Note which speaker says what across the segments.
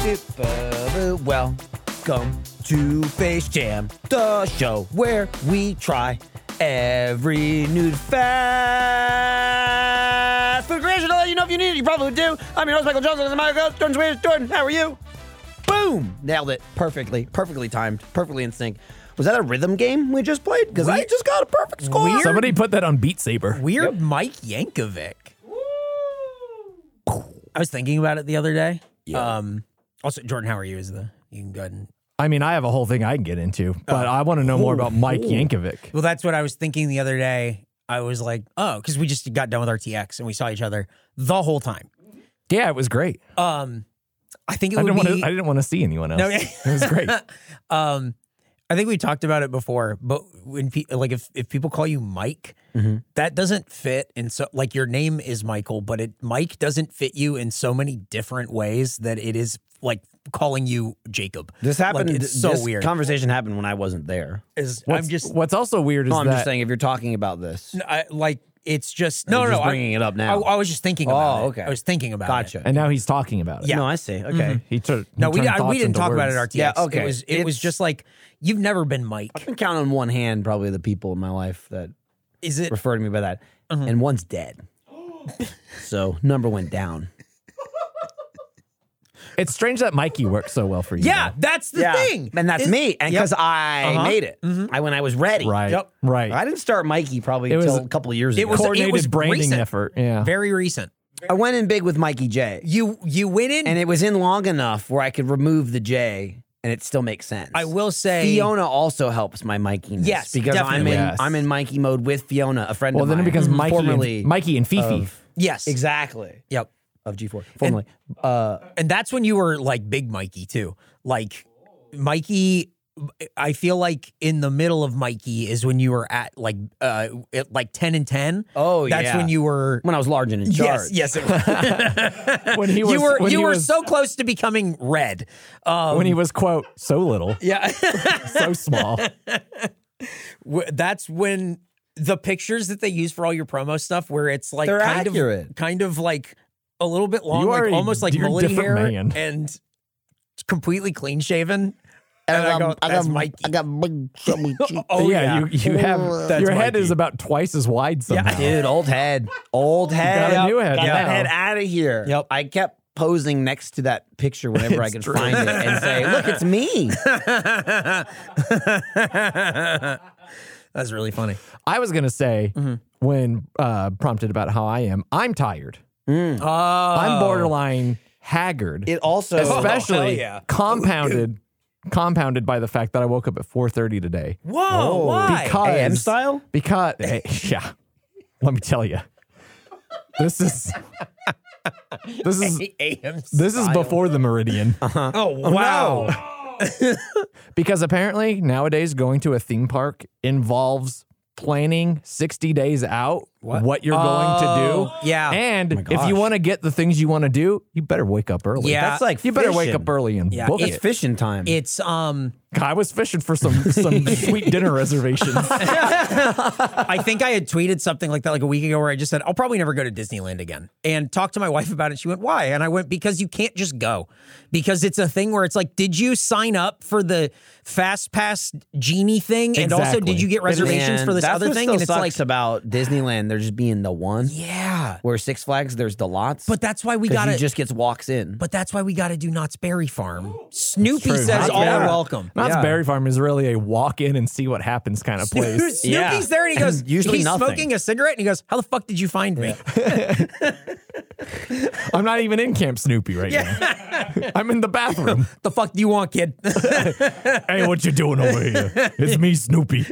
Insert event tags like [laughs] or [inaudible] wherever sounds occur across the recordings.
Speaker 1: Super welcome to Face Jam, the show where we try every new fast food creation to let you know if you need it. You probably do. I'm your host, Michael Johnson, and I'm Michael Jordan Swiss. Jordan, how are you? Boom! Nailed it perfectly, perfectly timed, perfectly in sync. Was that a rhythm game we just played? Because I
Speaker 2: Weird-
Speaker 1: just got a perfect score.
Speaker 3: Somebody put that on Beat Saber.
Speaker 2: Weird Mike Yankovic. I was thinking about it the other day. Um, also, Jordan, how are you? Is the you can go ahead and
Speaker 3: I mean, I have a whole thing I can get into,
Speaker 2: Oh.
Speaker 3: but I want to know more about Mike Yankovic.
Speaker 2: well, that's what I was thinking the other day. I was like, oh, because we just got done with RTX and we saw each other the whole time.
Speaker 3: Yeah, it was great.
Speaker 2: Um, I think it
Speaker 3: I
Speaker 2: would
Speaker 3: didn't want
Speaker 2: be.
Speaker 3: to. I didn't want to see anyone else.
Speaker 2: No, [laughs] yeah.
Speaker 3: it was great.
Speaker 2: um, I think we talked about it before, but when pe- like if if people call you Mike,
Speaker 3: Mm-hmm.
Speaker 2: that doesn't fit in so like your name is Michael, but it Mike doesn't fit you in so many different ways that it is like calling you Jacob.
Speaker 1: This happened.
Speaker 2: Like, it's so
Speaker 1: this
Speaker 2: weird.
Speaker 1: Conversation happened when I wasn't there.
Speaker 2: Is-
Speaker 3: What's,
Speaker 2: I'm just
Speaker 3: What's also weird is
Speaker 1: No, I'm
Speaker 3: that
Speaker 1: just saying if you're talking about this,
Speaker 2: I, like it's just no
Speaker 1: You're
Speaker 2: no
Speaker 1: just
Speaker 2: no,
Speaker 1: bringing
Speaker 2: I,
Speaker 1: it up now.
Speaker 2: I, I was just thinking about
Speaker 1: Oh,
Speaker 2: it.
Speaker 1: okay.
Speaker 2: I was thinking about it.
Speaker 1: gotcha. Mm-hmm.
Speaker 3: and now he's talking about it.
Speaker 2: Yeah.
Speaker 1: No, I see. Okay.
Speaker 3: he tur-
Speaker 2: No,
Speaker 3: he
Speaker 2: we
Speaker 3: turned
Speaker 2: I, we
Speaker 3: thoughts
Speaker 2: didn't
Speaker 3: into
Speaker 2: talk about it
Speaker 3: words.
Speaker 2: at RTX.
Speaker 1: Yeah, okay.
Speaker 2: It was it was
Speaker 1: It's-
Speaker 2: just like you've never been
Speaker 1: [laughs]
Speaker 2: Mike.
Speaker 1: I can count on one hand probably the people in my life that
Speaker 2: Is it
Speaker 1: refer to me by that, and one's dead. so number went down.
Speaker 3: It's strange that Mikey worked so well for you.
Speaker 2: Yeah, that's the thing.
Speaker 1: and that's
Speaker 2: It-
Speaker 1: me, and
Speaker 2: Yep.
Speaker 1: because I
Speaker 2: Uh-huh.
Speaker 1: made it, I when I was ready.
Speaker 3: though. Right.
Speaker 2: Yep.
Speaker 3: Right.
Speaker 1: I didn't start Mikey probably
Speaker 3: It was-
Speaker 1: until a couple of years
Speaker 2: It
Speaker 1: ago.
Speaker 2: was-
Speaker 3: Coordinated branding
Speaker 2: recent.
Speaker 3: effort. Yeah.
Speaker 2: Very recent.
Speaker 1: I went in big with Mikey J,
Speaker 2: You you went in.
Speaker 1: and it was in long enough where I could remove the J, and it still makes sense.
Speaker 2: I will say
Speaker 1: Fiona also helps my Mikey.
Speaker 2: Yes,
Speaker 1: because I'm
Speaker 2: definitely.
Speaker 1: in
Speaker 3: Yes.
Speaker 1: I'm in Mikey mode with Fiona, a friend.
Speaker 3: well,
Speaker 1: of
Speaker 3: then it
Speaker 1: mine,
Speaker 3: becomes Mikey.
Speaker 1: formerly
Speaker 3: and, Mikey and Fifi.
Speaker 1: of-
Speaker 2: Yes.
Speaker 1: exactly
Speaker 2: Yep.
Speaker 1: of G4 formerly. uh,
Speaker 2: And that's when you were like big Mikey too. Like Mikey I feel like in the middle of Mikey is when you were at like uh at like 10 and 10.
Speaker 1: Oh,
Speaker 2: That's
Speaker 1: yeah.
Speaker 2: when you were
Speaker 1: when I was large and in charge.
Speaker 2: Yes, [laughs] yes. It was.
Speaker 3: When he was-
Speaker 2: you were
Speaker 3: when
Speaker 2: you
Speaker 3: he
Speaker 2: were
Speaker 3: was-
Speaker 2: so close to becoming red. Um,
Speaker 3: when he was quote so little,
Speaker 2: yeah. [laughs]
Speaker 3: so small.
Speaker 2: w- that's when the pictures that they use for all your promo stuff, where it's like
Speaker 1: They're
Speaker 2: kind of
Speaker 1: accurate.
Speaker 2: kind of like a little bit long,
Speaker 3: You
Speaker 2: like
Speaker 3: are a-
Speaker 2: almost like
Speaker 3: you're a
Speaker 2: mullet hair
Speaker 3: different man.
Speaker 2: and completely clean shaven.
Speaker 1: I
Speaker 2: And I go,
Speaker 1: got, I
Speaker 2: that's
Speaker 1: got,
Speaker 2: Mikey.
Speaker 1: I got big chubby
Speaker 2: [laughs]
Speaker 1: cheeks.
Speaker 2: Oh yeah,
Speaker 3: You, you have
Speaker 2: That's
Speaker 3: your head
Speaker 2: Mikey.
Speaker 3: is about twice as wide somehow.
Speaker 1: Dude, old head. Old head.
Speaker 3: got a new head
Speaker 1: Got that
Speaker 3: now.
Speaker 1: head out of here.
Speaker 2: Yep.
Speaker 1: I kept posing next to that picture whenever I could
Speaker 3: true.
Speaker 1: find it and say, look, it's
Speaker 2: [laughs]
Speaker 1: me.
Speaker 2: that's really funny.
Speaker 3: I was gonna say
Speaker 2: Mm-hmm.
Speaker 3: when uh, prompted about how I am, I'm tired. Hmm.
Speaker 2: Oh,
Speaker 3: I'm borderline haggard,
Speaker 1: It also,
Speaker 3: especially
Speaker 2: hell yeah.
Speaker 3: compounded compounded by the fact that I woke up at 4:30 today
Speaker 2: Whoa, why?
Speaker 3: Oh, because
Speaker 1: AM style?
Speaker 3: Because [laughs] eh, yeah, let me tell you, this is [laughs] this is
Speaker 2: AM.
Speaker 3: this is before the meridian
Speaker 2: Oh wow.
Speaker 3: because apparently nowadays going to a theme park involves planning 60 days out what, you're going to
Speaker 2: Oh,
Speaker 3: do
Speaker 2: yeah.
Speaker 3: and if
Speaker 1: gosh.
Speaker 3: you want to get the things you want to do you better wake up early
Speaker 2: Yeah.
Speaker 1: that's like
Speaker 3: you better wake
Speaker 1: fishing.
Speaker 3: up early and book
Speaker 1: It's
Speaker 3: it.
Speaker 1: fishing time.
Speaker 2: It's um.
Speaker 3: I was fishing for some some sweet dinner reservations.
Speaker 2: I think I had tweeted something like that like a week ago where I just said, I'll probably never go to Disneyland again. And talked to my wife about it. She went, Why? And I went, Because you can't just go. Because it's a thing where it's like, Did you sign up for the Fast Pass Genie thing? And also,
Speaker 3: Exactly.
Speaker 2: did you get reservations
Speaker 1: Man,
Speaker 2: for this
Speaker 1: that's
Speaker 2: other
Speaker 1: what
Speaker 2: thing?
Speaker 1: Still
Speaker 2: And it's
Speaker 1: sucks
Speaker 2: like,
Speaker 1: about Disneyland, there just being the one.
Speaker 2: Yeah.
Speaker 1: Where Six Flags, there's the lots.
Speaker 2: But that's why we
Speaker 1: 'cause
Speaker 2: got
Speaker 1: you
Speaker 2: to.
Speaker 1: just gets walks in.
Speaker 2: But that's why we got to do Knott's Berry Farm. Snoopy
Speaker 3: true.
Speaker 2: says
Speaker 3: Knott's
Speaker 2: all are
Speaker 1: Berry-
Speaker 2: welcome.
Speaker 3: Knott's
Speaker 1: Yeah.
Speaker 3: Berry Farm is really a walk in and see what happens kind of place.
Speaker 2: [laughs] Snoopy's
Speaker 1: Yeah.
Speaker 2: there and he goes,
Speaker 1: [laughs] Usually
Speaker 2: he's
Speaker 1: nothing.
Speaker 2: smoking a cigarette and he goes, How the fuck did you find me?
Speaker 3: I'm not even in Camp Snoopy right now. [laughs] I'm in the bathroom.
Speaker 2: The fuck do you want, kid? [laughs]
Speaker 3: hey, what you doing over here? It's me, Snoopy.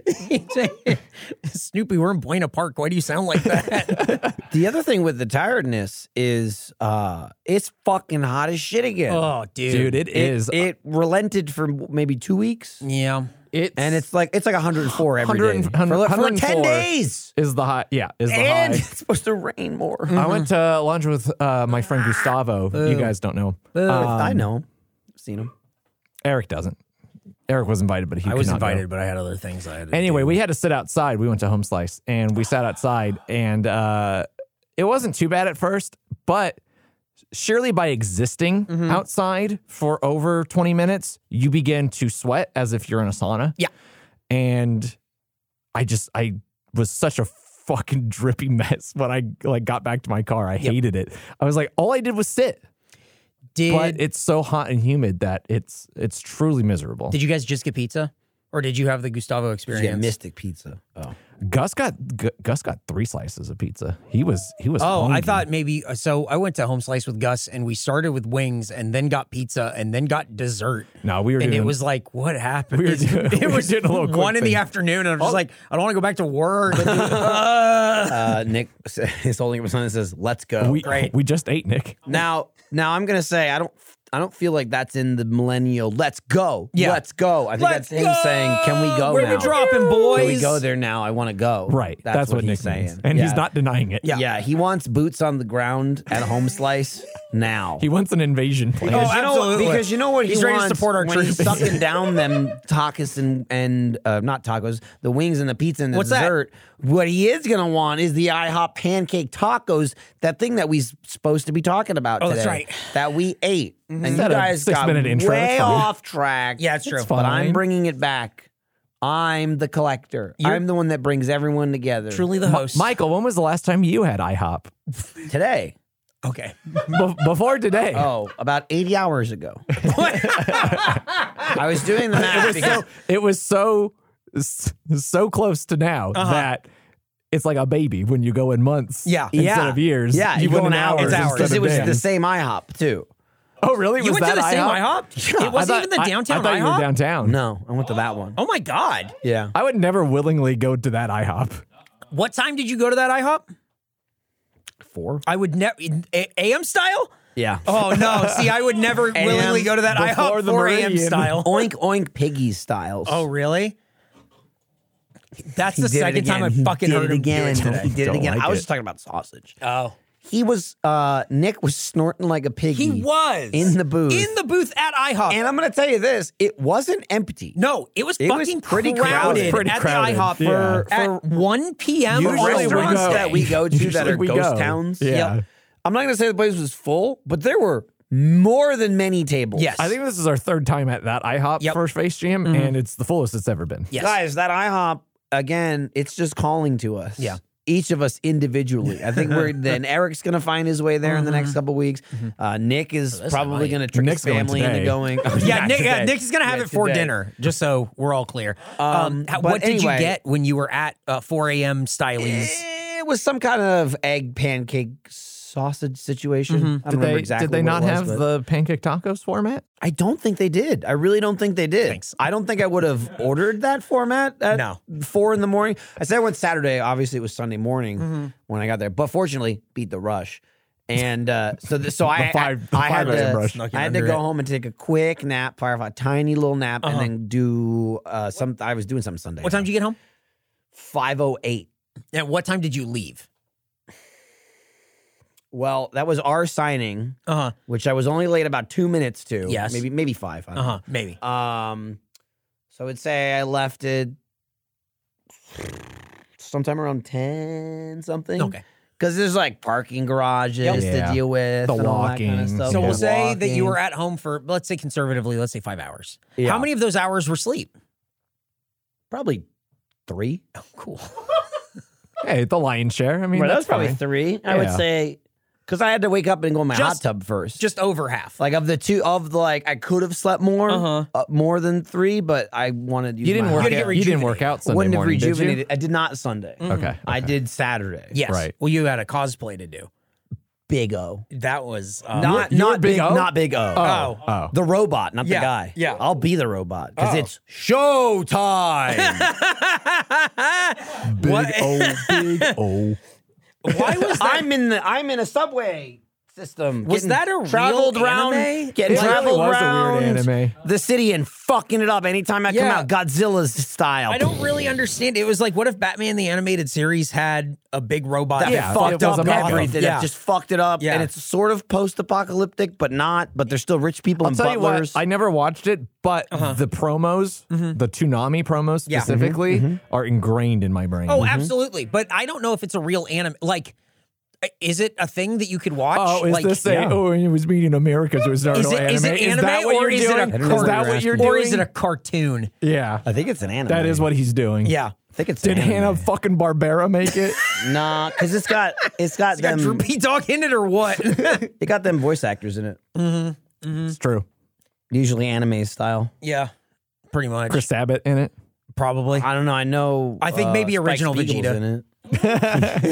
Speaker 2: [laughs] Snoopy, we're in Buena Park. Why do you sound like
Speaker 3: [laughs]
Speaker 2: that?
Speaker 1: The other thing with the tiredness is uh it's fucking hot as shit again.
Speaker 2: Oh, dude.
Speaker 3: Dude, it is uh,
Speaker 1: It, relented for maybe two weeks,
Speaker 2: yeah.
Speaker 3: it's
Speaker 1: and it's like it's like 104 every day
Speaker 3: 100
Speaker 1: for, like- for like 10
Speaker 3: 104.
Speaker 1: days,
Speaker 3: is the high. Yeah, is the
Speaker 1: and [laughs]
Speaker 3: high.
Speaker 1: it's supposed to rain more.
Speaker 3: [laughs] I went to lunch with uh, my friend Gustavo. You guys don't know. him.
Speaker 1: Uh,
Speaker 3: Um,
Speaker 1: I know, seen him.
Speaker 3: Eric doesn't. Eric was invited, but he
Speaker 2: I was invited, but I had other things I had to
Speaker 3: Anyway, we had to sit outside. We went to Home Slice and we sat outside, and uh, it wasn't too bad at first, but surely by existing outside for over 20 minutes, you begin to sweat as if you're in a sauna.
Speaker 2: Yeah.
Speaker 3: And I just I was such a fucking [laughs] drippy mess when I like got back to my car. I hated it. I was like, all I did was sit.
Speaker 2: Did
Speaker 3: But it's so hot and humid that it's it's truly miserable.
Speaker 2: Did you guys just get pizza, or did you have the Gustavo experience?
Speaker 1: Yeah, Mystic Pizza. Oh.
Speaker 3: Gus got Gu- Gus got three slices of pizza. He was he was.
Speaker 2: Oh, I
Speaker 3: hungry.
Speaker 2: thought maybe so. I went to Home Slice with Gus, and we started with wings, and then got pizza, and then got dessert.
Speaker 3: No, we were
Speaker 2: and it
Speaker 3: doing-
Speaker 2: was like, what happened? [laughs]
Speaker 3: We were doing- we
Speaker 2: it
Speaker 3: were
Speaker 2: was
Speaker 3: doing a little quick
Speaker 2: one in the
Speaker 3: thing. Oh.
Speaker 2: afternoon, and I'm just like, I don't want to go back to
Speaker 3: [laughs]
Speaker 2: work. Uh,
Speaker 1: Uh, Nick [laughs] is holding up his hand and says, "Let's go."
Speaker 3: we
Speaker 2: great.
Speaker 3: [laughs] we just ate Nick.
Speaker 1: now, now I'm gonna say I don't, I don't feel like that's in the millennial. Let's go.
Speaker 2: Yeah.
Speaker 1: Let's go. I think
Speaker 2: Let's
Speaker 1: that's him saying, "Can we go
Speaker 2: Where
Speaker 1: now?
Speaker 2: we dropping,
Speaker 1: Can we
Speaker 2: boys?
Speaker 1: go there now? I want to go."
Speaker 3: Right. That's, what,
Speaker 1: he's
Speaker 3: Nick
Speaker 1: saying,
Speaker 3: means. and
Speaker 1: yeah.
Speaker 3: he's not denying it.
Speaker 1: Yeah. he wants boots on the ground at home slice now.
Speaker 3: He wants an invasion plan.
Speaker 2: Oh,
Speaker 1: you know,
Speaker 2: absolutely.
Speaker 1: because you know what
Speaker 2: He's
Speaker 1: he
Speaker 2: ready to
Speaker 1: wants
Speaker 2: support our
Speaker 1: when he's
Speaker 2: troops. [laughs]
Speaker 1: sucking down them tacos and and uh, not tacos, the wings and the pizza and the
Speaker 2: What's that?
Speaker 1: dessert. What he is gonna want is the IHOP pancake tacos, that thing that we're supposed to be talking about.
Speaker 2: Oh,
Speaker 1: today,
Speaker 2: that's right. Mm-hmm.
Speaker 1: That we ate, and you
Speaker 3: that a
Speaker 1: guys got
Speaker 3: six-minute intro?
Speaker 1: way
Speaker 3: That's fine.
Speaker 1: off track.
Speaker 2: Yeah, it's true. It's
Speaker 1: But
Speaker 3: fine.
Speaker 1: I'm bringing it back. I'm the collector. I'm the one that brings everyone together.
Speaker 2: truly the host,
Speaker 3: Michael, when was the last time you had IHOP?
Speaker 1: today.
Speaker 2: Okay, [laughs]
Speaker 3: Be- before today.
Speaker 1: Oh, about 80 hours ago. I was doing
Speaker 2: [laughs]
Speaker 1: the math because
Speaker 3: It was so so close to now that it's like a baby when you go in months
Speaker 2: Uh-huh. Yeah.
Speaker 3: instead of years.
Speaker 1: Yeah,
Speaker 3: you went in hours.
Speaker 2: It's hours.
Speaker 3: Instead
Speaker 1: Because
Speaker 3: of
Speaker 1: it was
Speaker 3: days.
Speaker 1: the same IHOP too.
Speaker 3: Oh, really?
Speaker 2: you
Speaker 3: was
Speaker 2: went to
Speaker 3: that
Speaker 2: the same
Speaker 3: IHOP?
Speaker 2: IHOP. it
Speaker 3: I
Speaker 2: wasn't
Speaker 3: thought-
Speaker 2: even the
Speaker 3: I-
Speaker 2: downtown
Speaker 3: I, thought you
Speaker 2: IHOP.
Speaker 3: were downtown.
Speaker 1: No, I went to that one.
Speaker 2: Oh my god!
Speaker 1: Yeah,
Speaker 3: I would never willingly go to that IHOP.
Speaker 2: What time did you go to that IHOP?
Speaker 1: four.
Speaker 2: I would never AM style.
Speaker 1: Yeah.
Speaker 2: Oh
Speaker 3: [laughs]
Speaker 2: no! See, I would never willingly go to that
Speaker 3: before
Speaker 2: IHOP
Speaker 3: the
Speaker 2: 4 a.m.
Speaker 3: Meridian.
Speaker 2: style.
Speaker 1: Oink oink piggy styles.
Speaker 2: Oh really? That's
Speaker 1: He
Speaker 2: the
Speaker 1: did it
Speaker 2: second time I
Speaker 1: again. He
Speaker 2: fucking
Speaker 1: did
Speaker 2: heard
Speaker 1: it
Speaker 2: him do it
Speaker 1: again.
Speaker 2: today.
Speaker 1: He did
Speaker 3: Don't
Speaker 1: it again.
Speaker 3: like
Speaker 1: I was
Speaker 3: it.
Speaker 1: just talking about sausage.
Speaker 2: Oh,
Speaker 1: He was uh Nick was snorting like a piggy.
Speaker 2: he was
Speaker 1: in the booth.
Speaker 2: In the booth at IHOP.
Speaker 1: and I'm gonna tell you this, it wasn't empty.
Speaker 2: no, it was
Speaker 1: It was
Speaker 2: fucking
Speaker 1: pretty
Speaker 2: crowded,
Speaker 1: crowded.
Speaker 3: Pretty
Speaker 2: at
Speaker 3: crowded,
Speaker 2: the IHOP for,
Speaker 3: yeah.
Speaker 2: at 1 p.m.
Speaker 1: The
Speaker 2: on a
Speaker 3: Usually we
Speaker 1: restaurants
Speaker 3: go-
Speaker 2: Wednesday.
Speaker 1: that we go to that
Speaker 3: Usually
Speaker 1: are
Speaker 3: we
Speaker 1: ghost
Speaker 3: go.
Speaker 1: towns.
Speaker 3: Yeah.
Speaker 1: I'm not gonna say the place was full, but there were more than many tables.
Speaker 2: Yes.
Speaker 3: I think this is our third time at that IHOP
Speaker 2: Yep.
Speaker 3: for Space Jam,
Speaker 1: Mm-hmm.
Speaker 3: and it's the fullest it's ever been.
Speaker 2: yes.
Speaker 1: Guys, that IHOP again, it's just calling to us.
Speaker 2: Yeah.
Speaker 1: Each of us individually. I think
Speaker 3: [laughs]
Speaker 1: we're then Eric's gonna find his way there in the next
Speaker 3: Mm-hmm.
Speaker 1: couple weeks. Uh, Nick is probably gonna trick
Speaker 3: Nick's
Speaker 1: his
Speaker 3: going
Speaker 1: family
Speaker 3: today.
Speaker 1: into
Speaker 3: [laughs]
Speaker 1: going.
Speaker 2: Yeah, Nick, yeah,
Speaker 1: today.
Speaker 2: Nick's gonna have
Speaker 1: Yeah,
Speaker 2: it for
Speaker 1: today.
Speaker 2: dinner, just so we're all clear. Um,
Speaker 1: Um,
Speaker 2: how-
Speaker 1: but
Speaker 2: what did you
Speaker 1: anyway- Eh,
Speaker 2: get when you were at uh, 4 a.m. Stylie's?
Speaker 1: It was some kind of egg pancake sausage situation. I don't
Speaker 3: Mm-hmm. Did
Speaker 1: remember
Speaker 3: they,
Speaker 1: exactly.
Speaker 3: did they
Speaker 1: what it
Speaker 3: not
Speaker 1: was,
Speaker 3: have
Speaker 1: but-
Speaker 3: the pancake tacos format?
Speaker 1: I don't think they did. I really don't think they did.
Speaker 2: Thanks.
Speaker 1: I don't think I would have ordered that format at
Speaker 2: No.
Speaker 1: four in the morning. I said I went Saturday. Obviously, it was Sunday morning
Speaker 2: Mm-hmm.
Speaker 1: when I got there, but fortunately, beat the rush. And uh, so, th-
Speaker 2: [laughs]
Speaker 1: so I,
Speaker 3: five- the
Speaker 1: I, I had
Speaker 3: 5 a.m.
Speaker 1: to,
Speaker 3: rush.
Speaker 1: I
Speaker 2: Snuck in
Speaker 1: had to
Speaker 2: under
Speaker 1: go
Speaker 2: it.
Speaker 1: home and take a quick nap, firefly, tiny little nap, and then do uh, some. I was doing something Sunday.
Speaker 2: Uh-huh. What time did you get home?
Speaker 1: Five oh eight.
Speaker 2: At what time did you leave?
Speaker 1: Well, that was our signing,
Speaker 2: Uh huh.
Speaker 1: which I was only late about two minutes to.
Speaker 2: Yes.
Speaker 1: maybe maybe five. I don't
Speaker 2: Uh huh. Maybe.
Speaker 1: Um, so I would say I left it sometime around ten something.
Speaker 2: Okay.
Speaker 1: Because there's like parking garages
Speaker 3: Yep.
Speaker 1: to
Speaker 3: Yeah.
Speaker 1: deal with,
Speaker 3: The
Speaker 1: and all that kind
Speaker 3: walking.
Speaker 1: of stuff.
Speaker 2: So
Speaker 3: Yeah.
Speaker 2: we'll
Speaker 1: The
Speaker 2: say that you
Speaker 1: walking.
Speaker 2: were at home for, let's say conservatively, let's say five hours.
Speaker 1: Yeah.
Speaker 2: How many of those hours were sleep?
Speaker 1: probably three.
Speaker 2: Oh, cool.
Speaker 3: Hey, the lion's share. I mean,
Speaker 1: Right, that
Speaker 3: that's
Speaker 1: was probably
Speaker 3: fine.
Speaker 1: three. I would
Speaker 3: Yeah.
Speaker 1: say because I had to wake up and go in my
Speaker 2: Just-
Speaker 1: hot tub first.
Speaker 2: [laughs] Just over half.
Speaker 1: like of the two of the like, I could have slept more,
Speaker 2: Uh-huh.
Speaker 1: uh, more than three, but I wanted to use
Speaker 3: You didn't
Speaker 1: my
Speaker 3: work.
Speaker 1: hot
Speaker 2: gotta
Speaker 1: tub.
Speaker 2: get
Speaker 3: Out, you didn't work out Sunday
Speaker 1: Wouldn't
Speaker 3: morning,
Speaker 1: have
Speaker 3: did you?
Speaker 1: rejuvenated. I did not Sunday.
Speaker 3: Okay, okay.
Speaker 1: I did Saturday.
Speaker 2: yes.
Speaker 3: Right.
Speaker 2: Well, you had a cosplay to do.
Speaker 1: Big O.
Speaker 2: That was. Um,
Speaker 1: not
Speaker 3: you were
Speaker 1: not [laughs]
Speaker 3: Big
Speaker 1: big,
Speaker 3: O?
Speaker 1: not big O.
Speaker 3: Oh,
Speaker 2: Oh.
Speaker 3: oh.
Speaker 1: The robot, not
Speaker 2: Yeah,
Speaker 1: the guy.
Speaker 2: yeah.
Speaker 1: I'll be the robot because
Speaker 2: Oh.
Speaker 1: it's show [laughs] time.
Speaker 3: Big
Speaker 2: What-
Speaker 3: O, big
Speaker 1: [laughs]
Speaker 3: O.
Speaker 2: Why was that?
Speaker 1: I'm in the I'm in a subway system.
Speaker 2: Was
Speaker 1: getting
Speaker 2: that a real
Speaker 1: traveled around?
Speaker 2: anime?
Speaker 1: Getting
Speaker 3: It really
Speaker 1: traveled
Speaker 3: was a
Speaker 1: around
Speaker 3: weird anime.
Speaker 1: the city and fucking it up anytime I come
Speaker 2: Yeah.
Speaker 1: out, Godzilla's style.
Speaker 2: I don't really understand. It was like, what if Batman the animated series had a big robot?
Speaker 1: That
Speaker 3: Yeah,
Speaker 1: fucked
Speaker 3: it was
Speaker 1: up
Speaker 3: a knockoff.
Speaker 1: everything.
Speaker 2: Yeah.
Speaker 1: It just fucked it up,
Speaker 2: Yeah.
Speaker 1: and it's sort of post-apocalyptic, but not. But there's still rich people
Speaker 3: I'll
Speaker 1: and
Speaker 3: tell you what,
Speaker 1: butlers. Uh-huh. Mm-hmm.
Speaker 3: I never watched it, but the promos, the Toonami promos
Speaker 2: Yeah. Mhm,
Speaker 3: specifically, are ingrained in my brain.
Speaker 2: Oh, absolutely. But I don't know if it's a real anime. Like, is it a thing that you could watch?
Speaker 3: Oh, is
Speaker 2: like,
Speaker 3: this a,
Speaker 2: yeah.
Speaker 3: oh, it was meeting America's Bizarro
Speaker 2: Is it,
Speaker 3: Anime?
Speaker 2: is it anime
Speaker 3: that what
Speaker 2: or
Speaker 3: you're
Speaker 2: is
Speaker 3: doing?
Speaker 2: it a
Speaker 3: Is that what you're doing?
Speaker 2: Or is it a cartoon?
Speaker 3: yeah,
Speaker 1: I think it's an anime.
Speaker 3: that is what he's doing.
Speaker 2: [laughs] Yeah.
Speaker 1: I think it's
Speaker 3: Did
Speaker 1: an anime.
Speaker 3: Hannah fucking Barbera make it?
Speaker 1: Nah, because it's got it's got
Speaker 2: Got
Speaker 1: them
Speaker 3: Um,
Speaker 2: Drew P. Dog in it or
Speaker 3: [laughs]
Speaker 2: what?
Speaker 1: it got them voice actors in it.
Speaker 3: it's true.
Speaker 1: Usually anime style.
Speaker 2: yeah. Pretty much.
Speaker 3: Chris Abbott in it.
Speaker 2: Probably.
Speaker 1: I don't know. I know.
Speaker 2: I think maybe
Speaker 1: Spike
Speaker 2: original
Speaker 1: Spiegel's
Speaker 2: Vegeta.
Speaker 1: in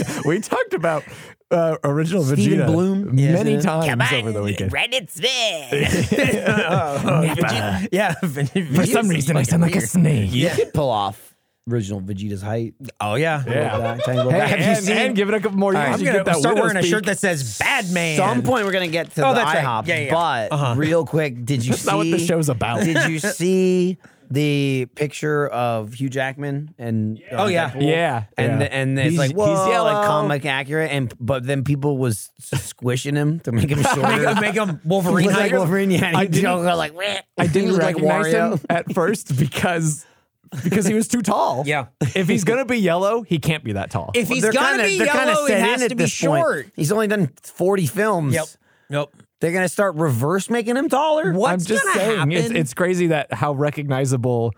Speaker 1: it.
Speaker 3: We talked about uh, original
Speaker 1: Stephen
Speaker 3: Vegeta
Speaker 1: Bloom is
Speaker 3: many
Speaker 1: in it.
Speaker 3: times over the weekend. Uh,
Speaker 2: Reddit's
Speaker 3: [laughs]
Speaker 2: there. [laughs] yeah.
Speaker 3: For some reason, I sound like a snake.
Speaker 1: You could [laughs] pull off original Vegeta's height.
Speaker 2: Oh, yeah.
Speaker 3: Yeah.
Speaker 1: Back, trying to go
Speaker 3: Hey,
Speaker 1: back.
Speaker 3: and, and give it a couple more years.
Speaker 2: I'm
Speaker 3: you
Speaker 2: going
Speaker 3: get that
Speaker 2: to start
Speaker 3: widow's
Speaker 2: wearing a
Speaker 3: peak.
Speaker 2: shirt that says Bad Man.
Speaker 1: some point we're gonna get to
Speaker 2: Oh,
Speaker 1: the
Speaker 2: that's right.
Speaker 1: IHOP.
Speaker 2: Yeah, yeah.
Speaker 1: But real quick, did you
Speaker 3: That's
Speaker 1: see
Speaker 3: not what the show's about.
Speaker 1: Did you see the picture of Hugh Jackman and
Speaker 2: Oh, yeah.
Speaker 3: Yeah,
Speaker 1: And
Speaker 3: yeah.
Speaker 1: and it's
Speaker 3: He's-
Speaker 1: like
Speaker 3: he's
Speaker 1: whoa, he's
Speaker 3: yellow.
Speaker 1: like comic accurate, and but then people was squishing him to make [laughs] him shorter.
Speaker 2: [laughs] Make, make him Wolverine.
Speaker 1: was like
Speaker 2: height.
Speaker 1: Wolverine, yeah. and
Speaker 3: I
Speaker 1: he
Speaker 3: didn't-
Speaker 1: don't go like. "Meh."
Speaker 3: I
Speaker 1: He
Speaker 3: didn't
Speaker 1: looked
Speaker 3: recognize him
Speaker 1: Wario.
Speaker 3: at first because because he was too
Speaker 1: [laughs]
Speaker 3: tall.
Speaker 2: Yeah.
Speaker 3: If he's gonna be yellow, he can't be that tall.
Speaker 2: If he's
Speaker 1: They're
Speaker 2: got to
Speaker 1: kinda-
Speaker 2: be
Speaker 1: they're kinda
Speaker 2: yellow, it
Speaker 1: set in
Speaker 2: has
Speaker 1: at
Speaker 2: to be
Speaker 1: this point.
Speaker 2: short.
Speaker 1: He's only done forty films.
Speaker 2: Yep. Nope.
Speaker 1: They're gonna start reverse making him taller.
Speaker 2: What?
Speaker 3: I'm
Speaker 2: what's
Speaker 3: just
Speaker 2: gonna
Speaker 3: saying, it's
Speaker 2: happen-
Speaker 3: it's crazy that how recognizable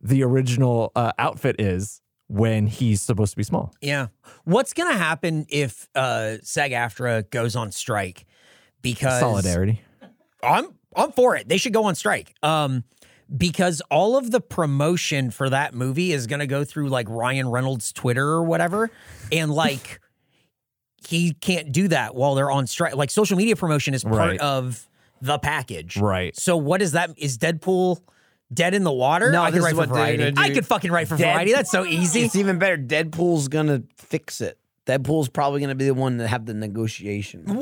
Speaker 3: the original uh, outfit is when he's supposed to be small.
Speaker 2: Yeah. What's going to happen if uh, SAG AFTRA goes on strike?
Speaker 1: Uh,
Speaker 2: Because
Speaker 3: Solidarity.
Speaker 2: I'm I'm for it. They should go on strike. Um, because all of the promotion for that movie is going to go through like Ryan Reynolds' Twitter or whatever, and like [laughs] he can't do that while they're on strike. Like social media promotion is part
Speaker 3: Right.
Speaker 2: of the package,
Speaker 3: Right.
Speaker 2: So what is that? Is Deadpool dead in the water?
Speaker 1: No,
Speaker 2: I could
Speaker 1: this
Speaker 2: write
Speaker 1: is
Speaker 2: for
Speaker 1: what they're
Speaker 2: Variety.
Speaker 1: gonna
Speaker 2: I
Speaker 1: do.
Speaker 2: could fucking write for
Speaker 1: Dead-
Speaker 2: Variety. That's so easy.
Speaker 1: It's even better. Deadpool's gonna fix it. Deadpool's probably gonna be the one to have the negotiation.
Speaker 2: Wow.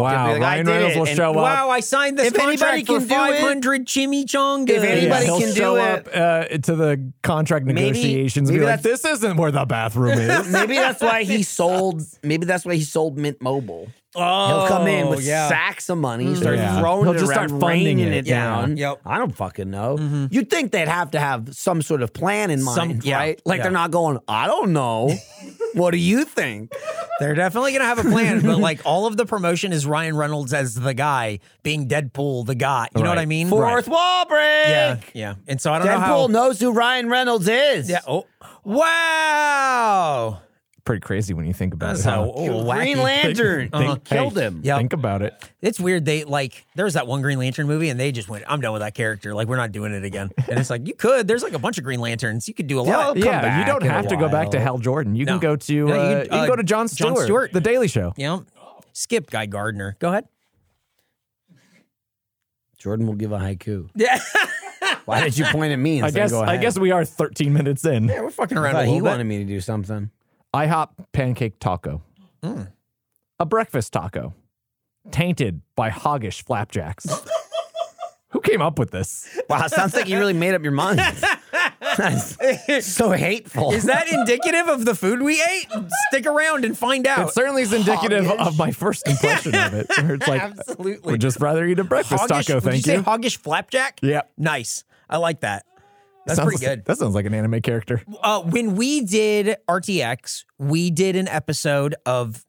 Speaker 3: Wow,
Speaker 1: They'll be like, "I
Speaker 3: Ryan
Speaker 1: did
Speaker 3: Reynolds
Speaker 1: it,"
Speaker 3: will
Speaker 1: and- [laughs]
Speaker 3: show up.
Speaker 2: Wow, I signed this
Speaker 1: If anybody
Speaker 2: contract for
Speaker 1: can do it-
Speaker 2: 500 chimichangas.
Speaker 1: If anybody
Speaker 3: he'll
Speaker 1: can do
Speaker 3: show
Speaker 1: it.
Speaker 3: up uh, to the contract
Speaker 1: Maybe-
Speaker 3: negotiations and
Speaker 1: maybe
Speaker 3: be like,
Speaker 1: that's-
Speaker 3: "This isn't where the
Speaker 1: [laughs]
Speaker 3: bathroom is."
Speaker 1: Maybe that's why he sold. Maybe that's why he sold Mint Mobile.
Speaker 2: oh,
Speaker 1: He'll come in with
Speaker 2: yeah. Mm-hmm.
Speaker 1: sacks of money, start
Speaker 3: Yeah.
Speaker 1: throwing
Speaker 3: He'll
Speaker 1: it
Speaker 3: just
Speaker 1: around,
Speaker 3: start funding
Speaker 1: raining
Speaker 3: it.
Speaker 1: it,
Speaker 2: Yeah.
Speaker 1: down.
Speaker 2: Yep. Mm-hmm.
Speaker 1: I don't fucking know. You'd think they'd have to have some sort of plan in
Speaker 2: Some-
Speaker 1: mind,
Speaker 2: yeah.
Speaker 1: right? Like
Speaker 2: Yeah.
Speaker 1: they're not going. I don't
Speaker 2: [laughs]
Speaker 1: know. what do you think?
Speaker 2: They're definitely gonna have a plan, but like all of the promotion is Ryan Reynolds as the guy being Deadpool, the guy. You know what I mean?
Speaker 1: Fourth wall break.
Speaker 2: Yeah, yeah. And so I don't know how.
Speaker 1: Deadpool knows who Ryan Reynolds is.
Speaker 2: Yeah. Oh, wow.
Speaker 3: Pretty crazy when you think about it.
Speaker 2: So
Speaker 3: huh?
Speaker 2: oh,
Speaker 1: Green
Speaker 2: wacky.
Speaker 1: Lantern.
Speaker 3: Think-
Speaker 1: They
Speaker 3: hey,
Speaker 1: killed him.
Speaker 2: Yeah.
Speaker 3: Think about it.
Speaker 2: It's weird. They like there's that one Green Lantern movie, and they just went, "I'm done with that character. Like we're not doing it again." And it's like you could. There's like a bunch of Green Lanterns. You could do a lot.
Speaker 1: They'll come
Speaker 3: yeah, you
Speaker 1: back
Speaker 3: don't
Speaker 1: in a
Speaker 3: have to go back to
Speaker 1: while.
Speaker 3: Hal Jordan. You
Speaker 2: No.
Speaker 3: can go to
Speaker 2: No, you
Speaker 3: uh,
Speaker 2: can,
Speaker 3: you can
Speaker 2: uh,
Speaker 3: go to John
Speaker 2: Jon
Speaker 3: Stewart,
Speaker 2: Stewart.
Speaker 3: The Daily Show.
Speaker 2: Yeah. Skip Guy Gardner. Go ahead.
Speaker 1: Jordan will give a haiku.
Speaker 2: Yeah.
Speaker 1: Why did you point at
Speaker 2: [laughs]
Speaker 1: me? And
Speaker 3: I guess I guess we are 13
Speaker 1: [laughs]
Speaker 3: minutes in.
Speaker 2: we're fucking
Speaker 1: I
Speaker 2: around
Speaker 1: thought
Speaker 2: a
Speaker 1: he
Speaker 2: little
Speaker 1: wanted me to do something.
Speaker 3: IHOP pancake taco.
Speaker 2: Hmm.
Speaker 3: A breakfast taco. Tainted by hoggish
Speaker 2: [laughs]
Speaker 3: flapjacks. Who came up with this?
Speaker 1: Wow, sounds like you really made up your
Speaker 2: [laughs]
Speaker 1: mind. [laughs]
Speaker 2: bit.
Speaker 1: so hateful.
Speaker 2: [laughs] Is that indicative of the food we ate? Stick around and find out.
Speaker 3: It certainly is indicative of my first impression of it. where it's like,
Speaker 2: Absolutely.
Speaker 3: we'd just rather eat a breakfast
Speaker 2: hoggish,
Speaker 3: taco,
Speaker 2: would
Speaker 3: thank
Speaker 2: you.
Speaker 3: you.
Speaker 2: Say hoggish flapjack.
Speaker 3: Yep.
Speaker 2: Nice. I like that. That's
Speaker 3: Sounds-
Speaker 2: pretty good.
Speaker 3: That sounds like an anime character.
Speaker 2: Uh, when we did RTX, we did an episode of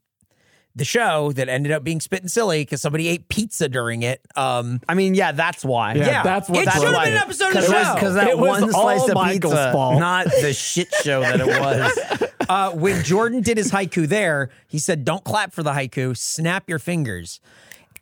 Speaker 2: the show that ended up being spit and silly because somebody ate pizza during it. Um,
Speaker 1: I mean, yeah, that's why.
Speaker 3: Yeah,
Speaker 2: yeah,
Speaker 3: that's what
Speaker 2: it should
Speaker 3: broke
Speaker 2: have been an
Speaker 3: it.
Speaker 2: episode of the
Speaker 1: Because
Speaker 2: show.
Speaker 1: that
Speaker 3: It was
Speaker 1: one slice
Speaker 3: all
Speaker 1: of
Speaker 3: Michael's
Speaker 1: pizza,
Speaker 3: fault.
Speaker 1: not the shit show that it
Speaker 3: [laughs]
Speaker 1: was.
Speaker 2: uh, when Jordan did his haiku there, he said, Don't clap for the haiku, snap your fingers.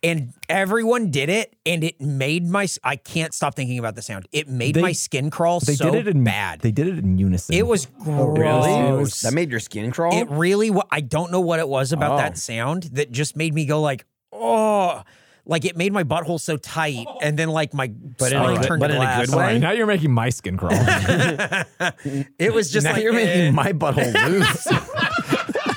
Speaker 2: And everyone did it, and it made my. I can't stop thinking about the sound. It made my skin crawl
Speaker 3: They
Speaker 2: so
Speaker 3: did it in
Speaker 2: bad.
Speaker 3: They did it in unison.
Speaker 2: it was gross.
Speaker 1: that made your skin crawl.
Speaker 2: It really. wa- I don't know what it was about
Speaker 1: Oh.
Speaker 2: that sound that just made me go like, oh, like it made my butthole so tight, and then like my but
Speaker 1: in a good-
Speaker 2: turned
Speaker 1: but
Speaker 2: to
Speaker 1: in a good
Speaker 2: glass.
Speaker 3: All
Speaker 1: way.
Speaker 3: right, now you're making my skin
Speaker 2: [laughs]
Speaker 3: crawl.
Speaker 2: It was just
Speaker 1: now
Speaker 2: like
Speaker 1: you're
Speaker 2: eh.
Speaker 1: making my butthole loose.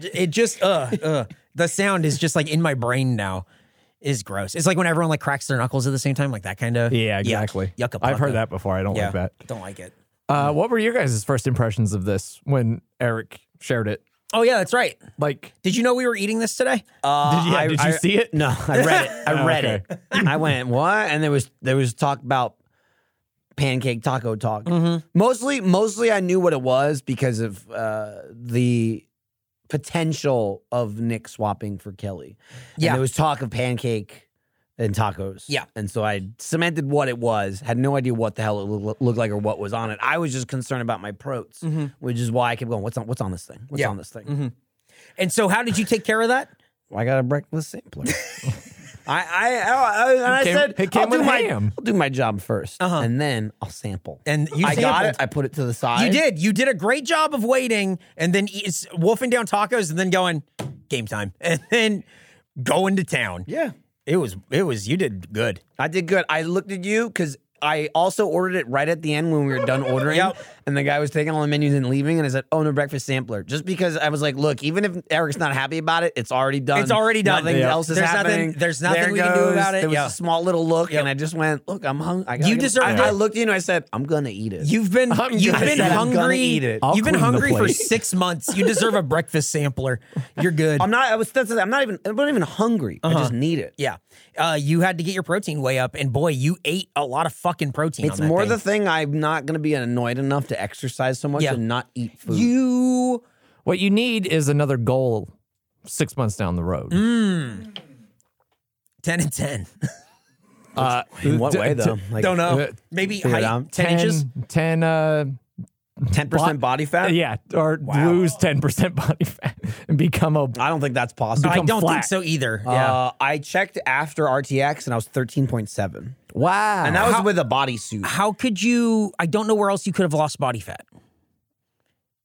Speaker 2: it just uh, uh the sound is just like in my brain now is gross it's like when everyone like cracks their knuckles at the same time like that kind of
Speaker 3: yeah, exactly.
Speaker 2: yuck, yucca
Speaker 3: I've
Speaker 2: pucka.
Speaker 3: heard that before. I don't
Speaker 2: yeah
Speaker 3: like that.
Speaker 2: don't like it
Speaker 3: Uh, what were your guys' first impressions of this when Eric shared it?
Speaker 2: oh yeah that's right
Speaker 3: Like,
Speaker 2: did you know we were eating this today
Speaker 1: [laughs] Uh,
Speaker 3: Did- yeah, did you see it?
Speaker 1: No, I read it. I
Speaker 3: Oh,
Speaker 1: read
Speaker 3: okay.
Speaker 1: it. I went what, and there was there was talk about pancake taco talk. Mostly, mostly I knew what it was because of uh, the potential of Nick swapping for Kelly. And
Speaker 2: Yeah.
Speaker 1: there was talk of pancake and tacos.
Speaker 2: Yeah.
Speaker 1: and so I cemented what it was. Had no idea what the hell it loo- looked like or what was on it. I was just concerned about my protes, which is why I kept going. What's on? What's on this thing? What's
Speaker 2: Yeah.
Speaker 1: on this thing?
Speaker 2: And so, how did you take care of that?
Speaker 1: I got a breakfast
Speaker 2: [laughs]
Speaker 1: sampler. I I, I, I, and I
Speaker 3: It came-
Speaker 1: said
Speaker 3: it came
Speaker 1: I'll do
Speaker 3: with
Speaker 1: my
Speaker 3: ham.
Speaker 1: I'll do my job 1st and then I'll sample.
Speaker 2: Uh-huh. And you
Speaker 1: I got
Speaker 2: sampled.
Speaker 1: it. I put it to the side.
Speaker 2: You did. You did a great job of waiting and then eat, s- wolfing down tacos and then going game time [laughs] and then going to town.
Speaker 1: Yeah,
Speaker 2: It was. It was. You did good.
Speaker 1: I did good. I looked at you because I also ordered it right at the end when we were done ordering.
Speaker 2: Yep.
Speaker 1: And the guy was taking all the menus and leaving, and I said, "Oh no, breakfast sampler." Just because I was like, "Look, even if Eric's not happy about it, it's already done.
Speaker 2: It's already done.
Speaker 1: Nothing
Speaker 2: Yeah.
Speaker 1: else is
Speaker 2: There's nothing-
Speaker 1: happening.
Speaker 2: there's nothing
Speaker 1: There
Speaker 2: we can do
Speaker 1: goes.
Speaker 2: about it.
Speaker 1: There was
Speaker 2: Yeah.
Speaker 1: a small little look,
Speaker 2: Yep.
Speaker 1: and I just went, "Look, I'm hungry.
Speaker 2: You
Speaker 1: I,
Speaker 2: deserved
Speaker 1: I
Speaker 2: it.
Speaker 1: looked at you and I said, "I'm gonna eat it."
Speaker 2: You've been
Speaker 3: I'm
Speaker 2: you've
Speaker 3: gonna
Speaker 2: been
Speaker 3: say I'm
Speaker 1: gonna
Speaker 2: hungry.
Speaker 1: eat it.
Speaker 3: I'll
Speaker 2: You've been
Speaker 3: clean the
Speaker 2: hungry for
Speaker 3: plate.
Speaker 2: six months. You deserve
Speaker 1: [laughs]
Speaker 2: a breakfast sampler. You're good.
Speaker 1: I'm not. I was. That's, I'm not even. I'm not even hungry. I just need it.
Speaker 2: Uh-huh. yeah, uh, you had to get your protein way up, and boy, you ate a lot of fucking protein.
Speaker 1: It's
Speaker 2: on that
Speaker 1: more
Speaker 2: thing.
Speaker 1: the thing. I'm not going to be annoyed enough to exercise so much
Speaker 2: Yeah.
Speaker 1: and not eat food.
Speaker 2: you
Speaker 3: What you need is another goal six months down the road.
Speaker 2: ten and ten. [laughs]
Speaker 3: Uh,
Speaker 1: in what
Speaker 3: d-
Speaker 1: way
Speaker 3: d-
Speaker 1: though? Like
Speaker 2: Don't know.
Speaker 3: uh,
Speaker 2: Maybe
Speaker 1: figure it
Speaker 2: height,
Speaker 1: out.
Speaker 2: ten inches.
Speaker 3: 10, uh,
Speaker 1: Ten percent body fat.
Speaker 3: yeah, or lose 10% [laughs] body fat and become a.
Speaker 1: I don't think that's possible.
Speaker 2: I
Speaker 3: become
Speaker 2: don't think
Speaker 3: flat.
Speaker 2: so either. yeah.
Speaker 1: Uh, I checked after RTX and I was 13.7.
Speaker 3: Wow.
Speaker 1: And that was with a bodysuit.
Speaker 2: How could you? I don't know where else you could have lost body fat.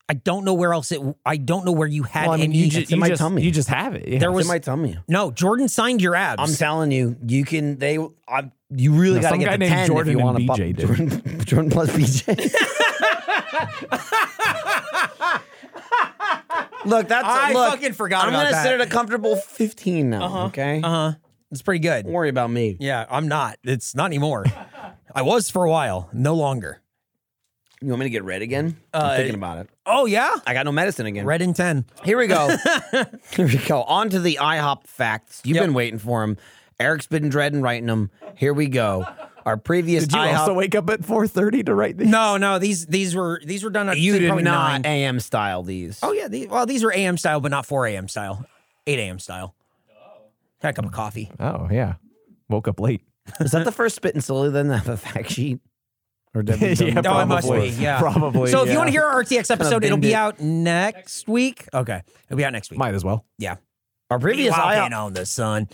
Speaker 2: I don't know where else it. I don't know where you had
Speaker 3: Well, I mean,
Speaker 2: any.
Speaker 3: you, ju-
Speaker 1: It's in
Speaker 3: you
Speaker 1: my
Speaker 3: just,
Speaker 1: tummy.
Speaker 3: you just have it. yeah.
Speaker 2: there
Speaker 1: It's
Speaker 2: was
Speaker 1: in my tummy.
Speaker 2: no. Jordan signed your abs.
Speaker 1: I'm telling you, you can, they, I, you really
Speaker 3: No,
Speaker 1: got to
Speaker 3: some
Speaker 1: get
Speaker 3: guy
Speaker 1: to
Speaker 3: named
Speaker 1: 10
Speaker 3: Jordan
Speaker 1: if you
Speaker 3: and
Speaker 1: want to
Speaker 3: BJ did.
Speaker 1: Jordan, [laughs] Jordan plus BJ. look, that's,
Speaker 2: I
Speaker 1: look,
Speaker 2: fucking forgot
Speaker 1: I'm
Speaker 2: about
Speaker 1: gonna
Speaker 2: that.
Speaker 1: sit at a comfortable 15 now, okay?
Speaker 2: Uh huh. It's pretty good.
Speaker 1: Don't worry about me.
Speaker 2: Yeah, I'm not. It's
Speaker 3: [laughs]
Speaker 2: not anymore. I was for a while, no longer.
Speaker 1: You want me to get red again? I'm thinking about it.
Speaker 2: Oh yeah,
Speaker 1: I got no medicine again.
Speaker 2: red and ten.
Speaker 1: Here we
Speaker 3: [laughs]
Speaker 1: go. Here we go. On to the IHOP facts. You've
Speaker 2: Yep.
Speaker 1: been waiting for them. Eric's been dreading writing them. Here we go. Our previous
Speaker 3: Did you
Speaker 1: IHOP.
Speaker 3: also wake up at 4.30 to write these?
Speaker 2: No, no, these these were these were done at
Speaker 1: you did
Speaker 2: probably
Speaker 1: not
Speaker 2: nine.
Speaker 1: AM style these.
Speaker 2: Oh yeah, these, well these were AM style, but not four AM style. Eight AM style. Had a cup of coffee.
Speaker 3: Oh, yeah. Woke up late.
Speaker 1: Is that the first spit and slowly then have a fact sheet? Or did we do
Speaker 3: [laughs] Yeah,
Speaker 1: them?
Speaker 2: No, it must be.
Speaker 3: Probably. [laughs]
Speaker 2: Yeah,
Speaker 3: Probably,
Speaker 2: So if you
Speaker 3: yeah.
Speaker 2: want to hear our RTX episode, it'll
Speaker 1: bend
Speaker 2: be
Speaker 1: it.
Speaker 2: out next week. Okay, it'll be out next week.
Speaker 3: Might as well.
Speaker 2: yeah,
Speaker 1: Our
Speaker 2: be
Speaker 1: previous IHOP.
Speaker 2: on
Speaker 3: [laughs]
Speaker 2: the sun.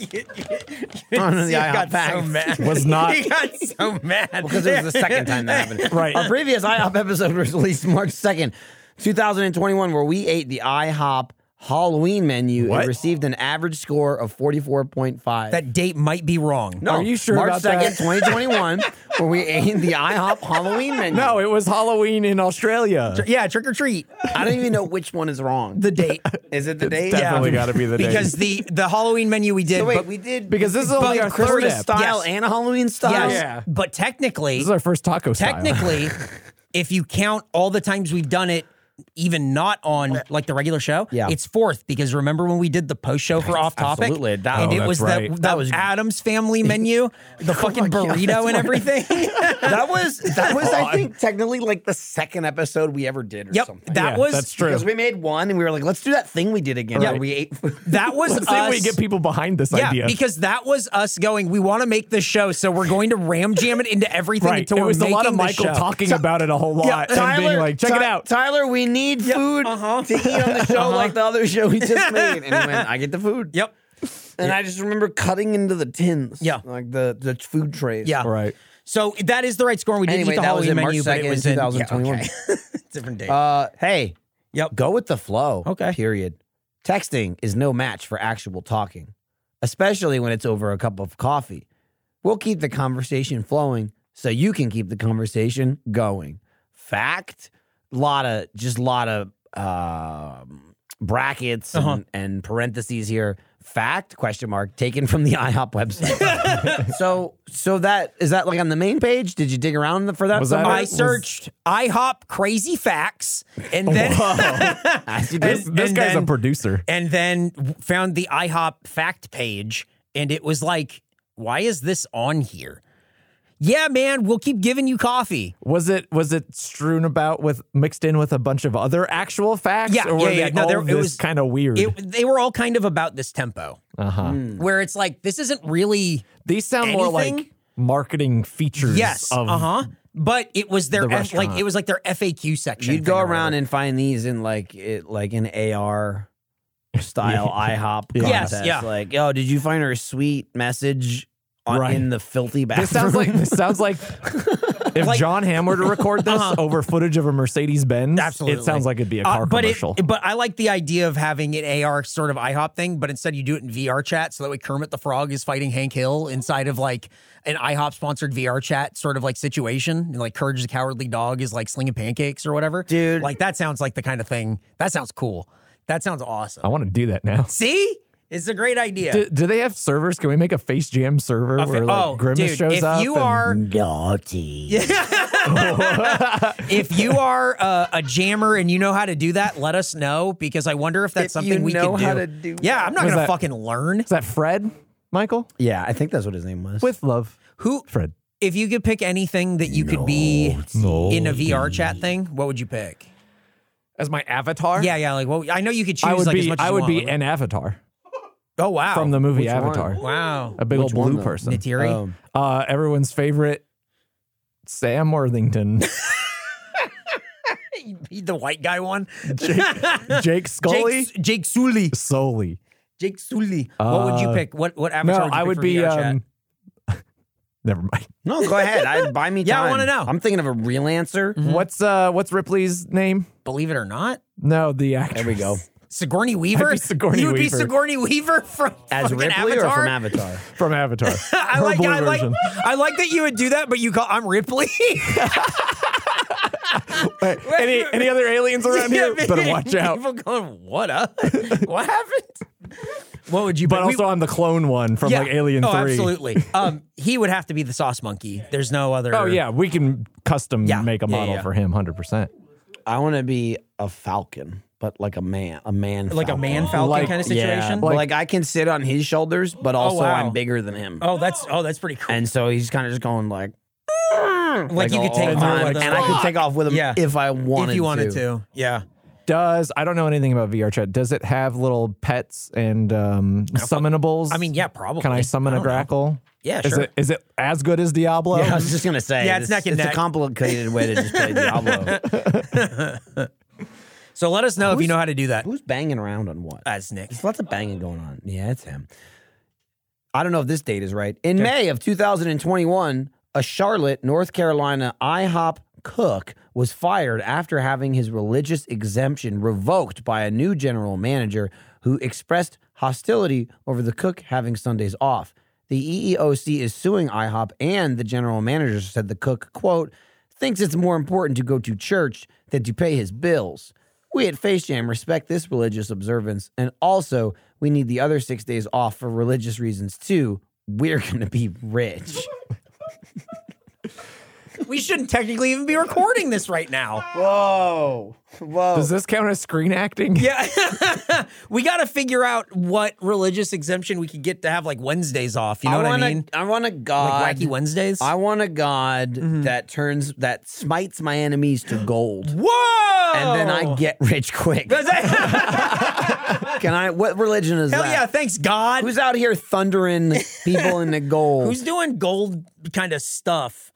Speaker 1: on
Speaker 2: [laughs]
Speaker 1: to the
Speaker 2: I
Speaker 1: IHOP facts.
Speaker 3: Was not-
Speaker 2: [laughs] He got so mad
Speaker 1: because it was the second time that [laughs] happened.
Speaker 3: Right.
Speaker 1: Our previous IHOP episode was released March 2nd, 2021, where we ate the IHOP Halloween menu
Speaker 3: What?
Speaker 1: and received an average score of 44.5.
Speaker 2: [laughs] That date might be wrong.
Speaker 1: No,
Speaker 3: Are you sure
Speaker 1: March
Speaker 3: about that?
Speaker 1: 2nd, [laughs] 2021, where we ate the IHOP Halloween menu.
Speaker 3: No, it was Halloween in Australia.
Speaker 2: Yeah, trick or treat.
Speaker 1: I don't even know which one is wrong.
Speaker 2: The date.
Speaker 1: Is it the date?
Speaker 3: [laughs] Definitely
Speaker 2: Yeah.
Speaker 3: got to be the
Speaker 2: [laughs]
Speaker 3: day.
Speaker 2: because the the Halloween menu we did.
Speaker 1: So wait,
Speaker 2: but,
Speaker 1: we did
Speaker 3: because this is
Speaker 1: both
Speaker 3: only
Speaker 1: a
Speaker 3: our third
Speaker 1: Christmas
Speaker 3: ep.
Speaker 1: style
Speaker 2: Yes.
Speaker 1: and a Halloween style.
Speaker 2: yes,
Speaker 3: Yeah.
Speaker 2: but technically,
Speaker 3: This is our first taco style.
Speaker 2: technically, if you count all the times we've done it, even not on like the regular show,
Speaker 1: Yeah.
Speaker 2: it's fourth because remember when we did the post show for off topic,
Speaker 1: Absolutely. That-
Speaker 2: and
Speaker 1: oh,
Speaker 2: it
Speaker 3: that's
Speaker 2: was
Speaker 3: right. Oh
Speaker 2: the, the
Speaker 1: That was-
Speaker 2: Adams Family
Speaker 3: [laughs]
Speaker 2: menu, the fucking burrito and everything.
Speaker 1: That was that
Speaker 2: [laughs]
Speaker 1: was I think technically like the second episode we ever did or
Speaker 2: yep,
Speaker 1: something.
Speaker 2: that
Speaker 3: Yeah,
Speaker 2: was
Speaker 3: that's true.
Speaker 1: because we made one and we were like, let's do that thing we did again.
Speaker 2: Yeah.
Speaker 1: where we ate food.
Speaker 2: that
Speaker 3: [laughs] [laughs]
Speaker 2: was
Speaker 3: Let's see if we
Speaker 2: us-
Speaker 3: get people behind this
Speaker 2: Yeah,
Speaker 3: idea.
Speaker 2: because that was us going. We want to make this show, so we're going to ram jam it into everything
Speaker 3: right.
Speaker 2: until
Speaker 3: It
Speaker 2: we're
Speaker 3: was a
Speaker 2: making
Speaker 3: lot of
Speaker 2: the
Speaker 3: Michael
Speaker 2: show.
Speaker 3: talking about it a whole lot and being like, check it
Speaker 1: Ty-
Speaker 3: out. Uh-huh.
Speaker 1: Tyler, we need food to eat on the
Speaker 3: [laughs]
Speaker 1: show like the other show we just made. And he went, I get the food.
Speaker 2: Yep.
Speaker 1: And I just remember cutting into the tins.
Speaker 2: Yeah.
Speaker 1: Like the, the food trays.
Speaker 2: Yeah.
Speaker 3: Right.
Speaker 2: So that is the right score. and We didn't
Speaker 1: Anyway,
Speaker 2: eat the
Speaker 1: that was
Speaker 2: Halloween
Speaker 1: in March
Speaker 2: menu, but it
Speaker 1: 2nd,
Speaker 2: was in yeah,
Speaker 1: 2021.
Speaker 2: okay. [laughs] Different date.
Speaker 1: Uh, hey.
Speaker 2: Yep.
Speaker 1: Go with the flow.
Speaker 2: Okay.
Speaker 1: Period. Texting is no match for actual talking, especially when it's over a cup of coffee. We'll keep the conversation flowing so you can keep the conversation going. Fact. Lot of just lot of um brackets and, and parentheses here. Fact question mark taken from the [laughs] IHOP website. so so that is that like on the main page? Did you dig around for that?
Speaker 3: Was that
Speaker 1: somewhere?
Speaker 2: I
Speaker 3: was-
Speaker 2: searched IHOP crazy facts, and then
Speaker 1: [laughs] As you do.
Speaker 3: This, this
Speaker 2: [laughs] and
Speaker 3: guy's
Speaker 2: then-
Speaker 3: a producer.
Speaker 2: and then found the IHOP fact page, and it was like, why is this on here? Yeah, man, we'll keep giving you coffee.
Speaker 3: Was it was it strewn about with mixed in with a bunch of other actual facts?
Speaker 2: Yeah,
Speaker 3: or were
Speaker 2: yeah, yeah.
Speaker 3: They
Speaker 2: No,
Speaker 3: all
Speaker 2: there- it
Speaker 3: this
Speaker 2: was-
Speaker 3: kind of weird.
Speaker 2: It, they were all kind of about this tempo,
Speaker 3: uh huh.
Speaker 1: Hmm.
Speaker 2: where it's like this isn't really
Speaker 3: These sound more like
Speaker 2: Anything?
Speaker 3: marketing features.
Speaker 2: yes,
Speaker 3: of
Speaker 2: uh huh. But it was their
Speaker 3: the
Speaker 2: F, like
Speaker 3: restaurant.
Speaker 2: it was like their FAQ section.
Speaker 1: You'd go
Speaker 2: thing or
Speaker 1: around
Speaker 2: whatever.
Speaker 1: and find these in like it, like an AR style IHOP
Speaker 2: Yes,
Speaker 1: contest.
Speaker 2: yeah.
Speaker 1: Like, oh, did you find her sweet message on,
Speaker 3: Right.
Speaker 1: in the filthy bathroom?
Speaker 3: This
Speaker 1: [laughs]
Speaker 3: sounds like this sounds like if
Speaker 2: Like- uh-huh.
Speaker 3: John Hamm were to record this over footage of a Mercedes Benz.
Speaker 2: Absolutely.
Speaker 3: it sounds like it'd be a
Speaker 2: Uh,
Speaker 3: car
Speaker 2: but it-
Speaker 3: commercial.
Speaker 2: but I like the idea of having an AR sort of IHOP thing, but instead you do it in VR chat, so that way Kermit the Frog is fighting Hank Hill inside of like an IHOP sponsored VR chat sort of like situation, and like Courage the Cowardly Dog is like slinging pancakes or whatever.
Speaker 1: Dude.
Speaker 2: like that sounds like the kind of thing. That sounds cool. That sounds awesome.
Speaker 3: I want to do that now.
Speaker 2: See, it's a great idea.
Speaker 3: Do, do they have servers? Can we make a Face Jam server where like
Speaker 2: oh,
Speaker 3: Grimace
Speaker 2: dude,
Speaker 3: shows
Speaker 2: if
Speaker 3: up?
Speaker 2: you
Speaker 3: and-
Speaker 2: are
Speaker 1: naughty. Yeah.
Speaker 2: [laughs] if you are uh, a jammer and you know how to do that, let us know because I wonder if that's
Speaker 1: If
Speaker 2: something
Speaker 1: you
Speaker 2: we
Speaker 1: know
Speaker 2: can
Speaker 1: how
Speaker 2: do.
Speaker 1: to do
Speaker 2: Yeah,
Speaker 1: that.
Speaker 2: I'm not
Speaker 3: Was
Speaker 2: gonna
Speaker 3: that-
Speaker 2: fucking
Speaker 3: [laughs]
Speaker 2: learn.
Speaker 3: is that Fred Michael
Speaker 1: I think that's what his name was.
Speaker 3: with love?
Speaker 2: Who,
Speaker 3: Fred.
Speaker 2: if you could pick anything that you could be in a VR chat thing, what would you pick?
Speaker 3: As my avatar?
Speaker 2: Yeah, yeah. Like, well, I know you could choose
Speaker 3: I would
Speaker 2: like
Speaker 3: be
Speaker 2: as much as
Speaker 3: I
Speaker 2: you
Speaker 3: would
Speaker 2: want,
Speaker 3: be
Speaker 2: like-
Speaker 3: an avatar
Speaker 2: oh wow,
Speaker 3: from the movie
Speaker 1: Which one?
Speaker 3: Avatar.
Speaker 2: wow,
Speaker 3: A big
Speaker 1: Which
Speaker 3: old
Speaker 1: one,
Speaker 3: blue
Speaker 1: though?
Speaker 3: person.
Speaker 2: Natiri. [laughs]
Speaker 1: Um,
Speaker 3: Uh, everyone's favorite Sam Worthington, [laughs]
Speaker 2: the white guy one.
Speaker 3: Jake Scully,
Speaker 2: Jake, [laughs] Jake Sully.
Speaker 3: Sully.
Speaker 2: Jake Sully. what would you
Speaker 3: Uh,
Speaker 2: pick? What what
Speaker 3: No,
Speaker 2: avatar? would you
Speaker 3: I
Speaker 2: pick
Speaker 3: would
Speaker 2: for
Speaker 3: be.
Speaker 2: VR chat?
Speaker 3: Um, [laughs] never mind.
Speaker 1: no, go ahead. I, buy me time.
Speaker 2: Yeah, I wanna know.
Speaker 1: I'm thinking of a real answer.
Speaker 3: What's uh What's Ripley's name?
Speaker 2: Believe it or not,
Speaker 3: No, the actress.
Speaker 1: There we
Speaker 3: [laughs]
Speaker 1: go.
Speaker 2: Sigourney Weaver.
Speaker 3: be Sigourney
Speaker 2: you would
Speaker 3: Weaver.
Speaker 2: be Sigourney Weaver from
Speaker 1: As
Speaker 2: fucking
Speaker 1: Ripley
Speaker 2: Avatar.
Speaker 1: or from Avatar?
Speaker 3: From Avatar.
Speaker 2: [laughs] I
Speaker 3: Her
Speaker 2: like,
Speaker 3: blue
Speaker 2: I like,
Speaker 3: version.
Speaker 2: I like that you would do that, but you call I'm Ripley. [laughs]
Speaker 3: [laughs] any Any other aliens [laughs] around here? Better watch
Speaker 2: [laughs]
Speaker 3: out.
Speaker 2: People going, what up? What happened? [laughs] What would you?
Speaker 3: But
Speaker 2: pick?
Speaker 3: also, I'm the clone one from
Speaker 2: Yeah.
Speaker 3: like Alien
Speaker 2: oh,
Speaker 3: Three.
Speaker 2: absolutely. Um, he would have to be the sauce monkey. There's no other.
Speaker 3: Oh yeah, we can custom
Speaker 2: Yeah.
Speaker 3: make a
Speaker 2: Yeah, yeah,
Speaker 3: model
Speaker 2: yeah.
Speaker 3: for him, hundred percent.
Speaker 1: I want to be a falcon, but like a man, a man,
Speaker 2: like a
Speaker 1: falcon.
Speaker 2: man falcon
Speaker 3: Like-
Speaker 2: kind of
Speaker 1: Yeah,
Speaker 2: situation.
Speaker 1: like, I can sit on his shoulders, but also
Speaker 2: wow.
Speaker 1: I'm bigger than him,
Speaker 2: oh, that's oh, that's pretty cool.
Speaker 1: and so he's kind of just going like, like,
Speaker 2: you could
Speaker 1: all
Speaker 2: take
Speaker 1: the
Speaker 2: off
Speaker 1: time,
Speaker 2: with him.
Speaker 1: and I could take off with him
Speaker 2: Yeah.
Speaker 1: if I wanted,
Speaker 2: if you wanted to, yeah.
Speaker 3: Does I don't know anything about VR chat. Does it have little pets and um, summonables?
Speaker 2: I mean, yeah, probably.
Speaker 3: Can I summon a
Speaker 2: don't know.
Speaker 3: grackle?
Speaker 2: Yeah,
Speaker 3: Is
Speaker 2: sure.
Speaker 3: it is it as good as Diablo?
Speaker 1: Yeah, I was just gonna say,
Speaker 2: Yeah, it's
Speaker 1: this-
Speaker 2: neck and
Speaker 1: it's
Speaker 2: neck.
Speaker 1: a complicated way to just [laughs] play Diablo.
Speaker 2: So let us know if you know how to do that.
Speaker 1: Who's banging around on what?
Speaker 2: That's
Speaker 1: [laughs]
Speaker 2: Nick.
Speaker 1: There's lots of banging going on. Yeah, it's him. I don't know if this date is right. In May of 2021, a Charlotte, North Carolina IHOP cook was fired after having his religious exemption revoked by a new general manager who expressed hostility over the cook having Sundays off. The E EEOC is suing IHOP and the general manager said the cook, quote, thinks it's more important to go to church than to pay his bills. We at Face Jam respect this religious observance, and also we need the other six days off for religious reasons too. We're gonna be
Speaker 2: [laughs]
Speaker 1: rich.
Speaker 2: We shouldn't technically even be recording this right now.
Speaker 1: Whoa, whoa!
Speaker 3: Does this count as screen acting?
Speaker 2: Yeah. [laughs] we got to figure out what religious exemption we could get to have like Wednesdays off. You know
Speaker 1: I
Speaker 2: what
Speaker 1: want
Speaker 2: I mean?
Speaker 1: a, I want a
Speaker 2: Like Mm-hmm.
Speaker 1: god.
Speaker 2: wacky Wednesdays.
Speaker 1: I want a god that turns that smites my enemies to gold,
Speaker 2: Whoa!
Speaker 1: and then I
Speaker 2: [laughs]
Speaker 1: get rich quick. [laughs] Can I? What religion is
Speaker 2: Hell
Speaker 1: that?
Speaker 2: yeah! Thanks God. Who's,
Speaker 1: Who's out here
Speaker 2: [laughs]
Speaker 1: thundering people into gold?
Speaker 2: doing gold kind of stuff?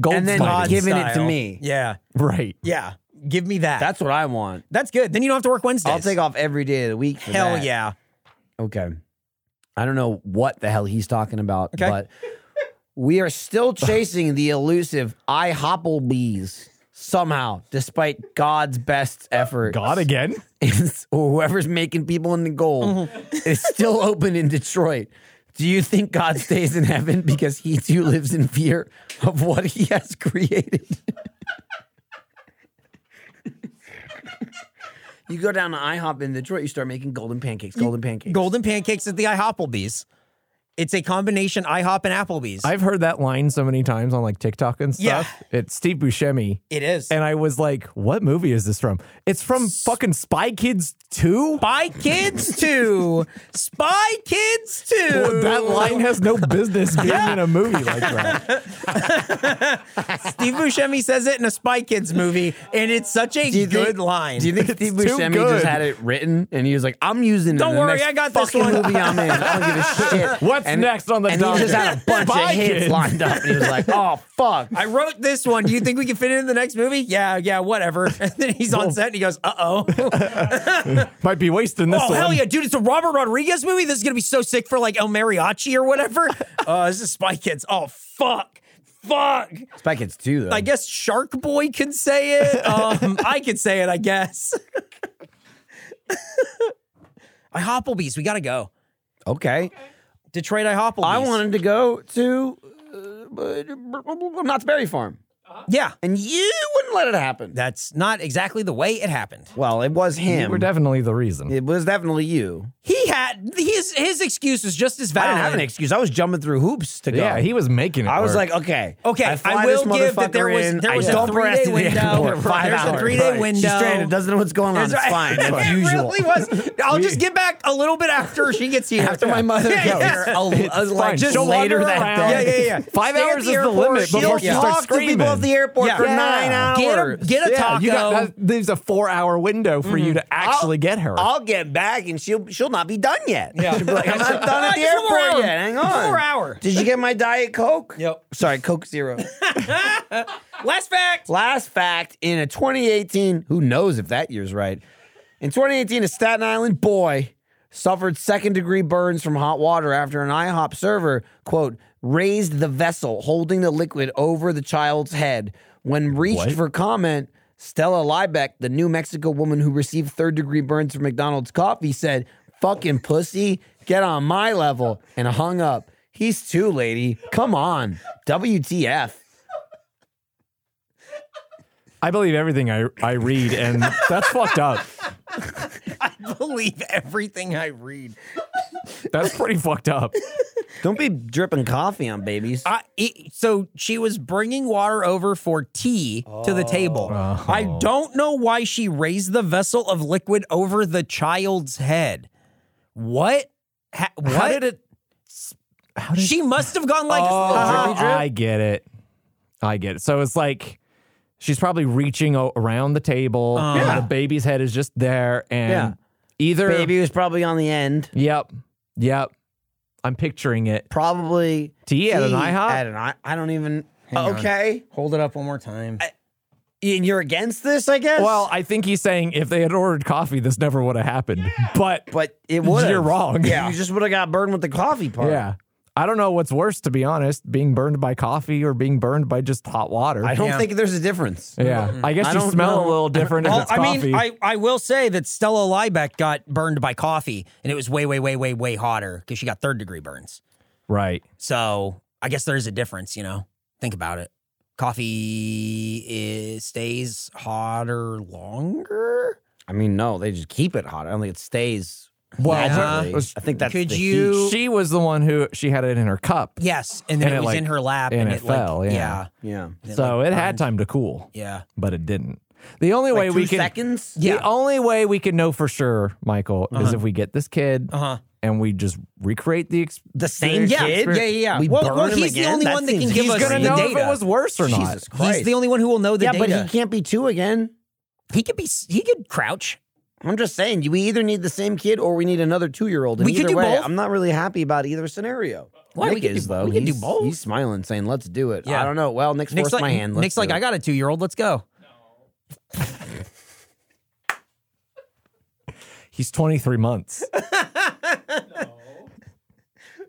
Speaker 3: Gold
Speaker 1: And then
Speaker 3: sliding.
Speaker 2: God
Speaker 1: giving it to
Speaker 2: style?
Speaker 1: me.
Speaker 2: Yeah,
Speaker 3: [laughs] right.
Speaker 2: yeah. Give me that.
Speaker 1: That's what I want.
Speaker 2: that's good. Then you don't have to work Wednesdays.
Speaker 1: I'll take off every day of the week. For
Speaker 2: Hell
Speaker 1: that.
Speaker 2: yeah!
Speaker 1: Okay. I don't know what the hell he's talking about,
Speaker 2: Okay.
Speaker 1: but we are still
Speaker 2: [laughs]
Speaker 1: chasing the elusive IHOPPLEBEES somehow, despite God's best
Speaker 2: Uh,
Speaker 1: effort.
Speaker 3: God again?
Speaker 1: It's- [laughs] or whoever's making people in the gold
Speaker 2: Mm-hmm.
Speaker 1: is
Speaker 2: [laughs]
Speaker 1: still open in Detroit. Do you think God stays in heaven because he too lives in fear of what he has [laughs] created? you go down to IHOP in Detroit, you start making golden pancakes, golden pancakes.
Speaker 2: Golden pancakes at the IHOPPLEBEES. It's a combination IHOP and Applebee's.
Speaker 3: I've heard that line so many times on like TikTok and stuff. It's Steve Buscemi.
Speaker 2: it is.
Speaker 3: And I was like, what movie is this from? It's from fucking Spy Kids 2?
Speaker 2: Spy Kids 2. Spy Kids 2.
Speaker 3: That line has no business being in a movie
Speaker 1: [laughs]
Speaker 3: like that.
Speaker 2: Steve Buscemi says it in a Spy Kids movie, and it's such a
Speaker 1: you
Speaker 2: good
Speaker 1: think-
Speaker 2: line.
Speaker 1: Do you think Steve
Speaker 3: too
Speaker 1: Buscemi
Speaker 3: good.
Speaker 1: just had it written and he was like, "I'm using it
Speaker 2: Don't
Speaker 1: in the
Speaker 2: worry,
Speaker 1: next
Speaker 2: I got this
Speaker 1: fucking
Speaker 2: one."
Speaker 1: movie I'm in. I don't
Speaker 2: [laughs]
Speaker 1: give a shit."
Speaker 3: What's
Speaker 1: And-
Speaker 3: next on the
Speaker 1: And he
Speaker 3: docket?
Speaker 1: just had a bunch
Speaker 3: Spy
Speaker 1: of hits
Speaker 3: Kids.
Speaker 1: lined up, and he was like, "Oh fuck."
Speaker 2: [laughs] I wrote this one. Do you think we can fit it in the next movie? Yeah, yeah, whatever. [laughs] And then he's on set and he goes, uh
Speaker 1: [laughs]
Speaker 2: oh.
Speaker 3: Might be wasting this
Speaker 2: Oh,
Speaker 3: one.
Speaker 2: hell yeah, dude, it's a Robert Rodriguez movie? This is going to be so sick for like El Mariachi
Speaker 1: [laughs]
Speaker 2: or whatever. Uh, this is Spy Kids. Oh, fuck. Fuck.
Speaker 1: Spy Kids too, though.
Speaker 2: I guess Shark Boy can say it. Um, I can say it, I guess. [laughs] I Hopplebees, we got to go.
Speaker 1: okay.
Speaker 2: Detroit I Hopplebees.
Speaker 1: I wanted to go to uh, Knott's Berry Farm,
Speaker 2: Yeah.
Speaker 1: and you wouldn't let it happen.
Speaker 2: That's not exactly the way it happened.
Speaker 1: Well, it was him.
Speaker 3: We're definitely the reason.
Speaker 1: it was definitely you.
Speaker 2: He had his his excuse was just as
Speaker 1: I
Speaker 2: valid.
Speaker 1: didn't have an
Speaker 2: [laughs]
Speaker 1: excuse. I was jumping through hoops to go.
Speaker 3: Yeah, he was making it.
Speaker 1: I was like,
Speaker 3: work.
Speaker 1: okay,
Speaker 2: Okay, I will give that there
Speaker 1: motherfucker
Speaker 2: was-
Speaker 1: in,
Speaker 2: there
Speaker 1: I
Speaker 2: was a
Speaker 1: dump her ass
Speaker 2: three-day
Speaker 1: to the
Speaker 2: window.
Speaker 1: airport, Five
Speaker 2: There's a
Speaker 1: hours.
Speaker 2: three-day
Speaker 1: She's
Speaker 2: window.
Speaker 1: stranded. Doesn't know what's going on.
Speaker 2: That's
Speaker 1: it's
Speaker 2: right.
Speaker 1: fine. [laughs] It's
Speaker 2: [laughs] it
Speaker 1: usual.
Speaker 2: really was. I'll just get back a little bit after she gets here.
Speaker 1: After my mother
Speaker 2: Yeah,
Speaker 1: goes,
Speaker 2: yeah.
Speaker 1: I'll- I'll- like
Speaker 3: fine.
Speaker 1: just
Speaker 3: She'll
Speaker 1: later
Speaker 3: wander
Speaker 1: that
Speaker 3: around.
Speaker 1: day.
Speaker 2: Yeah,
Speaker 1: [laughs]
Speaker 2: yeah, yeah.
Speaker 3: Five
Speaker 2: Stay at
Speaker 3: hours
Speaker 2: the
Speaker 3: is the
Speaker 2: airport.
Speaker 3: limit before she
Speaker 2: She'll
Speaker 3: starts
Speaker 1: Talk to
Speaker 3: screaming.
Speaker 1: people at the airport
Speaker 2: Yeah.
Speaker 1: for
Speaker 2: Yeah.
Speaker 1: nine
Speaker 2: Get
Speaker 1: hours.
Speaker 2: a, get a
Speaker 3: yeah,
Speaker 2: taco.
Speaker 3: you got that leaves a four-hour window for you to actually get her.
Speaker 1: Mm-hmm. I'll get back and she'll she'll not be done yet.
Speaker 2: Yeah.
Speaker 1: She'll be like, I'm not done at the
Speaker 2: [laughs] Just one more
Speaker 1: airport
Speaker 2: hour.
Speaker 1: yet. Hang
Speaker 2: Just
Speaker 1: on.
Speaker 2: one more hour.
Speaker 1: Did you get my Diet Coke?
Speaker 2: Yep.
Speaker 1: Sorry, Coke Zero.
Speaker 2: Last fact.
Speaker 1: Last fact in a 2018, who knows if that year's right? In 2018, a Staten Island boy suffered second degree burns from hot water after an IHOP server, quote, raised the vessel holding the liquid over the child's head. When reached
Speaker 3: What?
Speaker 1: for comment, Stella Liebeck, the New Mexico woman who received third degree burns from McDonald's coffee, said, fucking pussy, get on my level, and hung up. He's too, lady. Come on. WTF.
Speaker 3: I believe everything I I read, and that's fucked up.
Speaker 2: I [laughs] believe everything I read.
Speaker 3: That's pretty fucked up.
Speaker 1: Don't be dripping coffee on babies.
Speaker 2: I, it, so she was bringing water over for tea to the table.
Speaker 3: Oh.
Speaker 2: I don't know why she raised the vessel of liquid over the child's head. What? Ha, what?
Speaker 3: How did it? How did
Speaker 2: she must have gone like.
Speaker 3: Oh,
Speaker 2: uh-huh.
Speaker 3: I get it. I get it. So it's like she's probably reaching o- around the table. and
Speaker 1: Uh-huh. Yeah.
Speaker 3: The baby's head is just there, and
Speaker 1: Yeah.
Speaker 3: either
Speaker 1: Baby was probably on the end.
Speaker 3: Yep, yep. I'm picturing it.
Speaker 1: Probably
Speaker 3: Tea at an
Speaker 1: he
Speaker 3: IHOP?
Speaker 1: At an I, I don't even.
Speaker 2: on.
Speaker 1: okay,
Speaker 2: Hold it up one more time.
Speaker 1: and you're against this, I guess.
Speaker 3: Well, I think he's saying if they had ordered coffee, this never would have happened. But
Speaker 1: but it would.
Speaker 3: You're wrong.
Speaker 1: Yeah, you just would have got burned with the coffee part.
Speaker 3: yeah. I don't know what's worse, to be honest, being burned by coffee or being burned by just hot water.
Speaker 1: I don't
Speaker 2: Yeah.
Speaker 1: think there's a difference.
Speaker 3: yeah, I guess
Speaker 1: I
Speaker 3: you
Speaker 1: don't
Speaker 3: smell
Speaker 1: know.
Speaker 3: a little different if
Speaker 2: Well,
Speaker 3: it's
Speaker 2: I
Speaker 3: coffee.
Speaker 2: mean, I, I will say that Stella Liebeck got burned by coffee, and it was way, way, way, way, way hotter because she got third degree burns.
Speaker 3: right.
Speaker 2: So I guess there is a difference, you know? Think about it. Coffee is, stays hotter longer.
Speaker 1: I mean, no, they just keep it hot. I don't think it stays.
Speaker 3: Well,
Speaker 1: naturally.
Speaker 3: Yeah.
Speaker 1: I think that's
Speaker 2: Could
Speaker 1: the
Speaker 2: you-
Speaker 1: heat.
Speaker 3: She was the one who she had it in her cup.
Speaker 2: Yes. And then
Speaker 3: And
Speaker 2: it,
Speaker 3: it,
Speaker 2: was
Speaker 3: like-
Speaker 2: in her lap and,
Speaker 3: and
Speaker 2: it,
Speaker 3: it fell,
Speaker 2: like,
Speaker 3: yeah.
Speaker 2: yeah.
Speaker 1: Yeah,
Speaker 2: it,
Speaker 3: So
Speaker 2: like,
Speaker 3: it had
Speaker 2: burned.
Speaker 3: time to cool,
Speaker 2: Yeah.
Speaker 3: but it didn't. The only way
Speaker 1: Like
Speaker 3: we
Speaker 1: two
Speaker 3: can
Speaker 1: seconds.
Speaker 2: Yeah.
Speaker 3: the only way we can know for sure, Michael, is if we get this kid
Speaker 2: Uh-huh.
Speaker 3: and we just recreate the ex-
Speaker 1: The same
Speaker 2: Yeah.
Speaker 1: kid.
Speaker 2: Yeah, yeah, yeah.
Speaker 1: We
Speaker 2: Well,
Speaker 1: burn
Speaker 2: well,
Speaker 1: him
Speaker 2: he's the
Speaker 1: again?
Speaker 2: only
Speaker 1: That
Speaker 2: one that can
Speaker 1: seems-
Speaker 2: give
Speaker 1: he's
Speaker 2: us
Speaker 1: gonna
Speaker 2: the
Speaker 1: know
Speaker 2: data.
Speaker 1: if it
Speaker 3: was worse or not.
Speaker 1: Jesus Christ.
Speaker 2: He's the only one who will know the
Speaker 1: yeah,
Speaker 2: data.
Speaker 1: but he can't be two again.
Speaker 2: he could be, he could crouch.
Speaker 1: I'm just saying, you- we either need the same kid or we need another two year old.
Speaker 2: We could
Speaker 1: either
Speaker 2: do
Speaker 1: way,
Speaker 2: both.
Speaker 1: I'm not really happy about either scenario.
Speaker 2: Why?
Speaker 1: Nick
Speaker 2: We could do-
Speaker 1: is though.
Speaker 2: we could do
Speaker 1: He's-
Speaker 2: both.
Speaker 1: He's smiling, saying, "Let's do it."
Speaker 2: Yeah.
Speaker 1: I don't know. Well, Nick's,
Speaker 2: Nick's
Speaker 1: forced
Speaker 2: like,
Speaker 1: my hand. Let's
Speaker 2: Nick's like,
Speaker 1: do
Speaker 2: I
Speaker 1: it.
Speaker 2: got a two year old. Let's go.
Speaker 3: He's 23 months.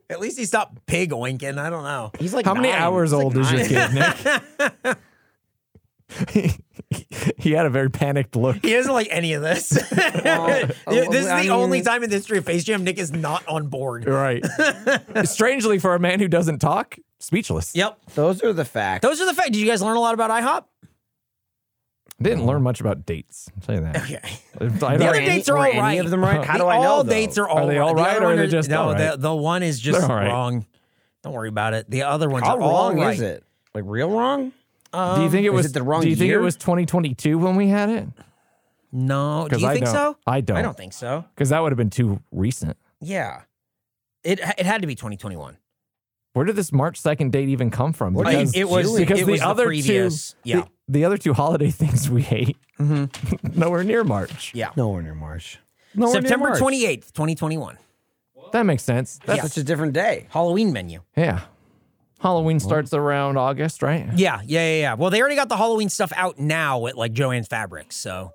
Speaker 2: At least he stopped pig oinking. I don't know.
Speaker 1: He's like,
Speaker 3: How many
Speaker 1: nine.
Speaker 3: hours
Speaker 1: He's like
Speaker 3: old is your
Speaker 1: nine.
Speaker 3: kid, Nick?
Speaker 1: [laughs]
Speaker 3: [laughs] he had a very panicked look.
Speaker 2: He doesn't like any of this. [laughs] this is the
Speaker 1: I mean-
Speaker 2: only time in the history of Face Jam Nick is not on board.
Speaker 3: Right.
Speaker 1: [laughs]
Speaker 3: Strangely, for a man who doesn't talk, speechless.
Speaker 2: Yep.
Speaker 1: Those are the facts.
Speaker 2: Those are the facts. Did you guys learn a lot about IHOP?
Speaker 3: Didn't learn much about dates. I'll tell you that.
Speaker 2: [laughs] Okay.
Speaker 3: I
Speaker 2: The
Speaker 3: don't-
Speaker 2: other
Speaker 1: any-
Speaker 2: dates are
Speaker 1: were
Speaker 2: all
Speaker 1: any
Speaker 2: right.
Speaker 1: of them right? How
Speaker 2: The-
Speaker 1: do I know,
Speaker 2: All
Speaker 1: though?
Speaker 2: dates are all
Speaker 3: Are they all
Speaker 2: The
Speaker 3: right,
Speaker 2: other
Speaker 3: or are
Speaker 2: one
Speaker 3: they
Speaker 2: is-
Speaker 3: just
Speaker 2: no,
Speaker 3: all
Speaker 2: the,
Speaker 3: right?
Speaker 2: the one is just
Speaker 3: They're all right.
Speaker 2: wrong. Don't worry about it. The other ones
Speaker 1: How
Speaker 2: are all
Speaker 1: wrong
Speaker 2: right. Um,
Speaker 1: is it? Like real wrong?
Speaker 3: do you think it
Speaker 1: Um, Is
Speaker 3: was
Speaker 1: it the wrong
Speaker 3: Do you think
Speaker 1: year?
Speaker 3: it was 2022 when we had it?
Speaker 2: No, do
Speaker 3: 'Cause
Speaker 2: you
Speaker 3: I
Speaker 2: think
Speaker 3: don't-
Speaker 2: so?
Speaker 3: I don't.
Speaker 2: I don't think so.
Speaker 3: Because that would have been too recent.
Speaker 2: Yeah, it it had to be 2021.
Speaker 3: Where did this March 2nd date even come from?
Speaker 1: What are you
Speaker 2: It was
Speaker 1: doing?
Speaker 3: because
Speaker 2: it
Speaker 3: the
Speaker 2: was
Speaker 3: other
Speaker 2: previous.
Speaker 3: two,
Speaker 2: yeah,
Speaker 3: the, the other two holiday [laughs] things we hate,
Speaker 2: Mm-hmm.
Speaker 3: [laughs] nowhere near March.
Speaker 2: yeah.
Speaker 1: Nowhere near March.
Speaker 3: Nowhere near
Speaker 2: September
Speaker 3: March.
Speaker 2: 28th, 2021.
Speaker 3: That makes sense.
Speaker 1: That's
Speaker 2: Yeah.
Speaker 1: such a different day.
Speaker 2: Halloween menu.
Speaker 3: Yeah. Halloween starts around August, right?
Speaker 2: Yeah, yeah, yeah, yeah. Well, they already got the Halloween stuff out now at like Joanne's Fabrics. So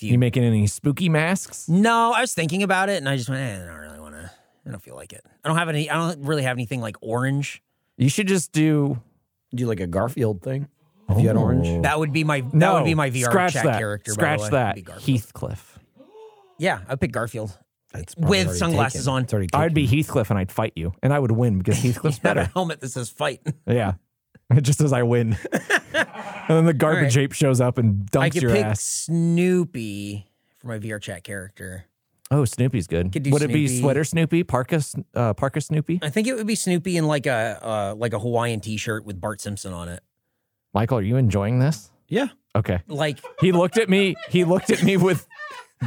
Speaker 3: You making any spooky masks?
Speaker 2: no, I was thinking about it, and I just went, eh, I don't really want to. I don't feel like it. I don't have any. I don't really have anything like orange.
Speaker 3: You should just do
Speaker 1: Do like a Garfield thing? If
Speaker 2: Oh.
Speaker 1: you had orange?
Speaker 2: That would be my. that
Speaker 3: no,
Speaker 2: would be my VR
Speaker 3: scratch
Speaker 2: chat
Speaker 3: that.
Speaker 2: character.
Speaker 3: Scratch
Speaker 2: by the way. It'd
Speaker 3: that.
Speaker 2: be Garfield.
Speaker 3: Heathcliff.
Speaker 2: yeah, I'd pick Garfield [laughs]
Speaker 1: That's probably
Speaker 2: with
Speaker 1: already
Speaker 2: sunglasses
Speaker 1: taken.
Speaker 2: on.
Speaker 1: It's already
Speaker 3: I'd
Speaker 1: taken.
Speaker 3: be Heathcliff and I'd fight you, and I would win
Speaker 2: [laughs]
Speaker 3: because Heathcliff's
Speaker 2: Have a
Speaker 3: better.
Speaker 2: helmet that says "fight."
Speaker 3: Yeah. [laughs] Just as I
Speaker 2: [laughs]
Speaker 3: win. and then the garbage ape shows up and
Speaker 2: I
Speaker 3: dunks
Speaker 2: could
Speaker 3: your
Speaker 2: pick
Speaker 3: ass.
Speaker 2: Snoopy for my VR chat character.
Speaker 3: Oh, Snoopy's good.
Speaker 2: Could do
Speaker 3: Would it be
Speaker 2: Snoopy.
Speaker 3: sweater Snoopy, parka, Sn- uh, parka Snoopy?
Speaker 2: I think it would be Snoopy in like a uh, like a Hawaiian T-shirt with Bart Simpson on it.
Speaker 3: Michael, are you enjoying this?
Speaker 1: Yeah.
Speaker 3: Okay.
Speaker 2: Like
Speaker 3: He looked at me. He looked at me with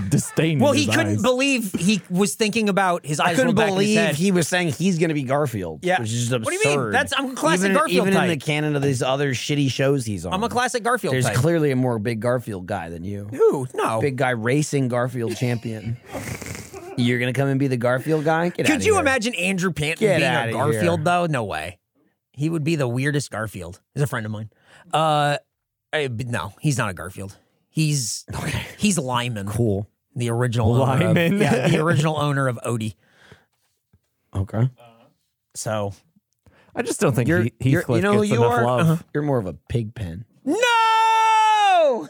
Speaker 3: disdain.
Speaker 2: Well,
Speaker 3: in
Speaker 2: he
Speaker 3: his
Speaker 2: couldn't
Speaker 3: eyes.
Speaker 2: believe he was thinking about his eyes.
Speaker 1: I couldn't
Speaker 2: rolled back in his
Speaker 1: believe
Speaker 2: head.
Speaker 1: he was saying he's going to be Garfield.
Speaker 2: Yeah.
Speaker 1: Which is absurd.
Speaker 2: What do you mean? That's- I'm a classic
Speaker 1: even,
Speaker 2: Garfield
Speaker 1: Even in
Speaker 2: type.
Speaker 1: the canon of these other shitty shows he's on.
Speaker 2: I'm a classic Garfield
Speaker 1: There's
Speaker 2: type.
Speaker 1: clearly a more big Garfield guy than you.
Speaker 2: Who? No.
Speaker 1: Big guy racing Garfield
Speaker 2: [laughs]
Speaker 1: champion. You're going to come and be the Garfield guy? Get
Speaker 2: Could
Speaker 1: outta
Speaker 2: you
Speaker 1: here.
Speaker 2: imagine Andrew Panton
Speaker 1: Get
Speaker 2: being a
Speaker 1: outta
Speaker 2: Garfield
Speaker 1: here.
Speaker 2: though? No way. He would be the weirdest Garfield. He's a friend of mine. Uh, I- but no, he's not a Garfield. He's he's Lyman,
Speaker 1: Cool.
Speaker 2: the original owner of-
Speaker 3: Lyman?
Speaker 1: [laughs]
Speaker 2: yeah, the original owner of Odie.
Speaker 1: Okay.
Speaker 2: So
Speaker 3: I just don't think
Speaker 1: You're-
Speaker 3: he,
Speaker 1: you're-
Speaker 3: Heathcliff
Speaker 1: you know who
Speaker 3: gets
Speaker 1: you
Speaker 3: enough
Speaker 1: are?
Speaker 3: love.
Speaker 2: Uh-huh.
Speaker 1: You're more of a pig pen.
Speaker 2: no.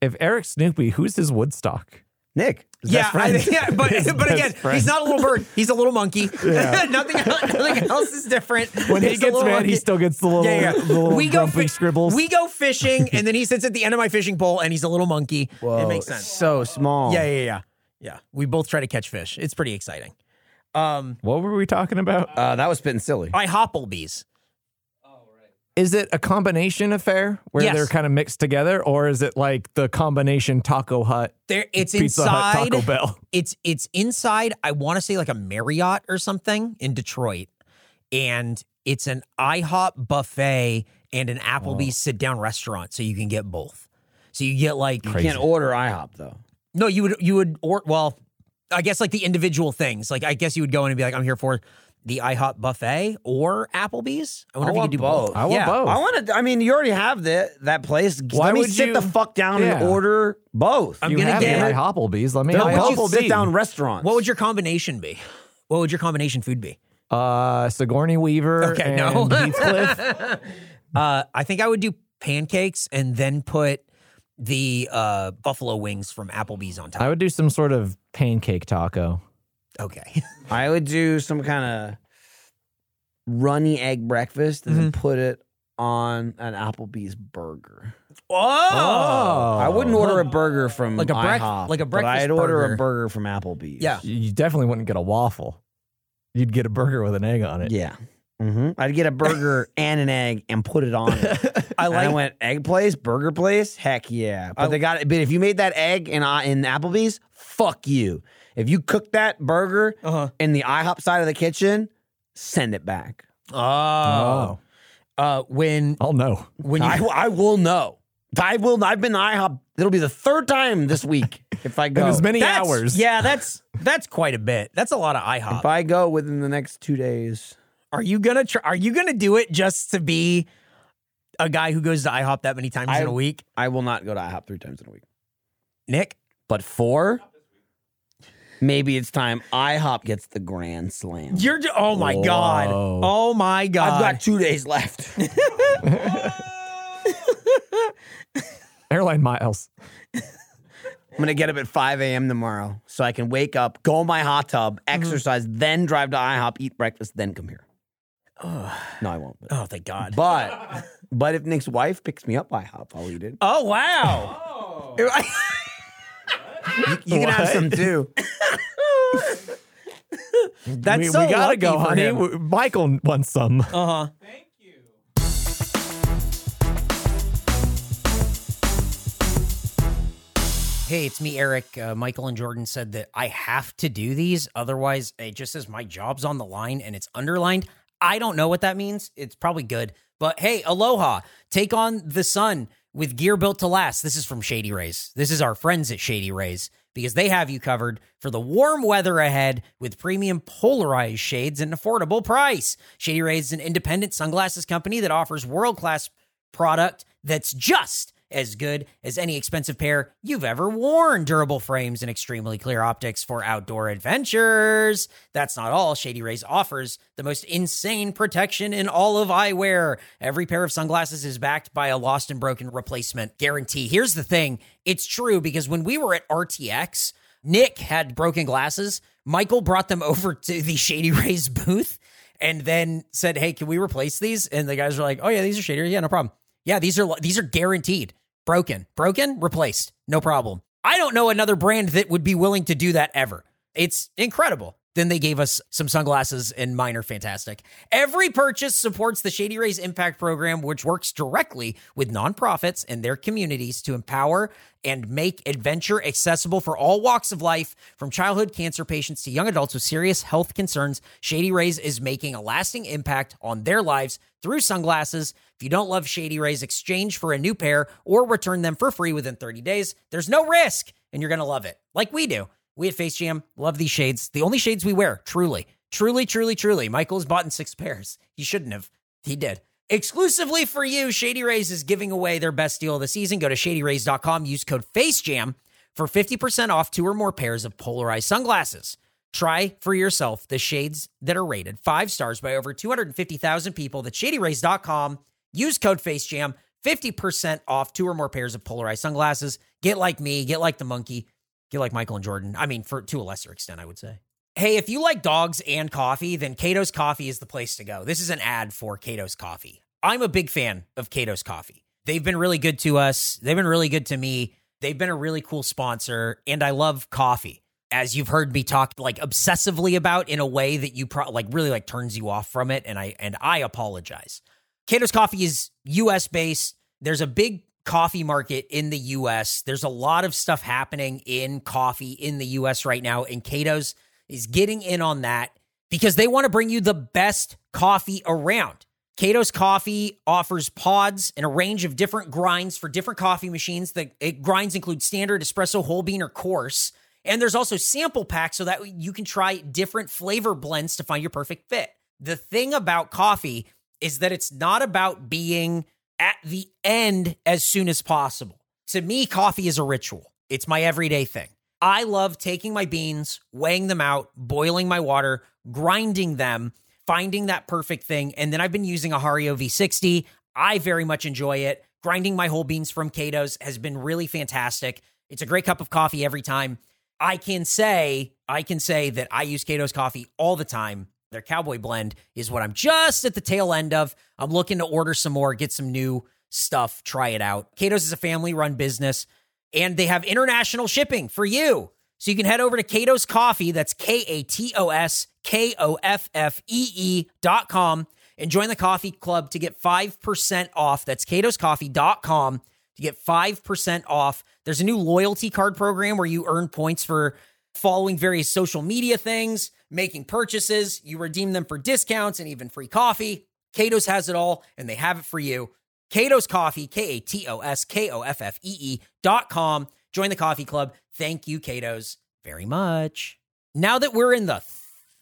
Speaker 3: If Eric Snoopy, who's his Woodstock?
Speaker 1: Nick. his
Speaker 2: Yeah,
Speaker 1: best
Speaker 2: I,
Speaker 1: friend. [laughs]
Speaker 2: yeah, but but
Speaker 3: best
Speaker 2: again,
Speaker 3: friend.
Speaker 2: he's not a little bird. He's a little monkey. [laughs] nothing, nothing else is different.
Speaker 3: When he gets
Speaker 2: Just a little
Speaker 3: mad,
Speaker 2: monkey.
Speaker 3: he still gets the little,
Speaker 2: yeah, yeah.
Speaker 3: the little grumpy
Speaker 2: fi-
Speaker 3: scribbles.
Speaker 2: We go fishing, and then he sits at the end of my fishing pole, and he's a little monkey. It
Speaker 1: Whoa,
Speaker 2: makes sense.
Speaker 1: So small.
Speaker 2: Yeah, yeah, yeah, yeah. We both try to catch fish. It's pretty exciting. Um,
Speaker 3: what were we talking about?
Speaker 1: Uh, that was spitting silly.
Speaker 2: I hopple bees.
Speaker 3: is it a combination affair where
Speaker 2: Yes.
Speaker 3: they're kind of mixed together, or is it like the combination Taco Hut,
Speaker 2: There, it's
Speaker 3: Pizza Hut,
Speaker 2: inside.
Speaker 1: [laughs]
Speaker 3: Taco Bell?
Speaker 2: it's it's inside i want to say like a marriott or something in detroit and it's an ihop buffet and an applebee's sit down restaurant so you can get both so you get like
Speaker 1: You can't order IHOP though.
Speaker 2: no you would you would or well i guess like the individual things like i guess you would go in and be like i'm here for the ihop buffet or applebee's i
Speaker 1: I
Speaker 2: wonder if you
Speaker 1: want
Speaker 2: could do
Speaker 1: both.
Speaker 2: both,
Speaker 3: I want
Speaker 2: Yeah.
Speaker 3: both.
Speaker 1: I want to. I mean, you already have that that place.
Speaker 3: Why
Speaker 1: Let me
Speaker 3: would
Speaker 1: sit
Speaker 3: you-
Speaker 1: the fuck down
Speaker 3: Yeah.
Speaker 1: and order both.
Speaker 2: I'm
Speaker 3: You
Speaker 2: gonna
Speaker 3: have
Speaker 2: get-
Speaker 3: my Hopplebees. Let me
Speaker 1: They're
Speaker 3: have
Speaker 1: both
Speaker 3: Hopplebee.
Speaker 1: sit down restaurants.
Speaker 2: what would your combination be what would your combination food be
Speaker 3: Uh, Sigourney Weaver
Speaker 2: Okay,
Speaker 3: and
Speaker 2: [laughs] no.
Speaker 3: Heathcliff.
Speaker 2: [laughs] Uh, I think I would do pancakes and then put the uh, buffalo wings from Applebee's on top.
Speaker 3: I would do some sort of pancake taco. [laughs]
Speaker 2: Okay.
Speaker 1: I would do some kind of runny egg breakfast and then
Speaker 2: Mm-hmm.
Speaker 1: put it on an Applebee's burger.
Speaker 2: Oh.
Speaker 1: I wouldn't order a burger from
Speaker 2: Like a breakf-
Speaker 1: IHOP,
Speaker 2: like a
Speaker 1: but
Speaker 2: breakfast
Speaker 1: I'd order
Speaker 2: burger.
Speaker 1: a burger from Applebee's.
Speaker 2: Yeah.
Speaker 3: You definitely wouldn't get a waffle. You'd get a burger with an egg on it.
Speaker 1: yeah. hmm I'd get a
Speaker 2: [laughs]
Speaker 1: burger and an egg and put it on. It.
Speaker 2: I
Speaker 1: and I
Speaker 2: like.
Speaker 1: went egg place, burger place, heck yeah. But they got it. But if you made that egg in I- in Applebee's, fuck you. If you cook that burger
Speaker 2: Uh-huh.
Speaker 1: in the IHOP side of the kitchen, send it back.
Speaker 3: Oh,
Speaker 2: Oh. Uh, when
Speaker 3: I'll know.
Speaker 2: when you
Speaker 1: I, I will know. I will. I've been to IHOP. It'll be the third time this week if I go.
Speaker 3: as many
Speaker 2: That's-
Speaker 3: hours.
Speaker 2: Yeah, that's that's quite a bit. That's a lot of
Speaker 1: If
Speaker 2: IHOP.
Speaker 1: I go within the next two days,
Speaker 2: Are you gonna try? Are you gonna do it just to be a guy who goes to IHOP that many times
Speaker 1: I-
Speaker 2: in a week,
Speaker 1: I will not go to IHOP three times in a week.
Speaker 2: Nick?
Speaker 1: But four, maybe it's time IHOP gets the grand slam.
Speaker 2: You're ju- oh my god,
Speaker 3: Whoa.
Speaker 2: oh my god.
Speaker 1: I've got two days [laughs] left.
Speaker 3: Airline miles.
Speaker 1: I'm gonna get up at 5 a.m. tomorrow so I can wake up, go in my hot tub, exercise, then drive to IHOP, eat breakfast, then come here. No, I won't. But,
Speaker 2: oh, thank God.
Speaker 1: but But if Nick's wife picks me up by hop, I'll eat it.
Speaker 3: [laughs]
Speaker 2: Oh wow!
Speaker 1: you can have some too.
Speaker 2: That's
Speaker 3: we,
Speaker 2: so
Speaker 3: we gotta
Speaker 2: lucky
Speaker 3: go,
Speaker 2: for
Speaker 3: honey.
Speaker 2: him. Oh. Uh-huh.
Speaker 3: W- Michael wants some.
Speaker 2: Hey, it's me, Eric. Uh, Michael and Jordan said that I have to do these. Otherwise, it just says my job's on the line and it's underlined. I don't know what that means. It's probably good. But hey, aloha. Take on the sun with gear built to last. This is from Shady Rays. This is our friends at Shady Rays because they have you covered for the warm weather ahead with premium polarized shades at an affordable price. Shady Rays is an independent sunglasses company that offers world class product that's just as good as any expensive pair you've ever worn. Durable frames and extremely clear optics for outdoor adventures. That's not all. Shady Rays offers the most insane protection in all of eyewear. Every pair of sunglasses is backed by a lost and broken replacement guarantee. Here's the thing it's true because when we were at RTX, Nick had broken glasses. Michael brought them [laughs] over to the Shady Rays booth and then said, "Hey, can we replace these?" And the guys were like, "Oh yeah, these are shadier. Yeah, no problem. Yeah, these are these are guaranteed. Broken, broken, replaced. No problem. I don't know another brand that would be willing to do that ever. It's incredible." Then they gave us some sunglasses, and mine are fantastic. Every purchase supports the Shady Rays Impact Program, which works directly with nonprofits and their communities to empower and make adventure accessible for all walks of life, from childhood cancer patients to young adults with serious health concerns. Shady Rays is making a lasting impact on their lives through sunglasses. If you don't love Shady Rays, exchange for a new pair or return them for free within 30 days. There's no risk, and you're going to love it, like we do. We at Face Jam love these shades, the only shades we wear, truly. Truly, truly, truly. Michael's bought in six pairs. He shouldn't have. He did. Exclusively for you, Shady Rays is giving away their best deal of the season. Go to shadyrays.com, use code FACEJAM for 50% off two or more pairs of polarized sunglasses. Try for yourself the shades that are rated five stars by over 250,000 people. That's shadyrays.com. Use code FACEJAM, 50% off two or more pairs of polarized sunglasses. Get like me, get like the monkey, get like Michael and Jordan. I mean, for to a lesser extent, I would say. Hey, if you like dogs and coffee, then Cato's Coffee is the place to go. This is an ad for Cato's Coffee. I'm a big fan of Cato's Coffee. They've been really good to us. They've been really good to me. They've been a really cool sponsor, and I love coffee. As you've heard me talk like obsessively about in a way that you pro- like really like turns you off from it, and I and I apologize. Cato's Coffee is US based. There's a big coffee market in the US. There's a lot of stuff happening in coffee in the US right now, and Cato's is getting in on that because they want to bring you the best coffee around. Cato's Coffee offers pods and a range of different grinds for different coffee machines. The it, grinds include standard espresso, whole bean, or coarse. And there's also sample packs so that you can try different flavor blends to find your perfect fit. The thing about coffee is that it's not about being at the end as soon as possible. To me, coffee is a ritual, it's my everyday thing. I love taking my beans, weighing them out, boiling my water, grinding them, finding that perfect thing. And then I've been using a Hario V60. I very much enjoy it. Grinding my whole beans from Kato's has been really fantastic. It's a great cup of coffee every time. I can say, I can say that I use Kato's coffee all the time. Their cowboy blend is what I'm just at the tail end of. I'm looking to order some more, get some new stuff, try it out. Kato's is a family run business and they have international shipping for you. So you can head over to Kato's Coffee, that's K A T O S K O F F E E dot com, and join the coffee club to get 5% off. That's katoscoffee.com to get 5% off. There's a new loyalty card program where you earn points for following various social media things, making purchases. You redeem them for discounts and even free coffee. Kato's has it all, and they have it for you. Kato's Coffee, K A T O S K O F F E E dot com. Join the coffee club. Thank you, Kato's, very much. Now that we're in the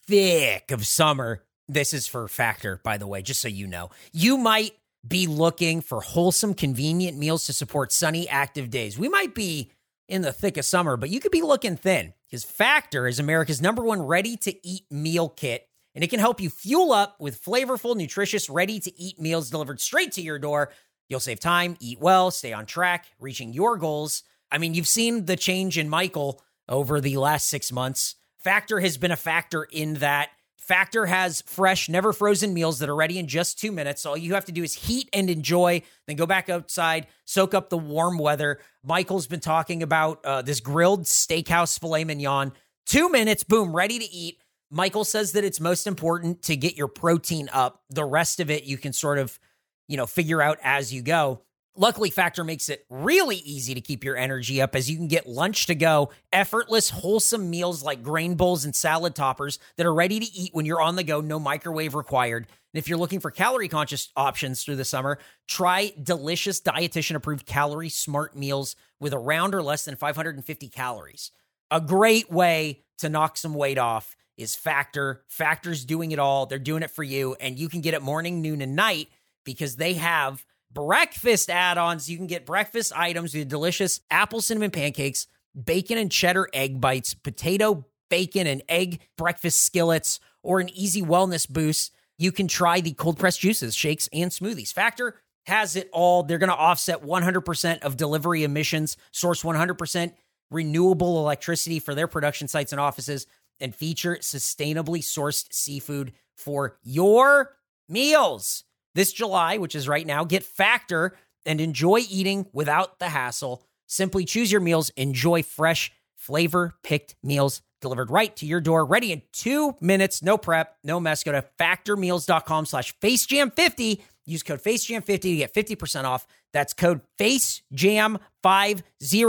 Speaker 2: thick of summer, this is for Factor, by the way, just so you know. You might be looking for wholesome, convenient meals to support sunny, active days. We might be in the thick of summer, but you could be looking thin because Factor is America's number one ready to eat meal kit and it can help you fuel up with flavorful, nutritious, ready to eat meals delivered straight to your door. You'll save time, eat well, stay on track, reaching your goals. I mean, you've seen the change in Michael over the last six months. Factor has been a factor in that. Factor has fresh, never frozen meals that are ready in just two minutes. All you have to do is heat and enjoy, then go back outside, soak up the warm weather. Michael's been talking about uh, this grilled steakhouse filet mignon. Two minutes, boom, ready to eat. Michael says that it's most important to get your protein up. The rest of it you can sort of, you know, figure out as you go. Luckily, Factor makes it really easy to keep your energy up as you can get lunch to go, effortless, wholesome meals like grain bowls and salad toppers that are ready to eat when you're on the go, no microwave required. And if you're looking for calorie conscious options through the summer, try delicious dietitian approved calorie smart meals with around or less than 550 calories. A great way to knock some weight off is Factor. Factor's doing it all. They're doing it for you, and you can get it morning, noon, and night because they have breakfast add ons. You can get breakfast items with delicious apple cinnamon pancakes, bacon and cheddar egg bites, potato, bacon, and egg breakfast skillets, or an easy wellness boost. You can try the cold pressed juices, shakes, and smoothies. Factor has it all. They're going to offset 100% of delivery emissions, source 100% renewable electricity for their production sites and offices, and feature sustainably sourced seafood for your meals. This July, which is right now, get Factor and enjoy eating without the hassle. Simply choose your meals, enjoy fresh, flavor picked meals delivered right to your door, ready in two minutes. No prep, no mess. Go to factormeals.com slash facejam50. Use code facejam50 to get 50% off. That's code facejam50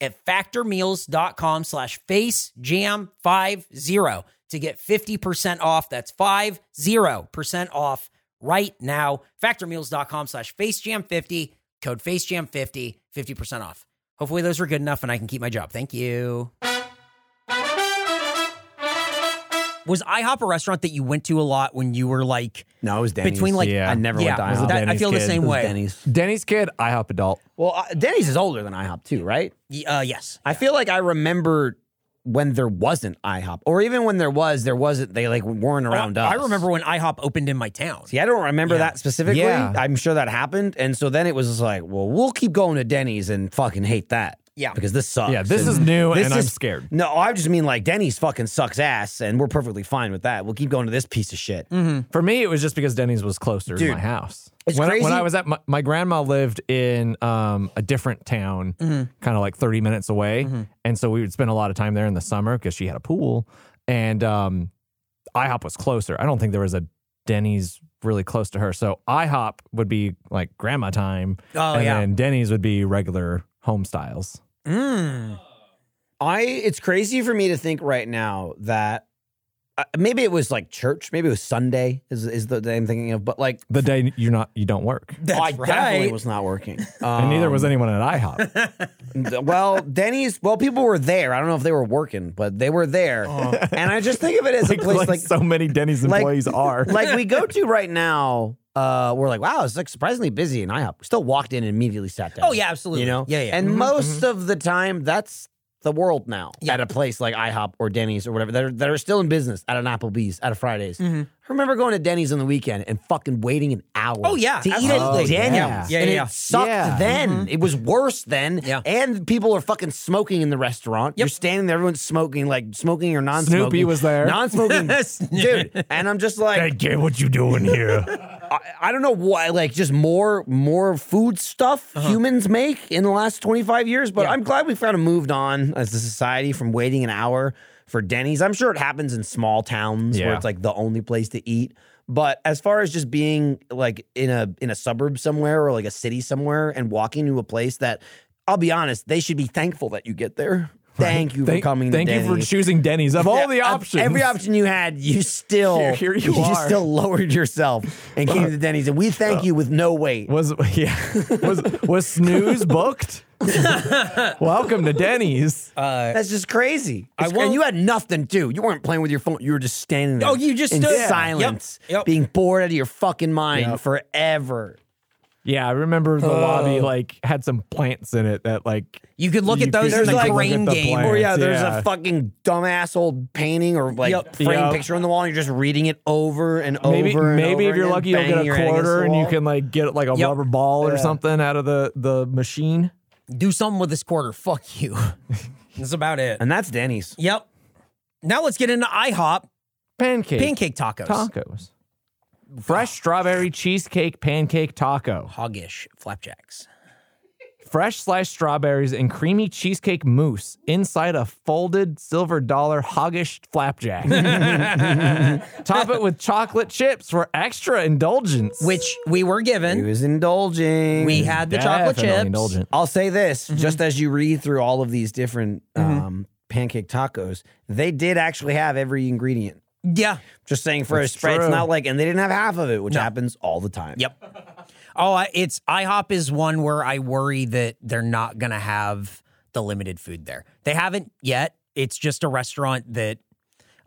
Speaker 2: at factormeals.com slash facejam50 to get 50% off. That's 50% off right now. Factormeals.com slash facejam50, code facejam50, 50% off. Hopefully those were good enough and I can keep my job. Thank you. Was IHOP a restaurant that you went to a lot when you were like
Speaker 1: No, it was Denny's.
Speaker 2: between like
Speaker 3: Yeah.
Speaker 1: I never
Speaker 2: yeah,
Speaker 1: went to IHOP.
Speaker 2: that- I
Speaker 3: Denny's
Speaker 2: feel the
Speaker 3: kid.
Speaker 2: same
Speaker 1: It was
Speaker 2: way.
Speaker 1: Denny's.
Speaker 3: Denny's kid, IHOP adult.
Speaker 1: Well, uh, Denny's is older than IHOP too, right?
Speaker 2: Y- Uh, yes,
Speaker 1: I feel like I remember when there wasn't IHOP, or even when there was, there wasn't. They like weren't around us.
Speaker 2: I remember when IHOP opened in my town.
Speaker 1: See, I don't remember that specifically.
Speaker 3: Yeah.
Speaker 1: I'm sure that happened, and so then it was just like, well, we'll keep going to Denny's and fucking hate that.
Speaker 2: Yeah.
Speaker 1: because this sucks.
Speaker 3: Yeah, this
Speaker 1: And
Speaker 3: is new and I'm
Speaker 1: is-
Speaker 3: scared.
Speaker 1: No, I just mean like Denny's fucking sucks ass, and we're perfectly fine with that. We'll keep going to this piece of shit.
Speaker 2: Mm-hmm.
Speaker 3: For me, it was just because Denny's was closer
Speaker 1: Dude,
Speaker 3: to my house.
Speaker 1: it's
Speaker 3: when, I, when
Speaker 1: crazy.
Speaker 3: I was at my, my grandma lived in um, a different town,
Speaker 1: Mm-hmm.
Speaker 3: kind of like 30 minutes away. And so we would spend a lot of time there in the summer because she had a pool. And um, IHOP was closer. I don't think there was a Denny's really close to her. So IHOP would be like grandma time.
Speaker 2: Oh,
Speaker 3: and
Speaker 2: yeah.
Speaker 3: then Denny's would be regular home styles.
Speaker 2: Mm.
Speaker 1: I it's crazy for me to think right now that uh, maybe it was like church, maybe it was Sunday is is the day I'm thinking of, but like
Speaker 3: The day you're not you don't work.
Speaker 2: That's
Speaker 1: I definitely
Speaker 2: right.
Speaker 1: was not [laughs] working,
Speaker 3: and neither was
Speaker 1: Um,
Speaker 3: anyone at
Speaker 1: [laughs]
Speaker 3: IHOP.
Speaker 1: Th- well, Denny's. Well, people were there. I don't know if they were working, but they were there. And I just think of it as a place
Speaker 3: Oh. like,
Speaker 1: like
Speaker 3: so many Denny's
Speaker 1: like-
Speaker 3: employees are.
Speaker 1: [laughs] like we go to right now. Uh, we're like, wow, it's like surprisingly busy in IHOP. We still walked in and immediately sat down.
Speaker 2: Oh, yeah, absolutely.
Speaker 1: you know,
Speaker 2: Yeah, yeah. Mm-hmm,
Speaker 1: And most of the time, that's the world now
Speaker 2: Yeah.
Speaker 1: at a place like IHOP or Denny's or whatever that are, that are still in business at an Applebee's at a Fridays.
Speaker 2: Mm-hmm.
Speaker 1: I remember going to Denny's on the weekend and fucking waiting an hour.
Speaker 2: Oh, yeah,
Speaker 1: to
Speaker 2: absolutely.
Speaker 1: eat at Denny's.
Speaker 3: Yeah.
Speaker 2: Yeah,
Speaker 1: and
Speaker 2: yeah, yeah.
Speaker 1: it sucked
Speaker 3: Yeah.
Speaker 1: then. It was worse then.
Speaker 2: Yeah.
Speaker 1: and people are fucking smoking in the restaurant. You're standing there, everyone's smoking, like smoking or non-smoking.
Speaker 3: Snoopy was there.
Speaker 2: [laughs]
Speaker 1: non-smoking, dude. And I'm just like,
Speaker 3: kid, what you doing [laughs] here?
Speaker 1: I, I don't know why, like just more more food stuff
Speaker 3: Uh-huh.
Speaker 1: humans make in the last 25 years, but I'm glad we kind of moved on as a society from waiting an hour for Denny's. I'm sure it happens in small towns where
Speaker 3: Yeah.
Speaker 1: it's like the only place to eat. But as far as just being like in a in a suburb somewhere or like a city somewhere and walking to a place that I'll be honest, they should be thankful that you get there. Thank you for coming.
Speaker 3: Thank
Speaker 1: to
Speaker 3: you for
Speaker 1: Denny's.
Speaker 3: choosing Denny's. Of all
Speaker 1: Yeah,
Speaker 3: the
Speaker 1: of
Speaker 3: options,
Speaker 1: Every option you had, [laughs] you still
Speaker 3: Here- here
Speaker 1: [laughs]
Speaker 3: you are.
Speaker 1: still lowered yourself and came to Denny's, and we thank you with no wait.
Speaker 3: was
Speaker 1: [laughs]
Speaker 3: yeah was was snooze booked. Welcome to Denny's.
Speaker 1: That's just crazy. It's cra-
Speaker 2: won't-
Speaker 1: and you had nothing too. You weren't playing with your phone. You were just standing there.
Speaker 2: Oh, you just
Speaker 1: in
Speaker 2: stood. Yeah.
Speaker 1: silence,
Speaker 2: Yep, yep.
Speaker 1: being bored out of your fucking mind
Speaker 3: Yep.
Speaker 1: forever.
Speaker 3: yeah, I remember
Speaker 1: uh,
Speaker 3: the lobby like had some plants in it that like
Speaker 2: You could look
Speaker 3: You
Speaker 2: at those
Speaker 3: could-
Speaker 2: in the
Speaker 1: There's like-
Speaker 2: grain
Speaker 3: Look at the
Speaker 2: game.
Speaker 3: plant.
Speaker 1: Or Oh, yeah,
Speaker 3: Plants,
Speaker 1: there's
Speaker 3: yeah.
Speaker 1: a fucking dumbass old painting or like
Speaker 2: Yep.
Speaker 1: frame
Speaker 3: Yep.
Speaker 1: picture on the wall, and you're just reading it over and
Speaker 3: maybe
Speaker 1: over. and
Speaker 3: maybe
Speaker 1: over
Speaker 3: if you're
Speaker 1: again,
Speaker 3: lucky you'll get
Speaker 1: banging
Speaker 3: a
Speaker 1: your head against
Speaker 3: quarter
Speaker 1: the
Speaker 3: and you
Speaker 1: wall.
Speaker 3: can like get like a
Speaker 2: Yep.
Speaker 3: rubber ball or something out of the the machine.
Speaker 2: Do something with this quarter. Fuck you. [laughs] That's about it.
Speaker 1: And that's Denny's.
Speaker 2: Yep. Now let's get into IHOP.
Speaker 3: Pancake.
Speaker 2: Pancake tacos.
Speaker 3: Tacos. Fresh strawberry cheesecake pancake taco.
Speaker 2: Hoggish flapjacks.
Speaker 3: Fresh sliced strawberries and creamy cheesecake mousse inside a folded silver dollar hoggish
Speaker 2: [laughs]
Speaker 3: flapjack. Top it with chocolate chips for extra indulgence.
Speaker 2: Which we were
Speaker 1: He
Speaker 2: given.
Speaker 1: was indulging.
Speaker 2: We had the chocolate
Speaker 3: Definitely
Speaker 2: chips.
Speaker 3: indulgent.
Speaker 1: I'll say this
Speaker 2: Mm-hmm.
Speaker 1: just as you read through all of these different um, pancake tacos, they did actually have every ingredient.
Speaker 2: Yeah.
Speaker 1: Just saying for
Speaker 3: That's
Speaker 1: a spread, it's
Speaker 3: true.
Speaker 1: not like, and they didn't have half of it, which happens all the time.
Speaker 2: Yep. Oh, I- it's IHOP is one where I worry that they're not going to have the limited food there. They haven't yet. It's just a restaurant that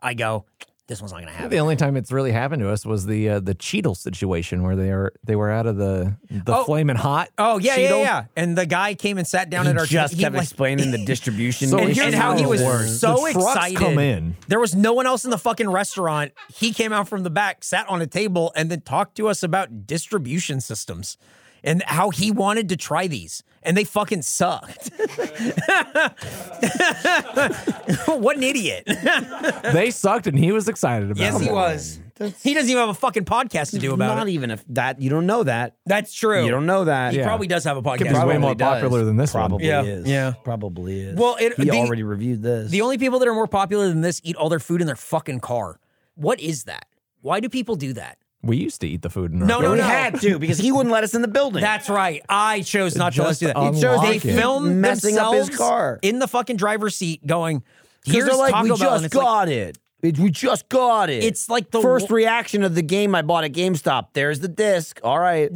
Speaker 2: I go, this one's not going to have
Speaker 3: The
Speaker 2: it.
Speaker 3: only time it's really happened to us was the uh, the Cheetle situation where they are they were out of the the
Speaker 2: Oh.
Speaker 3: flaming hot.
Speaker 2: Oh yeah, yeah,
Speaker 3: Cheetle.
Speaker 2: yeah. And the guy came and sat down
Speaker 1: He
Speaker 2: at our
Speaker 1: just
Speaker 2: he,
Speaker 1: kept
Speaker 2: like-
Speaker 1: explaining
Speaker 2: [laughs]
Speaker 1: the distribution.
Speaker 3: So
Speaker 2: And
Speaker 3: It's
Speaker 2: here's
Speaker 3: just
Speaker 2: how he
Speaker 3: the
Speaker 2: was
Speaker 3: worst.
Speaker 2: so
Speaker 3: The trucks
Speaker 2: excited.
Speaker 3: come in.
Speaker 2: There was no one else in the fucking restaurant. He came out from the back, sat on a table, and then talked to us about distribution systems and how he wanted to try these. And they fucking sucked. [laughs] what an idiot.
Speaker 3: they sucked and he was excited about
Speaker 2: Yes,
Speaker 3: it.
Speaker 2: he was. He doesn't even have a fucking podcast to do about
Speaker 1: not
Speaker 2: it.
Speaker 1: even if that you don't know that
Speaker 2: That's true.
Speaker 1: you don't know that.
Speaker 2: He
Speaker 3: Yeah.
Speaker 2: probably does have a podcast.
Speaker 3: be He's way
Speaker 1: Probably
Speaker 3: more popular than this one.
Speaker 1: Probably
Speaker 2: Yeah.
Speaker 1: is.
Speaker 2: Yeah.
Speaker 1: probably is.
Speaker 2: Well, it-
Speaker 1: he
Speaker 2: the-
Speaker 1: already reviewed this.
Speaker 2: The only people that are more popular than this eat all their food in their fucking car. What is that? Why do people do that?
Speaker 3: We used to eat the food in our
Speaker 2: No,
Speaker 1: Yeah,
Speaker 2: no,
Speaker 1: we
Speaker 2: no.
Speaker 1: had to because he wouldn't let us in the building.
Speaker 2: That's right. I chose not to
Speaker 3: Just
Speaker 2: listen to that.
Speaker 3: He chose
Speaker 2: they
Speaker 3: to keep
Speaker 2: filmed
Speaker 1: messing up his
Speaker 2: themselves
Speaker 1: car.
Speaker 2: in the fucking driver's seat, going,
Speaker 1: Because
Speaker 2: "Here's
Speaker 1: they're like,
Speaker 2: Taco
Speaker 1: we
Speaker 2: Bell," and
Speaker 1: just
Speaker 2: it's like,
Speaker 1: got it. It- We just got it.
Speaker 2: It's like the
Speaker 1: first
Speaker 2: wo- [laughs]
Speaker 1: reaction of the game I bought at GameStop. There's the disc. All
Speaker 2: [laughs]
Speaker 1: right.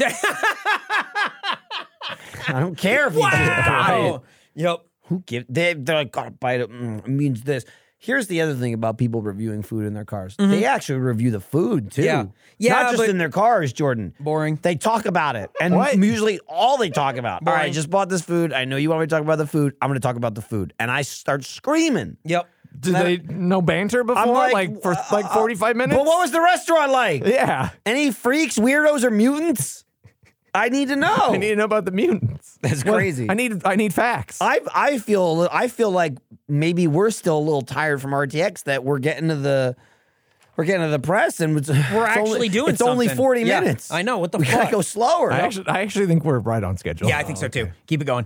Speaker 1: I don't care if you just got it.
Speaker 2: wow. Yep.
Speaker 1: Who give they they're like gotta bite it. Mm, it means this. Here's the other thing about people reviewing food in their cars. They actually review the food too.
Speaker 2: Mm-hmm. Yeah. Yeah,
Speaker 1: Not just
Speaker 2: but-
Speaker 1: in their cars, Jordan.
Speaker 2: Boring.
Speaker 1: They talk about it. And usually all they talk about. All right, I
Speaker 2: Boring.
Speaker 1: just bought this food. I know you want me to talk about the food. I'm gonna talk about the food. And I start screaming.
Speaker 2: Yep.
Speaker 3: Did they no banter before?
Speaker 1: like,
Speaker 3: Like, for
Speaker 2: uh,
Speaker 3: like forty five minutes.
Speaker 1: But what was the restaurant like?
Speaker 3: yeah,
Speaker 1: Any freaks, weirdos, or mutants? I need to
Speaker 2: [laughs]
Speaker 1: know.
Speaker 2: Oh.
Speaker 3: I need to know about the mutants.
Speaker 1: That's
Speaker 3: What-
Speaker 1: crazy.
Speaker 3: I need I need facts.
Speaker 1: I I feel a li- I feel like maybe we're still a little tired from RTX that we're getting to the we're getting to the press and it's,
Speaker 2: We're actually
Speaker 1: only,
Speaker 2: doing
Speaker 1: it's only
Speaker 2: something.
Speaker 1: forty
Speaker 2: Yeah,
Speaker 1: minutes.
Speaker 2: I know, what the
Speaker 1: we
Speaker 2: fuck?
Speaker 1: gotta go Oh, slower.
Speaker 3: I actually, I actually think we're right on schedule.
Speaker 2: Yeah, I think so too. Keep it
Speaker 1: [laughs]
Speaker 2: going.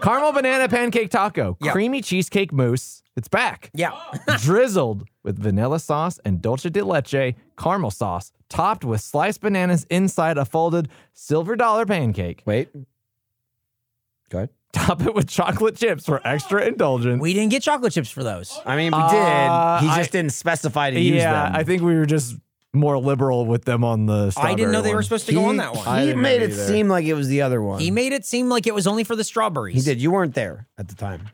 Speaker 3: Caramel banana pancake taco,
Speaker 2: Yeah.
Speaker 3: creamy cheesecake mousse. It's
Speaker 2: [laughs]
Speaker 3: back.
Speaker 2: Yeah.
Speaker 3: drizzled with vanilla sauce and dulce de leche caramel sauce, topped with sliced bananas inside a folded silver dollar pancake.
Speaker 1: Wait. Go ahead.
Speaker 3: Top it with chocolate chips for extra indulgence.
Speaker 2: We didn't get chocolate chips for those.
Speaker 1: I mean, we
Speaker 3: Uh,
Speaker 1: did. He
Speaker 3: I-
Speaker 1: just didn't specify to use
Speaker 3: yeah,
Speaker 1: them.
Speaker 3: I think we were just more liberal with them on the.
Speaker 2: I didn't know they were supposed to go on that one.
Speaker 3: I
Speaker 1: He
Speaker 3: didn't
Speaker 1: made
Speaker 3: know
Speaker 1: it
Speaker 3: either.
Speaker 1: seem like it was the other one.
Speaker 2: He made it seem like it was only for the strawberries.
Speaker 1: he did. You weren't there at the time.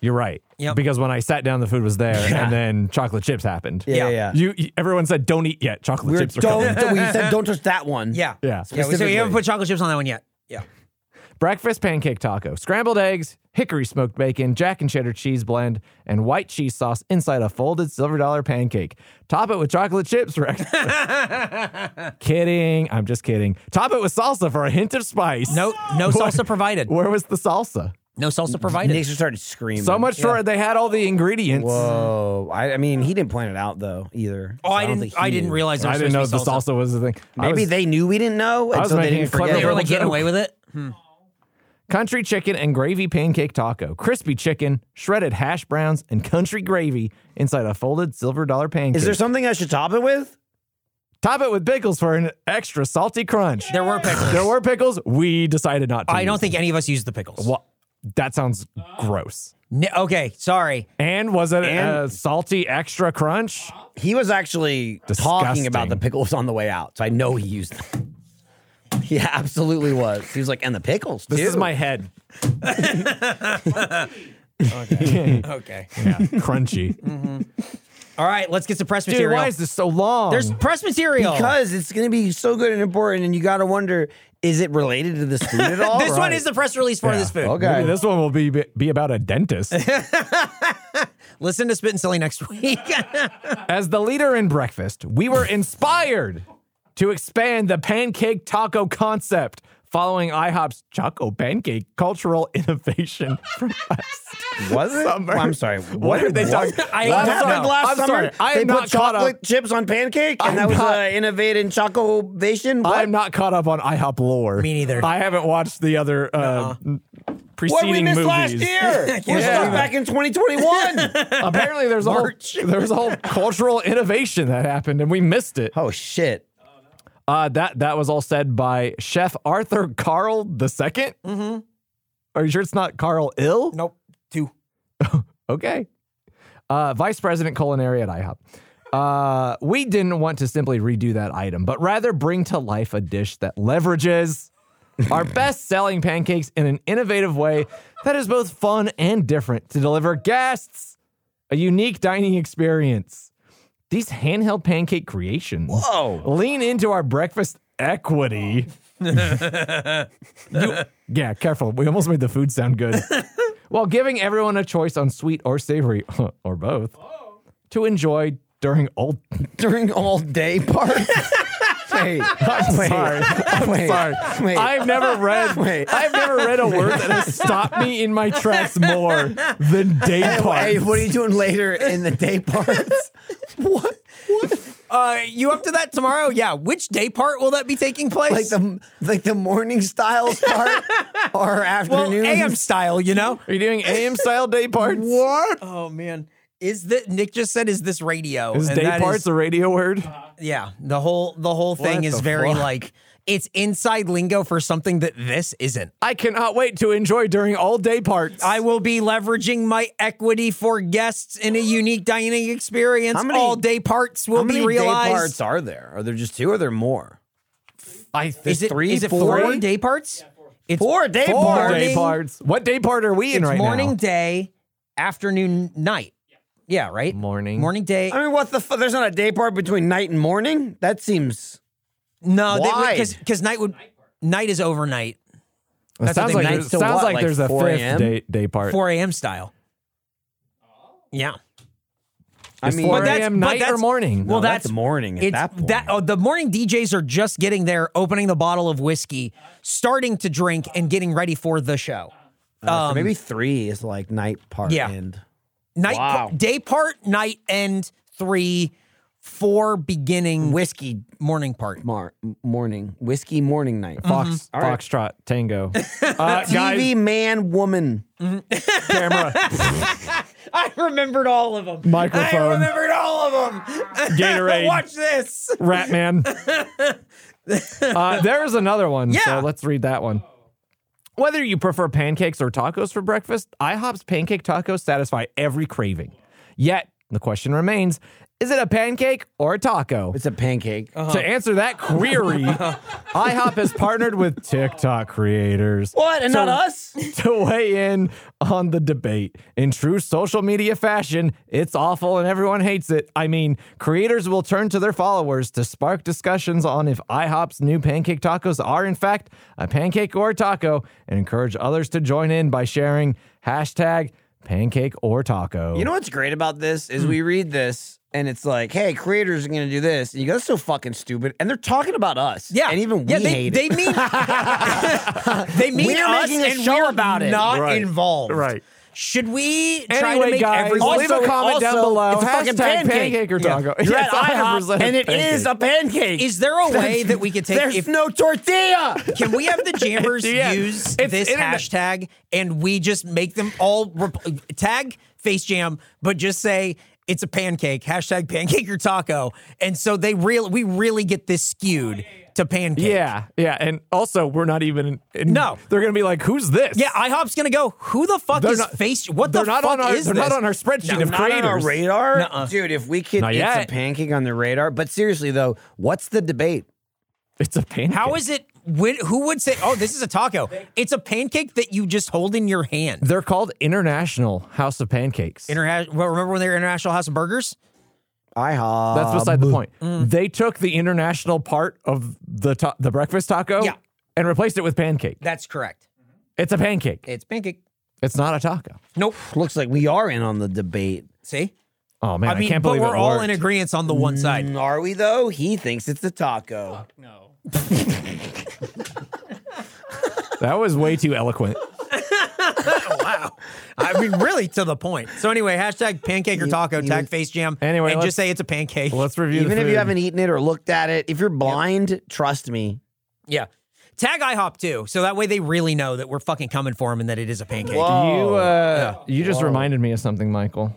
Speaker 3: You're right.
Speaker 2: Yep.
Speaker 3: Because when I sat down, the food was there,
Speaker 2: Yeah.
Speaker 3: and then chocolate chips happened.
Speaker 1: Yeah,
Speaker 2: Yeah.
Speaker 1: yeah. yeah.
Speaker 3: You, you- everyone said don't eat yet. Chocolate
Speaker 1: we, were,
Speaker 3: chips are coming.
Speaker 1: don't, we
Speaker 2: [laughs]
Speaker 1: said don't touch that one.
Speaker 2: Yeah.
Speaker 3: Yeah.
Speaker 2: Yeah. We, so we
Speaker 1: Specifically.
Speaker 2: haven't put chocolate chips on that one yet. Yeah.
Speaker 3: [laughs] breakfast pancake taco, scrambled eggs, hickory smoked bacon, jack and cheddar cheese blend, and white cheese sauce inside a folded silver dollar pancake. Top it with chocolate chips
Speaker 1: [laughs]
Speaker 3: for extra. kidding. I'm just kidding. Top it with salsa for a hint of spice.
Speaker 2: No. No salsa provided.
Speaker 3: Where was the salsa?
Speaker 2: No salsa provided.
Speaker 1: Nick just started screaming.
Speaker 3: So much for it. They had all the ingredients.
Speaker 1: Whoa. I, I mean, he didn't point it out though either.
Speaker 2: Oh, I
Speaker 1: don't
Speaker 2: didn't.
Speaker 1: think he
Speaker 2: I didn't
Speaker 1: knew.
Speaker 2: realize. There
Speaker 3: I
Speaker 2: was
Speaker 3: didn't know
Speaker 2: supposed
Speaker 3: the salsa
Speaker 2: to be
Speaker 3: was the thing. I
Speaker 1: Maybe
Speaker 3: was-
Speaker 1: they knew we didn't know, and
Speaker 3: was
Speaker 1: so they
Speaker 3: making
Speaker 1: didn't
Speaker 3: a clever
Speaker 1: forget.
Speaker 2: They were like
Speaker 3: Little
Speaker 2: getting
Speaker 3: joke.
Speaker 2: away with it.
Speaker 3: Country chicken and gravy pancake taco, crispy chicken, shredded hash browns, and country gravy inside a folded silver dollar pancake.
Speaker 1: Is there something I should top it with?
Speaker 3: Top it with pickles for an extra salty crunch.
Speaker 2: There were pickles.
Speaker 3: There were pickles. We decided not to.
Speaker 2: I
Speaker 3: use
Speaker 2: don't
Speaker 3: them.
Speaker 2: think any of us used the pickles.
Speaker 3: Well, that sounds gross.
Speaker 2: N- okay, sorry.
Speaker 3: And was it a
Speaker 1: And-
Speaker 3: salty extra crunch?
Speaker 1: He was actually talking
Speaker 3: Disgusting.
Speaker 1: about the pickles on the way out, so I know he used them. [laughs] He absolutely was. He was like, and the pickles.
Speaker 3: This
Speaker 1: too.
Speaker 3: is my
Speaker 2: [laughs]
Speaker 3: head. [laughs]
Speaker 2: Okay. Mm.
Speaker 3: Crunchy.
Speaker 2: [laughs] All right, let's get some press
Speaker 3: Dude,
Speaker 2: material.
Speaker 3: why is this so long?
Speaker 2: There's press material.
Speaker 1: because it's going to be so good and important, and you got to wonder: is it related to this food
Speaker 2: [laughs]
Speaker 1: at all?
Speaker 2: this one
Speaker 3: right.
Speaker 2: is the press release for
Speaker 3: Yeah.
Speaker 2: this food.
Speaker 1: Okay.
Speaker 3: Maybe this one will be be about a dentist.
Speaker 2: Listen to Spit and Silly next week. [laughs]
Speaker 3: As the leader in breakfast, we were inspired to expand the pancake taco concept, following IHOP's Choco Pancake Cultural [laughs] Innovation from last
Speaker 1: Was it?
Speaker 3: summer.
Speaker 1: Well, I'm sorry. What,
Speaker 3: What are they
Speaker 1: was-
Speaker 3: talking?
Speaker 2: I
Speaker 1: What
Speaker 2: don't
Speaker 1: happened
Speaker 2: know.
Speaker 1: last
Speaker 3: I'm
Speaker 1: summer?
Speaker 3: sorry. I
Speaker 1: they
Speaker 3: am
Speaker 1: put
Speaker 3: not caught
Speaker 1: chocolate
Speaker 3: up.
Speaker 1: chips on pancake, and
Speaker 3: I'm
Speaker 1: that was
Speaker 3: not-
Speaker 1: uh, innovating chocovation. What?
Speaker 3: I'm not caught up on IHOP lore.
Speaker 2: Me neither.
Speaker 3: I haven't watched the other uh,
Speaker 1: what we
Speaker 3: preceding
Speaker 1: missed
Speaker 3: movies.
Speaker 1: last year? We're
Speaker 3: Yeah.
Speaker 1: stuck back in 2021.
Speaker 3: [laughs] Apparently, there's all [laughs] there's all cultural innovation that happened, and we missed it.
Speaker 1: oh shit!
Speaker 3: Uh, that that was all said by Chef Arthur Carl II.
Speaker 1: Mm-hmm.
Speaker 3: Are you sure it's not Carl Ill?
Speaker 2: Nope. Two.
Speaker 3: Okay. Uh, Vice President Culinary at IHOP. Uh, we didn't want to simply redo that item, but rather bring to life a dish that leverages our best selling pancakes in an innovative way that is both fun and different to deliver guests a unique dining experience. These handheld pancake creations
Speaker 1: Whoa.
Speaker 3: lean into our breakfast equity. You- yeah, careful. We almost made the food sound good. While giving everyone a choice on sweet or savory, [laughs] or both,
Speaker 2: Oh.
Speaker 3: to enjoy during old. [laughs]
Speaker 2: [laughs]
Speaker 1: During all day parts. Wait,
Speaker 3: I'm
Speaker 1: wait,
Speaker 3: sorry. I'm
Speaker 1: wait,
Speaker 3: sorry.
Speaker 1: Wait.
Speaker 3: I've never
Speaker 2: [laughs]
Speaker 3: read.
Speaker 1: Wait.
Speaker 3: I've never read a word that has stopped me in my tracks more
Speaker 2: [laughs]
Speaker 3: than day parts.
Speaker 1: Hey, what are you doing later in the day
Speaker 3: [laughs]
Speaker 1: parts? what?
Speaker 2: Uh, you up to that tomorrow? Yeah. Which day part will that be taking place?
Speaker 1: Like the like the morning style
Speaker 3: [laughs]
Speaker 1: start or
Speaker 2: well,
Speaker 1: afternoon?
Speaker 2: AM style, you know?
Speaker 3: Are you doing AM style day parts?
Speaker 1: What?
Speaker 2: Oh man. Is that Nick just said? Is this radio?
Speaker 3: Is
Speaker 2: And
Speaker 3: day
Speaker 2: that
Speaker 3: parts
Speaker 2: is-
Speaker 3: a radio word?
Speaker 2: yeah. The whole the whole thing
Speaker 3: What
Speaker 2: is
Speaker 3: the
Speaker 2: very
Speaker 3: fuck?
Speaker 2: like it's inside lingo for something that this isn't.
Speaker 3: I cannot wait to enjoy during all day parts.
Speaker 2: I will be leveraging my equity for guests in a unique dining experience.
Speaker 1: How many-
Speaker 2: All day parts will
Speaker 1: How many
Speaker 2: be realized.
Speaker 1: day parts are there? Are there just two? Or are there more?
Speaker 3: I
Speaker 1: There's
Speaker 2: is it
Speaker 1: three,
Speaker 2: is it
Speaker 1: four?
Speaker 2: four, day parts? It's
Speaker 1: Four day
Speaker 3: Four
Speaker 1: parts.
Speaker 3: day
Speaker 2: Morning-
Speaker 3: parts. What day part are we in
Speaker 2: It's
Speaker 3: right
Speaker 2: morning,
Speaker 3: now?
Speaker 2: day, afternoon, night. Yeah, right.
Speaker 3: Morning.
Speaker 2: morning, day.
Speaker 1: I mean, what the? F- there's not a day part between night and morning. That seems.
Speaker 2: No,
Speaker 1: Wide.
Speaker 2: because because night would night is overnight, That's
Speaker 3: sounds
Speaker 2: the thing,
Speaker 3: like
Speaker 2: nights
Speaker 3: there's,
Speaker 1: to
Speaker 3: sounds
Speaker 1: what,
Speaker 3: like
Speaker 1: like
Speaker 3: there's a
Speaker 1: 4
Speaker 3: fifth
Speaker 1: a.m.?
Speaker 3: day, day part.
Speaker 2: four a.m. style. Yeah,
Speaker 1: I
Speaker 3: Is
Speaker 1: mean,
Speaker 3: 4
Speaker 2: But that's-
Speaker 3: a.m.
Speaker 2: but
Speaker 3: night or
Speaker 2: that's-
Speaker 3: morning?
Speaker 2: well,
Speaker 1: No, that's
Speaker 2: that's
Speaker 1: morning at
Speaker 2: It's
Speaker 1: that point.
Speaker 2: oh, the morning DJs are just getting there, opening the bottle of whiskey, starting to drink, and getting ready for the show.
Speaker 1: uh, so maybe three is like night part
Speaker 2: yeah.
Speaker 1: end.
Speaker 2: Night,
Speaker 1: Wow.
Speaker 2: day part, night end, three, four, beginning
Speaker 1: Whiskey
Speaker 2: morning part.
Speaker 1: mar- m- morning, whiskey morning night.
Speaker 3: Fox,
Speaker 1: All right.
Speaker 3: Foxtrot, Tango.
Speaker 1: [laughs]
Speaker 3: Uh,
Speaker 1: TV
Speaker 3: guys,
Speaker 1: man, woman.
Speaker 3: camera,
Speaker 2: [laughs] I remembered all of them. I
Speaker 3: Microphone.
Speaker 2: remembered all [laughs] of them.
Speaker 3: Gatorade.
Speaker 2: Watch this.
Speaker 3: Ratman. Uh, there's another one.
Speaker 2: Yeah.
Speaker 3: So let's read that one. Whether you prefer pancakes or tacos for breakfast, IHOP's pancake tacos satisfy every craving. Yet, the question remains is it a pancake or a taco?
Speaker 1: It's uh-huh. a pancake.
Speaker 3: To answer
Speaker 1: [laughs]
Speaker 3: that query, IHOP has partnered with TikTok creators
Speaker 1: What? And
Speaker 3: So-
Speaker 1: not us?
Speaker 3: [laughs] to weigh in on the debate. In true social media fashion, it's awful and everyone hates it. I mean, creators will turn to their followers to spark discussions on if IHOP's new pancake tacos are, in fact, a pancake or a taco and encourage others to join in by sharing hashtag pancake or taco.
Speaker 1: You know what's great about this is we read this and it's like, hey, creators are going to do this. And you go, that's so fucking stupid. And they're talking about us.
Speaker 2: Yeah.
Speaker 1: And even we
Speaker 2: yeah, they,
Speaker 1: hate
Speaker 2: they
Speaker 1: it. [laughs]
Speaker 2: Mean, they mean
Speaker 1: We're
Speaker 2: us
Speaker 1: making a
Speaker 2: and
Speaker 1: show
Speaker 2: we're
Speaker 1: about it.
Speaker 2: not
Speaker 3: Right.
Speaker 2: involved.
Speaker 3: Right.
Speaker 2: Should we try to
Speaker 3: Anyway,
Speaker 2: make
Speaker 3: guys,
Speaker 2: everyone...
Speaker 3: leave a comment down
Speaker 1: also,
Speaker 3: below.
Speaker 1: it's a fucking
Speaker 3: hashtag
Speaker 1: pancake.
Speaker 3: or taco.
Speaker 1: You're
Speaker 3: Yes,
Speaker 1: at IHOP
Speaker 3: 100%
Speaker 1: and it is
Speaker 3: pancake.
Speaker 1: a pancake.
Speaker 2: Is there
Speaker 1: [laughs]
Speaker 2: a way that we could take...
Speaker 1: There's
Speaker 2: if,
Speaker 1: no tortilla.
Speaker 2: [laughs] Can we have
Speaker 1: [laughs]
Speaker 2: the jammers
Speaker 3: Yeah.
Speaker 2: use
Speaker 3: It's
Speaker 2: this
Speaker 3: internet.
Speaker 2: hashtag and we just make them all rep- tag face jam, but just say it's a pancake hashtag pancake or taco, and so they real we really get this skewed to pancake.
Speaker 3: Yeah, yeah, and also we're not even. In,
Speaker 2: No.
Speaker 3: they're gonna be like, "Who's this?"
Speaker 2: yeah. IHOP's gonna go. Who the fuck
Speaker 3: They're
Speaker 2: is
Speaker 3: not-
Speaker 2: face? What
Speaker 3: they're
Speaker 2: the
Speaker 3: not
Speaker 2: fuck
Speaker 3: on our-
Speaker 2: is
Speaker 3: they're
Speaker 2: this?
Speaker 3: not on our spreadsheet of
Speaker 1: not on our
Speaker 3: creators.
Speaker 1: radar,
Speaker 2: Nuh-uh.
Speaker 1: dude. If we could,
Speaker 3: Not
Speaker 1: it's
Speaker 3: yet.
Speaker 1: a pancake on the radar. But seriously though, what's the debate?
Speaker 3: it's a pancake.
Speaker 2: How is it? When, who would say? Oh, this is a taco. It's a pancake that you just hold in your hand.
Speaker 3: They're called International House of Pancakes.
Speaker 2: Interha- well, remember when they were International House of Burgers?
Speaker 1: IHOP.
Speaker 3: That's beside the point.
Speaker 2: Mm.
Speaker 3: They took the international part of the ta- the breakfast taco
Speaker 2: Yeah.
Speaker 3: and replaced it with pancake.
Speaker 2: That's correct.
Speaker 3: It's a pancake.
Speaker 2: It's pancake.
Speaker 3: It's not a taco.
Speaker 2: Nope.
Speaker 1: Looks like we are in on the debate.
Speaker 2: See.
Speaker 3: Oh man, I,
Speaker 2: I mean,
Speaker 3: can't
Speaker 2: but
Speaker 3: believe
Speaker 2: we're
Speaker 3: it
Speaker 2: all
Speaker 3: worked.
Speaker 2: in agreement on the one side.
Speaker 1: Mm, Are we though? He thinks it's a taco.
Speaker 4: No.
Speaker 3: That was way too
Speaker 2: [laughs]
Speaker 3: eloquent.
Speaker 2: wow. I mean, really to the point. So anyway, hashtag pancake or taco, tag face jam.
Speaker 3: Anyway,
Speaker 2: and
Speaker 3: let's-
Speaker 2: just say it's a pancake.
Speaker 3: Let's review. the
Speaker 1: Even if
Speaker 3: food.
Speaker 1: you haven't eaten it or looked at it, if you're blind, trust me.
Speaker 2: yeah. Tag IHOP too, so that way they really know that we're fucking coming for them and that it is a pancake. Oh,
Speaker 3: You uh, you just reminded me of something, Michael.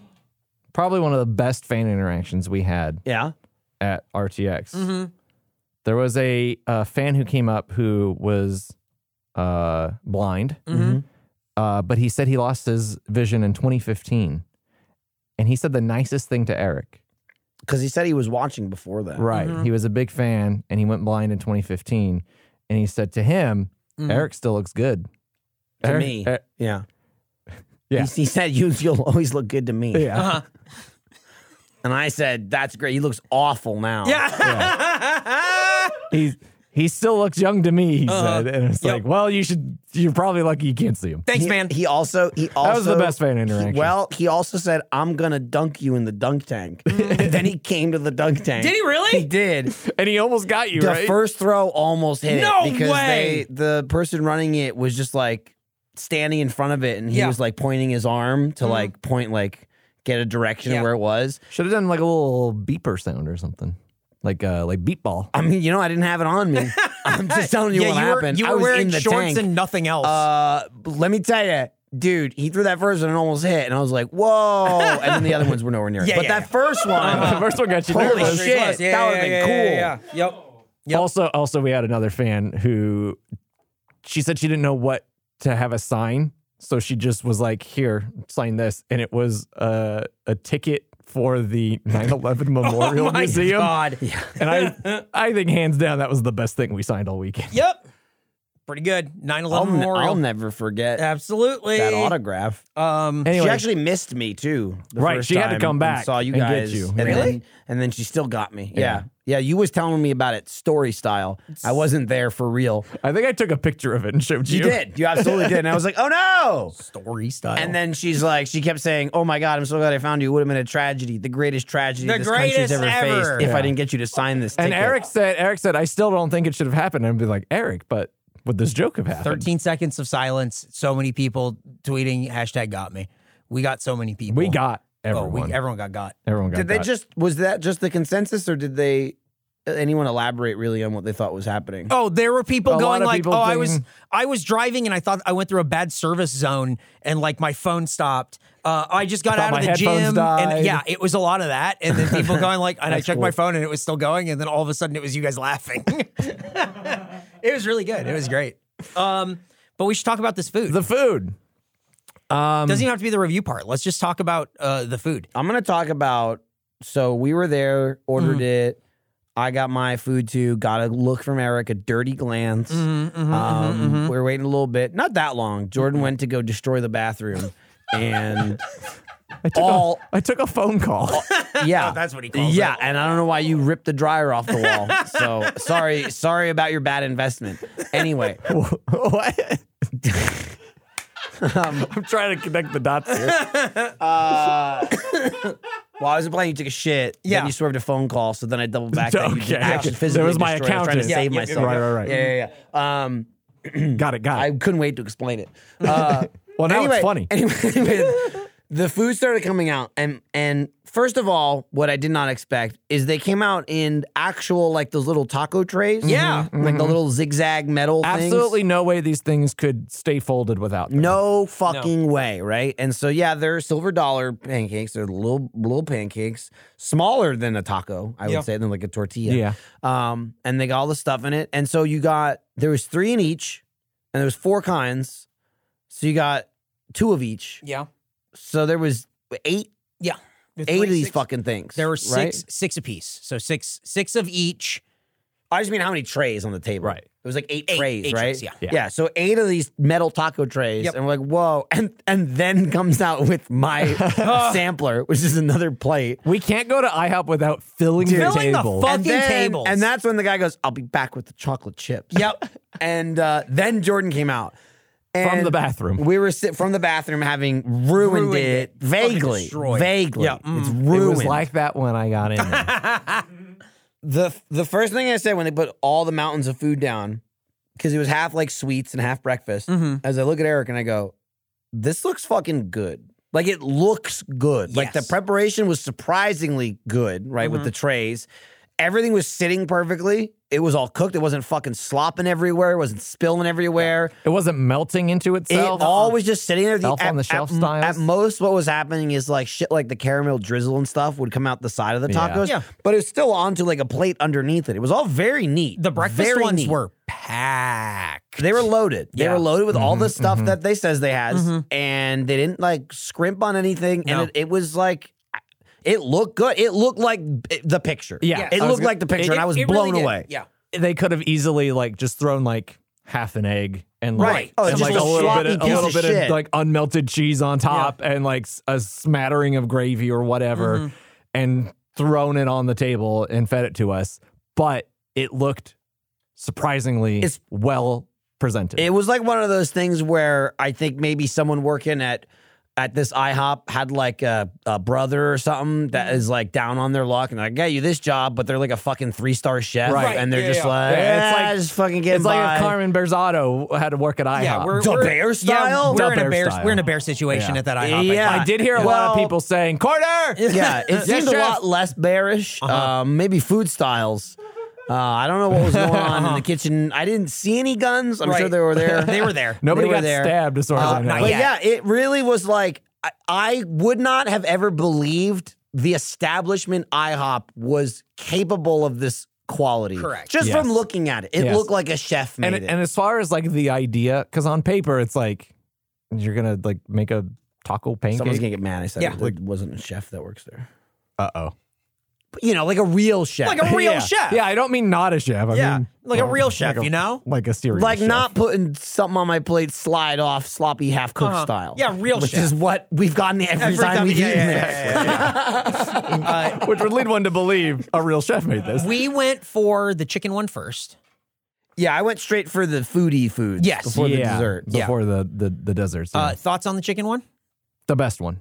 Speaker 3: Probably one of the best fan interactions we had
Speaker 1: Yeah.
Speaker 3: at RTX.
Speaker 2: Mm-hmm.
Speaker 3: There was a, uh fan who came up who was uh, blind,
Speaker 2: Mm-hmm.
Speaker 1: Mm-hmm.
Speaker 3: uh, but he said he lost his vision in 2015, and he said the nicest thing to Eric.
Speaker 1: Because he said he was watching before that.
Speaker 3: Right, he was a big fan, and he went blind in 2015, and he said to him, "Eric still looks good."
Speaker 1: To
Speaker 3: Eric-
Speaker 1: me.
Speaker 3: Er-
Speaker 1: [laughs] yeah.
Speaker 3: Yeah.
Speaker 1: He, he said, you, You'll always look good to me.
Speaker 3: yeah.
Speaker 1: [laughs] And I said, That's great. He looks awful now.
Speaker 2: Yeah.
Speaker 3: he's he still looks young to me, he
Speaker 1: Uh-huh.
Speaker 3: said. And it's
Speaker 2: Yep.
Speaker 3: like, well, you should you're probably lucky you can't see him.
Speaker 2: [laughs] Thanks,
Speaker 1: He-
Speaker 2: man.
Speaker 1: He also he also
Speaker 3: was the best fan interaction.
Speaker 1: He, well, he also said, "I'm gonna dunk you in the dunk
Speaker 2: [laughs]
Speaker 1: tank." And then he came to the dunk tank.
Speaker 2: Did he really?
Speaker 1: He
Speaker 2: [laughs]
Speaker 1: did.
Speaker 3: And he almost got you,
Speaker 1: The
Speaker 3: right?
Speaker 1: first throw almost hit
Speaker 2: No
Speaker 1: it because
Speaker 2: way!
Speaker 1: they the person running it was just like standing in front of it, and he
Speaker 2: Yeah. Mm-hmm.
Speaker 1: was like pointing his arm to like point like get a direction
Speaker 2: Yeah.
Speaker 1: where it was.
Speaker 3: should have done like a little beeper sound or something. Like uh like beat ball.
Speaker 1: I mean, you know, I didn't have it on [laughs] me. I'm just telling you
Speaker 2: yeah,
Speaker 1: what
Speaker 2: you were,
Speaker 1: happened.
Speaker 2: you
Speaker 1: I
Speaker 2: were
Speaker 1: was
Speaker 2: wearing
Speaker 1: in the
Speaker 2: shorts
Speaker 1: tank.
Speaker 2: and nothing else.
Speaker 1: Uh, let me tell you, dude, he threw that first one and almost hit, and I was like, "Whoa!" And then the other ones were nowhere near. it.
Speaker 2: [laughs] Yeah,
Speaker 1: but
Speaker 2: yeah,
Speaker 1: that
Speaker 2: yeah.
Speaker 1: first
Speaker 2: [laughs]
Speaker 1: one,
Speaker 3: [laughs] the first one got you
Speaker 1: Uh, Holy
Speaker 3: nervous.
Speaker 1: shit, that would've been
Speaker 2: cool. Yep.
Speaker 3: Also also we had another fan who she said she didn't know what to have a sign. So she just was like, here, sign this. And it was uh, a ticket for the 9-11 Memorial
Speaker 2: [laughs] oh my
Speaker 3: Museum.
Speaker 2: God.
Speaker 3: And I I think hands down that was the best thing we signed all weekend.
Speaker 2: Yep. Pretty good. 9
Speaker 1: I'll,
Speaker 2: 11
Speaker 1: ne-
Speaker 2: Memorial.
Speaker 1: I'll never forget
Speaker 2: Absolutely.
Speaker 1: that autograph.
Speaker 2: Um,
Speaker 3: Anyway,
Speaker 1: She actually missed me too. the
Speaker 3: Right,
Speaker 1: first
Speaker 3: she had to
Speaker 1: time
Speaker 3: come
Speaker 1: and
Speaker 3: back
Speaker 1: Saw you
Speaker 3: and get
Speaker 1: guys.
Speaker 3: you.
Speaker 1: and
Speaker 3: Really?
Speaker 1: Then, and then she still got me. Yeah. yeah. You was telling me about it story style. I wasn't there for real.
Speaker 3: I think I took a picture of it and showed you.
Speaker 1: [laughs] You did. You absolutely did. And I was like, oh no.
Speaker 2: story style.
Speaker 1: And then she's like, she kept saying, "Oh my God, I'm so glad I found you. It would have been a tragedy, the greatest tragedy
Speaker 2: The
Speaker 1: this
Speaker 2: greatest
Speaker 1: country's ever,
Speaker 2: ever."
Speaker 1: faced. If
Speaker 3: Yeah.
Speaker 1: I didn't get you to sign this."
Speaker 3: And
Speaker 1: ticket."
Speaker 3: Eric said, Eric said, I still don't think it should have happened. I'd be like, Eric, but would this joke have happened?
Speaker 2: 13 seconds of silence. So many people tweeting hashtag got me. We got so many people.
Speaker 3: We got
Speaker 2: Oh,
Speaker 3: everyone.
Speaker 2: we, everyone got got.
Speaker 3: everyone got
Speaker 1: did they
Speaker 3: got.
Speaker 1: just was that just the consensus, or did they anyone elaborate really on what they thought was happening?
Speaker 2: Oh, there were people
Speaker 3: A lot
Speaker 2: going
Speaker 3: of
Speaker 2: like,
Speaker 3: people
Speaker 2: "Oh, I was
Speaker 3: thinking-
Speaker 2: I was driving and I thought I went through a bad service zone and like my phone stopped. Uh, I just got
Speaker 3: thought
Speaker 2: out
Speaker 3: my
Speaker 2: of the
Speaker 3: headphones
Speaker 2: gym
Speaker 3: died.
Speaker 2: and yeah, it was a lot of that. And then
Speaker 3: [laughs]
Speaker 2: people going like, and I checked my phone and it was still going. And then all of a sudden it was you guys laughing. [laughs] it was really good. It was great. Um, but we should talk about this food.
Speaker 3: the food. Um
Speaker 2: Doesn't even have to be the review part. Let's just talk about uh, the food.
Speaker 1: I'm gonna talk about. So we were there, ordered it. I got my food too. Got a look from Eric, a dirty glance. um, We were waiting a little bit, not that long. Jordan went to go destroy the bathroom, and all
Speaker 3: I took a phone
Speaker 2: Oh,
Speaker 3: call.
Speaker 1: yeah,
Speaker 2: that's what he calls
Speaker 1: Yeah,
Speaker 2: it.
Speaker 1: and I don't know why you ripped the dryer off the wall. so sorry, sorry about your bad investment. Anyway,
Speaker 3: [laughs] what? I'm trying to connect the dots here.
Speaker 1: while I was playing, you took a shit. Yeah,
Speaker 2: Yeah,
Speaker 1: then you swerved a phone call. So then I doubled back. that you
Speaker 3: Okay.
Speaker 1: did actually
Speaker 3: Yeah.
Speaker 1: physically
Speaker 3: There was my
Speaker 1: destroy it. I was trying to save
Speaker 3: accountant.
Speaker 2: Yeah, yeah,
Speaker 1: myself.
Speaker 3: Right, right, right.
Speaker 1: Yeah, yeah, yeah. Um,
Speaker 3: got it, got
Speaker 1: I
Speaker 3: it.
Speaker 1: couldn't wait to explain it. Uh,
Speaker 3: Oh. [laughs] well, now
Speaker 1: anyway- [laughs]
Speaker 3: it's funny.
Speaker 1: Anyway, the food started coming out, and and first of all, what I did not expect is they came out in actual like those little taco trays.
Speaker 2: Yeah.
Speaker 1: like the little zigzag metal. things.
Speaker 3: Mm-hmm. Absolutely no way these things could stay folded without them.
Speaker 1: No fucking way, right? And so yeah, they're silver dollar pancakes. They're little little pancakes, smaller than a taco, I
Speaker 2: Yeah.
Speaker 1: would say, than like a tortilla.
Speaker 3: Yeah.
Speaker 1: Um, and they got all the stuff in it. And so you got there was three in each, and there was four kinds. So you got two of each.
Speaker 2: Yeah,
Speaker 1: So there was eight
Speaker 2: yeah. The
Speaker 1: eight
Speaker 2: three,
Speaker 1: of these
Speaker 2: six-
Speaker 1: fucking things.
Speaker 2: There were six
Speaker 1: right?
Speaker 2: six apiece. So six six of each.
Speaker 1: I just mean how many trays on the table.
Speaker 3: Right.
Speaker 1: It was like eight,
Speaker 2: Eight-
Speaker 1: trays,
Speaker 2: eight
Speaker 1: right?
Speaker 2: trays, yeah.
Speaker 3: Yeah.
Speaker 1: So eight of these metal taco trays.
Speaker 2: Yep.
Speaker 1: And we're like, whoa. And and then comes out with my [laughs] sampler, which is another plate.
Speaker 3: We can't go to IHOP without filling the
Speaker 2: Filling the
Speaker 3: table.
Speaker 2: fuck-
Speaker 1: and
Speaker 2: Fucking
Speaker 1: then,
Speaker 2: tables.
Speaker 1: And that's when the guy goes, I'll be back with the chocolate chips.
Speaker 2: Yep.
Speaker 1: [laughs] and uh, then Jordan came out.
Speaker 3: From the
Speaker 1: And
Speaker 3: bathroom.
Speaker 1: We were sit from the bathroom having ruined,
Speaker 2: Ruined
Speaker 1: it.
Speaker 2: it. Fucking
Speaker 1: Vaguely.
Speaker 2: destroyed.
Speaker 1: Vaguely.
Speaker 2: Yeah.
Speaker 1: It's
Speaker 3: it
Speaker 1: ruined.
Speaker 3: was like that when I got in. [laughs] there.
Speaker 1: the the first thing I said when they put all the mountains of food down because it was half like sweets and half breakfast. As I look at Eric and I go, this looks fucking good. Like it looks good. Like the
Speaker 2: Yes.
Speaker 1: preparation was surprisingly good, right? With the trays. Everything was sitting perfectly. It was all cooked. It wasn't fucking slopping everywhere. It wasn't spilling everywhere.
Speaker 3: It wasn't melting into
Speaker 1: It
Speaker 3: itself.
Speaker 1: all was just sitting there.
Speaker 3: Elf on the shelf
Speaker 1: at,
Speaker 3: styles.
Speaker 1: at most, what was happening is like shit, like the caramel drizzle and stuff would come out the side of the
Speaker 3: Yeah.
Speaker 1: tacos,
Speaker 2: Yeah.
Speaker 1: but it was still onto like a plate underneath it. It was all very neat.
Speaker 2: The breakfast
Speaker 1: very
Speaker 2: ones
Speaker 1: neat.
Speaker 2: were packed.
Speaker 1: They were loaded. They
Speaker 2: Yeah.
Speaker 1: were loaded with
Speaker 3: Mm-hmm.
Speaker 1: all the stuff that they says they has,
Speaker 2: Mm-hmm.
Speaker 1: and they didn't like scrimp on anything.
Speaker 2: No.
Speaker 1: And it, it was like, it looked good. It looked like b- the picture.
Speaker 3: Yeah.
Speaker 1: it
Speaker 3: I was
Speaker 1: looked
Speaker 3: gonna-
Speaker 1: like the picture,
Speaker 2: It-
Speaker 1: and I was
Speaker 2: it really
Speaker 1: blown
Speaker 2: did.
Speaker 1: away.
Speaker 2: Yeah.
Speaker 3: they could have easily like just thrown like half an egg and like,
Speaker 1: Right. Oh,
Speaker 3: and,
Speaker 1: it's
Speaker 3: like
Speaker 1: just a
Speaker 3: a little bit,
Speaker 1: sloppy
Speaker 3: of, a
Speaker 1: piece
Speaker 3: little
Speaker 1: of
Speaker 3: bit of
Speaker 1: shit.
Speaker 3: like unmelted cheese on top and like s- a smattering of gravy or whatever,
Speaker 1: Mm-hmm.
Speaker 3: and thrown it on the table and fed it to us. But it looked surprisingly
Speaker 1: It's-
Speaker 3: well presented.
Speaker 1: It was like one of those things where I think maybe someone working at at this IHOP had like a, a brother or something that
Speaker 3: Mm-hmm.
Speaker 1: is like down on their luck and like, I got you this job, but they're like a fucking three star chef.
Speaker 3: Right.
Speaker 1: And they're
Speaker 2: Yeah,
Speaker 1: just
Speaker 2: yeah.
Speaker 1: like,
Speaker 3: Yeah, it's
Speaker 1: "Ah,
Speaker 3: like-
Speaker 1: just fucking getting
Speaker 3: it's like
Speaker 1: by."
Speaker 3: if Carmen Berzotto had to work at IHOP.
Speaker 1: The bear style?
Speaker 2: Yeah, we're in
Speaker 3: The
Speaker 2: a
Speaker 3: bear
Speaker 2: bear.
Speaker 3: style.
Speaker 2: We're in a bear situation
Speaker 3: Yeah.
Speaker 2: at that IHOP.
Speaker 1: Yeah.
Speaker 2: I
Speaker 3: I did hear a lot of
Speaker 1: Well-
Speaker 3: people saying
Speaker 1: [laughs]
Speaker 3: quarter.
Speaker 1: yeah, it
Speaker 3: [laughs] Yes,
Speaker 1: seemed a
Speaker 3: chef. Uh-huh.
Speaker 1: lot less bearish. Um, maybe food styles. Uh, I don't know what was going
Speaker 3: [laughs]
Speaker 1: on
Speaker 3: Uh-huh.
Speaker 1: in the kitchen. I didn't see any guns. I'm sure
Speaker 2: Right.
Speaker 1: they were
Speaker 3: [laughs]
Speaker 1: there.
Speaker 2: [laughs] They were there.
Speaker 3: Nobody
Speaker 1: They were
Speaker 3: got
Speaker 1: there.
Speaker 3: stabbed as far as
Speaker 2: Uh,
Speaker 3: I know.
Speaker 2: not
Speaker 1: But
Speaker 2: yet.
Speaker 1: yeah, it really was like I, I would not have ever believed the establishment IHOP was capable of this quality.
Speaker 2: Correct.
Speaker 1: Just
Speaker 3: Yes.
Speaker 1: from looking at it, it
Speaker 3: Yes.
Speaker 1: looked like a chef made
Speaker 3: and
Speaker 1: it.
Speaker 3: and as far as like the idea, because on paper it's like you're gonna like make a taco
Speaker 1: Someone's
Speaker 3: pancake.
Speaker 1: gonna get mad. I said
Speaker 2: Yeah.
Speaker 1: it There wasn't a chef that works there.
Speaker 3: Uh oh.
Speaker 1: But, you know, like a real chef,
Speaker 2: Like a real
Speaker 3: yeah.
Speaker 2: chef.
Speaker 3: Yeah, I don't mean not a chef. I
Speaker 2: Yeah,
Speaker 3: mean
Speaker 2: like
Speaker 1: oh,
Speaker 2: a real
Speaker 3: like
Speaker 2: chef,
Speaker 3: a-
Speaker 1: [laughs]
Speaker 2: you know?
Speaker 3: like a serious,
Speaker 1: like
Speaker 3: chef. [laughs]
Speaker 1: not putting something on my plate slide off sloppy half cooked
Speaker 2: Uh-huh.
Speaker 1: style.
Speaker 2: Yeah, real
Speaker 1: which
Speaker 2: chef.
Speaker 1: is what we've gotten every,
Speaker 2: Every
Speaker 1: time,
Speaker 2: time-
Speaker 1: we've
Speaker 2: yeah,
Speaker 1: eaten
Speaker 2: yeah,
Speaker 1: there.
Speaker 2: yeah,
Speaker 3: which would lead one to believe a real chef made this.
Speaker 2: We went for the chicken one first.
Speaker 1: [laughs] Yeah, I went straight for the foodie foods.
Speaker 2: Yes.
Speaker 1: before the
Speaker 3: Yeah,
Speaker 1: dessert.
Speaker 2: Yeah.
Speaker 3: before the the the desserts. yeah.
Speaker 2: Uh, thoughts on the chicken one?
Speaker 3: the best one,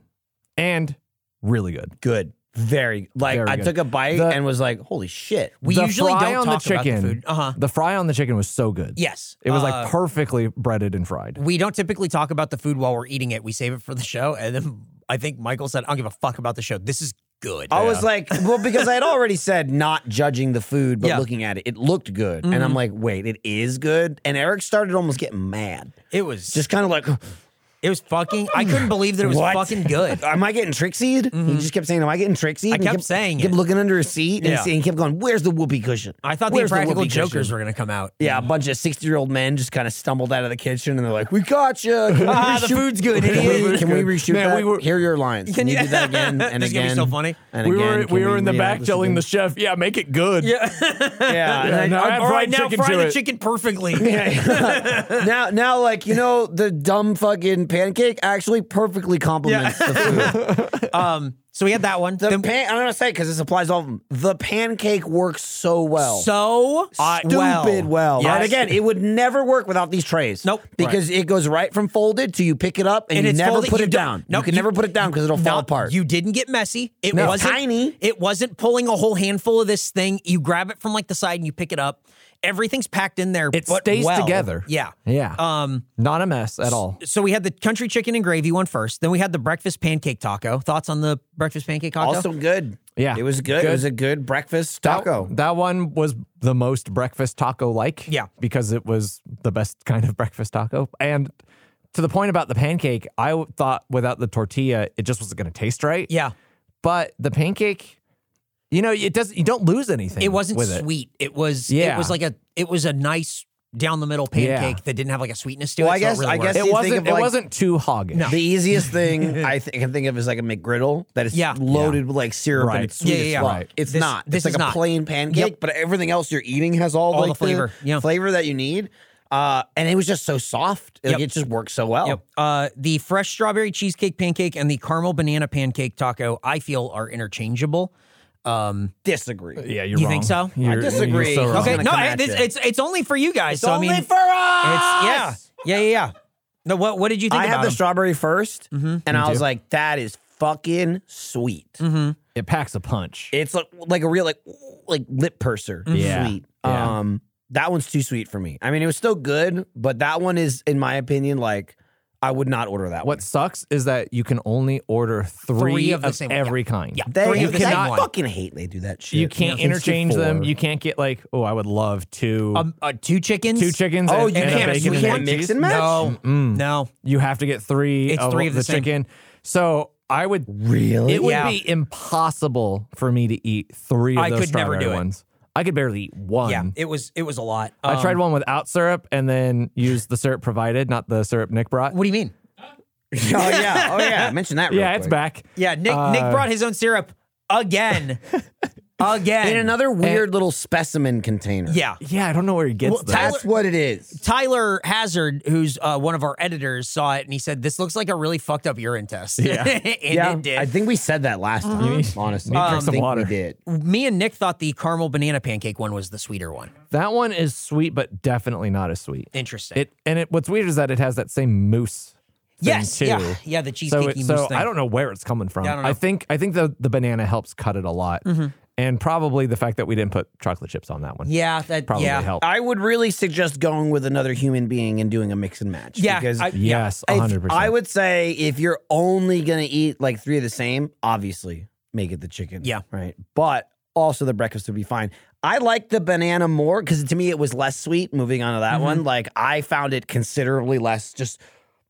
Speaker 3: and really good.
Speaker 1: good. Very like
Speaker 3: Very
Speaker 1: I
Speaker 3: good.
Speaker 1: took a bite
Speaker 3: The-
Speaker 1: and was like, "Holy shit!"
Speaker 2: We
Speaker 3: the
Speaker 2: usually
Speaker 3: fry
Speaker 2: don't
Speaker 3: on
Speaker 2: talk
Speaker 3: the chicken.
Speaker 2: about the food. Uh huh.
Speaker 3: The fry on the chicken was so good.
Speaker 2: Yes,
Speaker 3: it was
Speaker 2: Uh,
Speaker 3: like perfectly breaded and fried.
Speaker 2: we don't typically talk about the food while we're eating it. We save it for the show, and then I think Michael said, "I don't give a fuck about the show. This is good."
Speaker 1: I was like, "Well," because I had
Speaker 2: [laughs]
Speaker 1: already said not judging the food, but
Speaker 2: Yeah. Mm-hmm.
Speaker 1: looking at it, it looked good, and I'm like, "Wait, it is good." And Eric started almost getting mad,
Speaker 2: it was
Speaker 1: just kind of like,
Speaker 2: it was fucking.
Speaker 1: [laughs]
Speaker 2: I couldn't believe that it was
Speaker 1: What?
Speaker 2: fucking good.
Speaker 1: "Am I getting trixied?" He just kept saying, "Am I getting trixied?" I
Speaker 2: Mm-hmm. kept saying
Speaker 1: kept
Speaker 2: it.
Speaker 1: looking under his seat, and,
Speaker 2: Yeah.
Speaker 1: he, and he kept going, "Where's the whoopee cushion?"
Speaker 2: I thought the
Speaker 1: Where's
Speaker 2: impractical
Speaker 1: whoopee cushion?"
Speaker 2: jokers were gonna come out.
Speaker 1: Yeah, a bunch of 60 year old men just kind of stumbled out of the kitchen and they're like, We got you.
Speaker 2: Ah, the food's
Speaker 1: [laughs]
Speaker 2: good,
Speaker 1: Can
Speaker 2: idiot.
Speaker 1: we, can we reshoot
Speaker 3: Man,
Speaker 1: that?
Speaker 3: we were-
Speaker 1: Here are your lines. Can, you
Speaker 2: you-
Speaker 1: do that again? And
Speaker 2: This is gonna
Speaker 1: again.
Speaker 2: be so funny.
Speaker 1: And
Speaker 3: we
Speaker 1: again,
Speaker 3: were
Speaker 1: Can
Speaker 3: we were in the
Speaker 1: reenact
Speaker 3: back
Speaker 1: this
Speaker 3: telling
Speaker 1: again?
Speaker 3: the chef, "Yeah, make it good."
Speaker 2: Yeah.
Speaker 1: Yeah.
Speaker 2: [laughs]
Speaker 1: and
Speaker 3: now
Speaker 1: I-
Speaker 3: I have
Speaker 2: All right,
Speaker 3: fried
Speaker 2: now
Speaker 3: chicken
Speaker 2: fry
Speaker 3: to
Speaker 2: the
Speaker 3: it.
Speaker 2: chicken perfectly.
Speaker 1: now, now, like you know, the dumb fucking pancake actually perfectly complements the food.
Speaker 2: Um, [laughs] so we had that one.
Speaker 1: The
Speaker 2: Then-
Speaker 1: pan, I'm gonna say because this applies to all of them. The pancake works so well,
Speaker 2: so uh,
Speaker 1: stupid well.
Speaker 2: Yes.
Speaker 1: And again, it would never work without these trays.
Speaker 2: Nope.
Speaker 1: because it goes right from folded to you pick it up and,
Speaker 2: And
Speaker 1: you
Speaker 2: it's
Speaker 1: never
Speaker 2: folded,
Speaker 1: put
Speaker 2: you
Speaker 1: it
Speaker 2: don't-
Speaker 1: down.
Speaker 2: no,
Speaker 1: you can
Speaker 2: you-
Speaker 1: never put it down because it'll fall
Speaker 2: Not-
Speaker 1: apart.
Speaker 2: You didn't get messy. It
Speaker 1: No.
Speaker 2: wasn't
Speaker 1: Tiny.
Speaker 2: It wasn't pulling a whole handful of this thing. You grab it from like the side and you pick it up. Everything's packed in there.
Speaker 3: It
Speaker 2: but
Speaker 3: stays
Speaker 2: well.
Speaker 3: together.
Speaker 2: Yeah.
Speaker 3: Yeah.
Speaker 2: Um.
Speaker 3: Not a mess at all.
Speaker 2: So we had the country chicken and gravy one first. Then we had the breakfast pancake taco. Thoughts on the breakfast pancake taco?
Speaker 1: also good.
Speaker 3: Yeah.
Speaker 1: it was good. It
Speaker 3: Good.
Speaker 1: was a good breakfast
Speaker 3: That-
Speaker 1: taco.
Speaker 3: That, one was the most breakfast taco like.
Speaker 2: Yeah.
Speaker 3: Because it was the best [laughs] kind of breakfast taco. And to the point about the pancake, I w- thought without the tortilla, it just wasn't going to taste right.
Speaker 2: yeah.
Speaker 3: But the pancake, you know, it does. You don't lose anything.
Speaker 2: It wasn't
Speaker 3: with it.
Speaker 2: sweet. It, was. It
Speaker 3: Yeah.
Speaker 2: was like a. It was a nice down the middle pancake
Speaker 3: Yeah.
Speaker 2: that didn't have like a sweetness to
Speaker 1: Well,
Speaker 2: it.
Speaker 1: I
Speaker 2: so it
Speaker 1: guess-
Speaker 2: really
Speaker 1: I
Speaker 2: worked.
Speaker 1: guess
Speaker 3: It
Speaker 1: you think
Speaker 3: wasn't.
Speaker 1: of,
Speaker 3: It
Speaker 1: like-
Speaker 3: wasn't too hoggish.
Speaker 2: No.
Speaker 1: The easiest thing
Speaker 2: [laughs]
Speaker 1: I, th- can think of is like a McGriddle that is
Speaker 2: Yeah.
Speaker 1: loaded with like syrup
Speaker 3: Right.
Speaker 1: and it's sweet
Speaker 2: Yeah, yeah,
Speaker 1: as
Speaker 2: yeah.
Speaker 1: fuck.
Speaker 2: Right.
Speaker 1: It's
Speaker 2: This-
Speaker 1: not.
Speaker 2: this
Speaker 1: it's like
Speaker 2: is
Speaker 1: a
Speaker 2: not.
Speaker 1: plain pancake,
Speaker 2: Yep.
Speaker 1: but everything else you're eating has all,
Speaker 2: All
Speaker 1: like,
Speaker 2: the flavor. Yeah.
Speaker 1: flavor that you need. Uh, and it was just so soft. Like
Speaker 2: Yep.
Speaker 1: it just worked so well.
Speaker 2: Yep. Uh, the fresh strawberry cheesecake pancake and the caramel banana pancake taco, I feel, are interchangeable. Um,
Speaker 1: Disagree.
Speaker 3: Yeah, you're
Speaker 2: You
Speaker 3: wrong.
Speaker 2: think so? I
Speaker 3: You're,
Speaker 1: disagree.
Speaker 3: You're so wrong.
Speaker 1: I'm
Speaker 2: okay,
Speaker 1: gonna
Speaker 2: no,
Speaker 1: come
Speaker 2: I,
Speaker 1: at
Speaker 2: it's,
Speaker 1: ya.
Speaker 2: it's it's only for you guys. so
Speaker 1: only
Speaker 2: I mean,
Speaker 1: for us.
Speaker 2: it's yeah, yeah, yeah, yeah. No, what what did you think
Speaker 1: I
Speaker 2: about
Speaker 1: had the
Speaker 2: them?
Speaker 1: strawberry 1st and I was
Speaker 3: Mm-hmm. too. Mm-hmm.
Speaker 1: like, that is fucking sweet.
Speaker 3: It packs a punch.
Speaker 1: It's like, like a real like like lip purser.
Speaker 3: Mm-hmm. Yeah.
Speaker 1: Sweet.
Speaker 3: Yeah.
Speaker 1: Um that one's too sweet for me. I mean, it was still good, but that one is, in my opinion, like I would not order that
Speaker 3: What sucks is that you can only order three,
Speaker 2: Three of
Speaker 3: of,
Speaker 2: the same one,
Speaker 3: every kind.
Speaker 2: Yeah.
Speaker 1: one. They,
Speaker 2: Three
Speaker 1: you
Speaker 2: of the same
Speaker 1: cannot
Speaker 2: one.
Speaker 1: fucking hate they do that shit.
Speaker 3: You can't
Speaker 2: Yeah,
Speaker 3: interchange them.
Speaker 1: 64.
Speaker 3: You can't get like, oh, I would love two
Speaker 2: Um, uh, two chickens.
Speaker 3: two chickens.
Speaker 1: Oh,
Speaker 3: and,
Speaker 1: you
Speaker 3: and a
Speaker 1: can't-
Speaker 3: bacon
Speaker 1: you
Speaker 3: and
Speaker 1: can't
Speaker 3: egg
Speaker 1: mix
Speaker 3: cheese.
Speaker 1: and match?
Speaker 2: No, no.
Speaker 3: You have to get three.
Speaker 2: It's
Speaker 3: of
Speaker 2: three of the same.
Speaker 3: chicken. So I would
Speaker 1: Really?
Speaker 3: It would
Speaker 2: Yeah.
Speaker 3: be impossible for me to eat three of
Speaker 2: I
Speaker 3: those
Speaker 2: could never
Speaker 3: strawberry
Speaker 2: do it.
Speaker 3: ones. I could barely eat one.
Speaker 2: Yeah, it was it was a lot.
Speaker 3: I
Speaker 2: Um,
Speaker 3: tried one without syrup and then used the syrup provided, not the syrup Nick brought.
Speaker 2: What do you mean?
Speaker 1: [laughs] oh yeah, oh yeah. Mention
Speaker 3: [laughs]
Speaker 1: that. Real
Speaker 3: yeah,
Speaker 1: quick.
Speaker 3: it's back.
Speaker 2: Yeah, Nick Nick
Speaker 3: Uh,
Speaker 2: brought his own syrup
Speaker 3: [laughs]
Speaker 2: again, again.
Speaker 1: in another weird little specimen container.
Speaker 2: yeah.
Speaker 3: Yeah, I don't know where he gets
Speaker 2: Well,
Speaker 3: those.
Speaker 1: that's what it is.
Speaker 2: Tyler Hazard, who's uh, one of our editors, saw it and he said, "This looks like a really fucked up urine test." Yeah, [laughs] and it did.
Speaker 1: I think we said that last time. Honestly,
Speaker 3: need to Uh-huh. drink
Speaker 1: I
Speaker 3: some
Speaker 1: think
Speaker 3: water.
Speaker 1: we did.
Speaker 2: Me and Nick thought the caramel banana pancake one was the sweeter one.
Speaker 3: that one is sweet, but definitely not as sweet.
Speaker 2: Interesting.
Speaker 3: It and it. What's weird is that it has that same mousse. thing,
Speaker 2: yes,
Speaker 3: too.
Speaker 2: yeah, yeah. The
Speaker 3: So,
Speaker 2: cheesecake
Speaker 3: it,
Speaker 2: mousse
Speaker 3: so
Speaker 2: thing.
Speaker 3: I don't know where it's coming from.
Speaker 2: Yeah, I don't know. Mm-hmm.
Speaker 3: think I think the the banana helps cut it a lot, and probably the fact that we didn't put chocolate chips on that one
Speaker 2: Yeah, that
Speaker 3: probably
Speaker 2: yeah.
Speaker 3: helped.
Speaker 1: I would really suggest going with another human being and doing a mix and match.
Speaker 2: Yeah,
Speaker 1: because
Speaker 2: I-
Speaker 3: yes,
Speaker 1: if-
Speaker 3: hundred percent.
Speaker 1: I would say if you're only gonna eat like three of the same, obviously make it the chicken.
Speaker 2: Yeah.
Speaker 1: right. But also the breakfast would be fine. I like the banana more because to me it was less sweet. Moving on to that one, like I found it considerably less just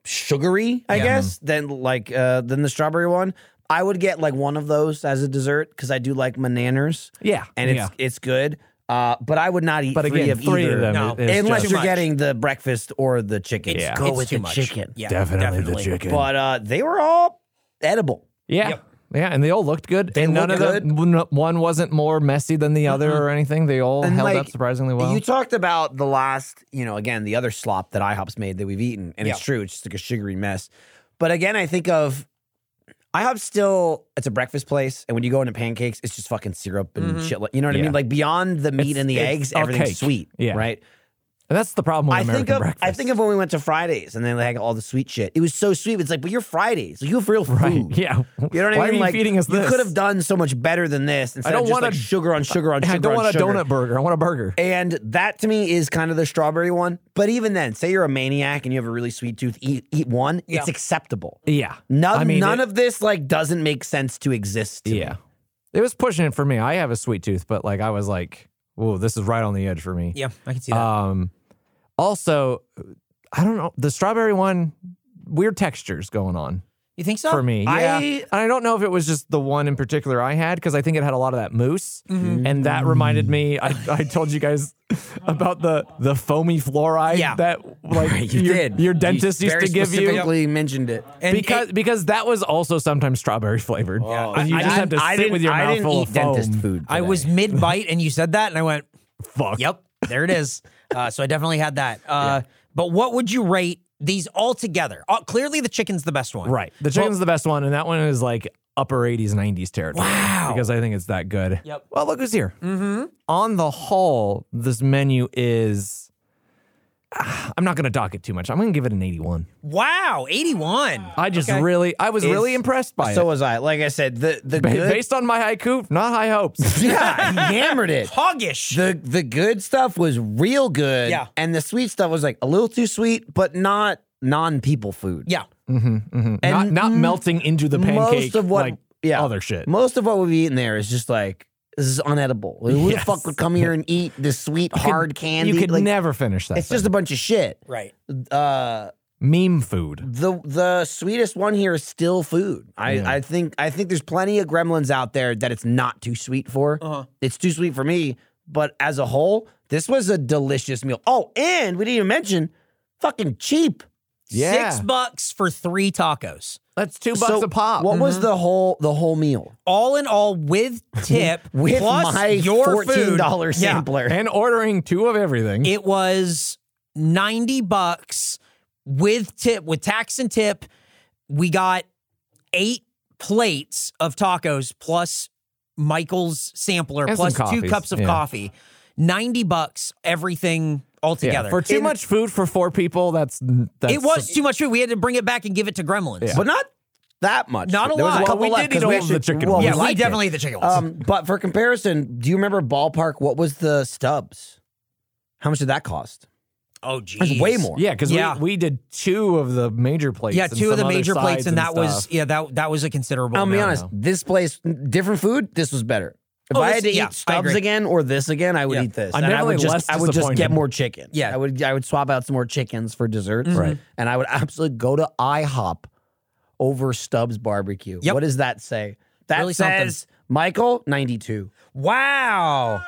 Speaker 1: sugary, I
Speaker 2: Yeah.
Speaker 1: guess, than like uh, than the strawberry one. I would get like one of those as a dessert because I do like bananas
Speaker 3: Yeah,
Speaker 1: and it's it's good. Uh, but I would not eat
Speaker 3: But
Speaker 1: three
Speaker 3: again,
Speaker 1: of
Speaker 3: three
Speaker 1: either,
Speaker 3: of them
Speaker 2: No.
Speaker 3: is
Speaker 1: unless
Speaker 3: just-
Speaker 1: you're
Speaker 2: much.
Speaker 1: getting the breakfast or the chicken.
Speaker 3: Yeah.
Speaker 1: Go
Speaker 2: It's
Speaker 1: with
Speaker 2: too
Speaker 1: the
Speaker 2: much.
Speaker 1: chicken.
Speaker 2: Yeah,
Speaker 1: But uh, they were all edible.
Speaker 3: yeah,
Speaker 2: Yep.
Speaker 3: yeah, and they all looked good, and none of
Speaker 1: looked
Speaker 3: the
Speaker 1: good.
Speaker 3: n- one wasn't more messy than the other or anything. They all
Speaker 1: And,
Speaker 3: held up
Speaker 1: like,
Speaker 3: surprisingly well.
Speaker 1: You talked about the last, you know, again the other slop that IHOP's made that we've eaten, and it's
Speaker 2: Yeah.
Speaker 1: true. It's just like a sugary mess. But again, I think of IHOP still. It's a breakfast place, and when you go into pancakes, it's just fucking syrup and shit. Like, you know what
Speaker 3: Mm-hmm.
Speaker 1: I
Speaker 3: Yeah.
Speaker 1: mean? Like beyond the meat
Speaker 3: It's-
Speaker 1: and the
Speaker 3: it's
Speaker 1: eggs,
Speaker 3: all
Speaker 1: everything's
Speaker 3: cake.
Speaker 1: sweet.
Speaker 3: Yeah.
Speaker 1: Right.
Speaker 3: and that's the problem with
Speaker 1: I
Speaker 3: American
Speaker 1: think of
Speaker 3: breakfast.
Speaker 1: I think
Speaker 3: [laughs]
Speaker 1: of when we went to Fridays and then they had all the sweet shit. It was so sweet. It's like, but you're Fridays. Like, you have
Speaker 3: [laughs]
Speaker 1: real food. You
Speaker 3: yeah.
Speaker 1: know what
Speaker 3: Why
Speaker 1: I mean?
Speaker 3: are you
Speaker 1: like,
Speaker 3: feeding us
Speaker 1: you
Speaker 3: this?
Speaker 1: could have done so much better than this. Instead
Speaker 3: don't
Speaker 1: of just
Speaker 3: want
Speaker 1: like
Speaker 3: a-
Speaker 1: sugar on sugar on sugar.
Speaker 3: [laughs] I don't
Speaker 1: on
Speaker 3: want a
Speaker 1: sugar.
Speaker 3: donut burger. I want a burger.
Speaker 1: And that to me is kind of the strawberry one. But even then, say you're a maniac and you have a really sweet tooth, eat eat one.
Speaker 2: Yeah.
Speaker 1: It's acceptable.
Speaker 3: Yeah.
Speaker 1: None
Speaker 3: I mean,
Speaker 1: none
Speaker 3: it-
Speaker 1: of this like doesn't make sense to exist. to me.
Speaker 3: Yeah. It was pushing it for me. I have a sweet tooth, but like I was like, "Whoa, this is right on the edge for me."
Speaker 2: Yeah, I can see that.
Speaker 3: Um. Also, I don't know the strawberry one. Weird textures going on.
Speaker 2: you think so?
Speaker 3: for me.
Speaker 1: I-
Speaker 3: Yeah. and I don't know if it was just the one in particular I had because I think it had a lot of that mousse,
Speaker 1: Mm-hmm.
Speaker 3: and that reminded me. I,
Speaker 1: Mm.
Speaker 3: I told you guys about the the foamy fluoride
Speaker 2: Yeah.
Speaker 3: that like
Speaker 1: [laughs] [laughs] you
Speaker 3: your,
Speaker 1: did.
Speaker 3: your dentist
Speaker 1: you
Speaker 3: used
Speaker 1: very
Speaker 3: to give you.
Speaker 1: specifically mentioned it.
Speaker 2: And
Speaker 3: Because
Speaker 2: it-
Speaker 3: because that was also sometimes strawberry flavored.
Speaker 1: Oh,
Speaker 3: And you
Speaker 1: I-
Speaker 3: just
Speaker 1: I
Speaker 3: had to
Speaker 1: didn't- I
Speaker 3: sit with
Speaker 1: didn't-
Speaker 3: your
Speaker 1: I
Speaker 3: mouth
Speaker 1: didn't
Speaker 3: full
Speaker 1: eat
Speaker 3: of foam.
Speaker 1: dentist food.
Speaker 2: I was mid bite and you said that, and I went,
Speaker 3: Fuck.
Speaker 2: "Yep, there it is." Uh, so I definitely had that. Uh, But what would you rate these all together? Uh, clearly, the chicken's the best one,
Speaker 3: Right. The chicken's the best one, and that one is like upper 80s, 90s territory.
Speaker 2: Wow.
Speaker 3: Because I think it's that good.
Speaker 2: Yep.
Speaker 3: Well, look who's here. Mm-hmm. On the whole, this menu is. Ah, I'm not going to dock it too much. I'm going to give it an 81.
Speaker 2: Wow, eighty-one.
Speaker 3: I just
Speaker 2: Okay.
Speaker 3: really, I was really impressed by
Speaker 1: So
Speaker 3: it.
Speaker 1: was I. Like I said, the the
Speaker 3: Ba-
Speaker 1: good
Speaker 3: Based on my haiku, not
Speaker 1: [laughs]
Speaker 3: high hopes.
Speaker 1: Yeah, he hammered
Speaker 3: [laughs]
Speaker 1: it.
Speaker 2: hoggish.
Speaker 1: The the good stuff was real good.
Speaker 2: Yeah.
Speaker 1: And the sweet stuff was like a little too sweet, but not non people food.
Speaker 2: yeah,
Speaker 3: Mm-hmm, not, not melting into the pancake.
Speaker 1: most of what
Speaker 3: like
Speaker 1: yeah,
Speaker 3: other shit.
Speaker 1: Most of what we've eaten there is just like this is unedible. Like, Who
Speaker 3: Yes.
Speaker 1: the fuck would come here and eat this sweet hard candy?
Speaker 3: you could
Speaker 1: Like,
Speaker 3: never finish that.
Speaker 1: it's just a bunch of shit.
Speaker 2: right.
Speaker 1: Uh,
Speaker 3: meme food.
Speaker 1: the the sweetest one here is still food. I, I think I think there's plenty of gremlins out there that it's not too sweet for.
Speaker 3: Uh-huh.
Speaker 1: It's too sweet for me, but as a whole, this was a delicious meal. Oh, and we didn't even mention fucking cheap.
Speaker 3: Yeah.
Speaker 2: Six bucks for three tacos.
Speaker 3: That's two bucks a pop.
Speaker 1: What was the whole the whole meal?
Speaker 2: All in
Speaker 1: [laughs]
Speaker 2: all, with tip
Speaker 1: With
Speaker 2: plus
Speaker 1: my
Speaker 2: your
Speaker 1: fourteen
Speaker 2: food,
Speaker 1: dollar
Speaker 2: Yeah.
Speaker 1: sampler.
Speaker 3: and ordering two of everything.
Speaker 2: It was 90 bucks with tip, with tax and tip. We got eight plates of tacos plus Michael's sampler
Speaker 3: And some
Speaker 2: plus two
Speaker 3: coffees,
Speaker 2: cups of
Speaker 3: yeah.
Speaker 2: coffee. 90 bucks, everything all together.
Speaker 3: For too
Speaker 2: it,
Speaker 3: much food for four people, that's that's
Speaker 2: it was too much food. We had to bring it back and give it to Gremlins.
Speaker 1: but not that much.
Speaker 2: Not a
Speaker 1: There was
Speaker 2: lot.
Speaker 1: a couple
Speaker 3: Well, we
Speaker 1: left
Speaker 3: did
Speaker 1: 'cause
Speaker 3: eat all of
Speaker 1: actually-
Speaker 3: the chicken
Speaker 1: Well,
Speaker 3: ones.
Speaker 2: yeah,
Speaker 1: we
Speaker 2: we
Speaker 1: liked it.
Speaker 2: definitely
Speaker 3: Um,
Speaker 2: had the chicken ones.
Speaker 1: Um, but for comparison, do you remember ballpark? What was the stubs? How much did that cost?
Speaker 2: Oh, geez.
Speaker 1: That's way more.
Speaker 3: Yeah, because
Speaker 2: Yeah.
Speaker 3: we, we did two of the major plates.
Speaker 2: Yeah,
Speaker 3: and
Speaker 2: two of
Speaker 3: some
Speaker 2: the
Speaker 3: other
Speaker 2: major plates,
Speaker 3: sides
Speaker 2: and that was
Speaker 3: stuff.
Speaker 2: yeah that that was a considerable.
Speaker 1: I'll be
Speaker 2: amount.
Speaker 1: honest. This place, different food. This was better. If
Speaker 2: Oh,
Speaker 1: I
Speaker 2: this-
Speaker 1: had to
Speaker 2: yeah, I
Speaker 1: eat Stubbs
Speaker 2: agree.
Speaker 1: again or this again, I would
Speaker 2: Yeah.
Speaker 1: eat this.
Speaker 3: I'm
Speaker 1: and I would
Speaker 3: definitely
Speaker 1: just,
Speaker 3: less
Speaker 1: I would just get
Speaker 3: disappointed.
Speaker 1: more chicken.
Speaker 2: Yeah. Mm-hmm.
Speaker 1: I would. I would swap out some more chickens for dessert.
Speaker 2: Right.
Speaker 1: And I would absolutely go to IHOP over Stubbs barbecue.
Speaker 2: Yep.
Speaker 1: What does that say? That
Speaker 2: Really something.
Speaker 1: says Michael ninety two.
Speaker 2: Wow.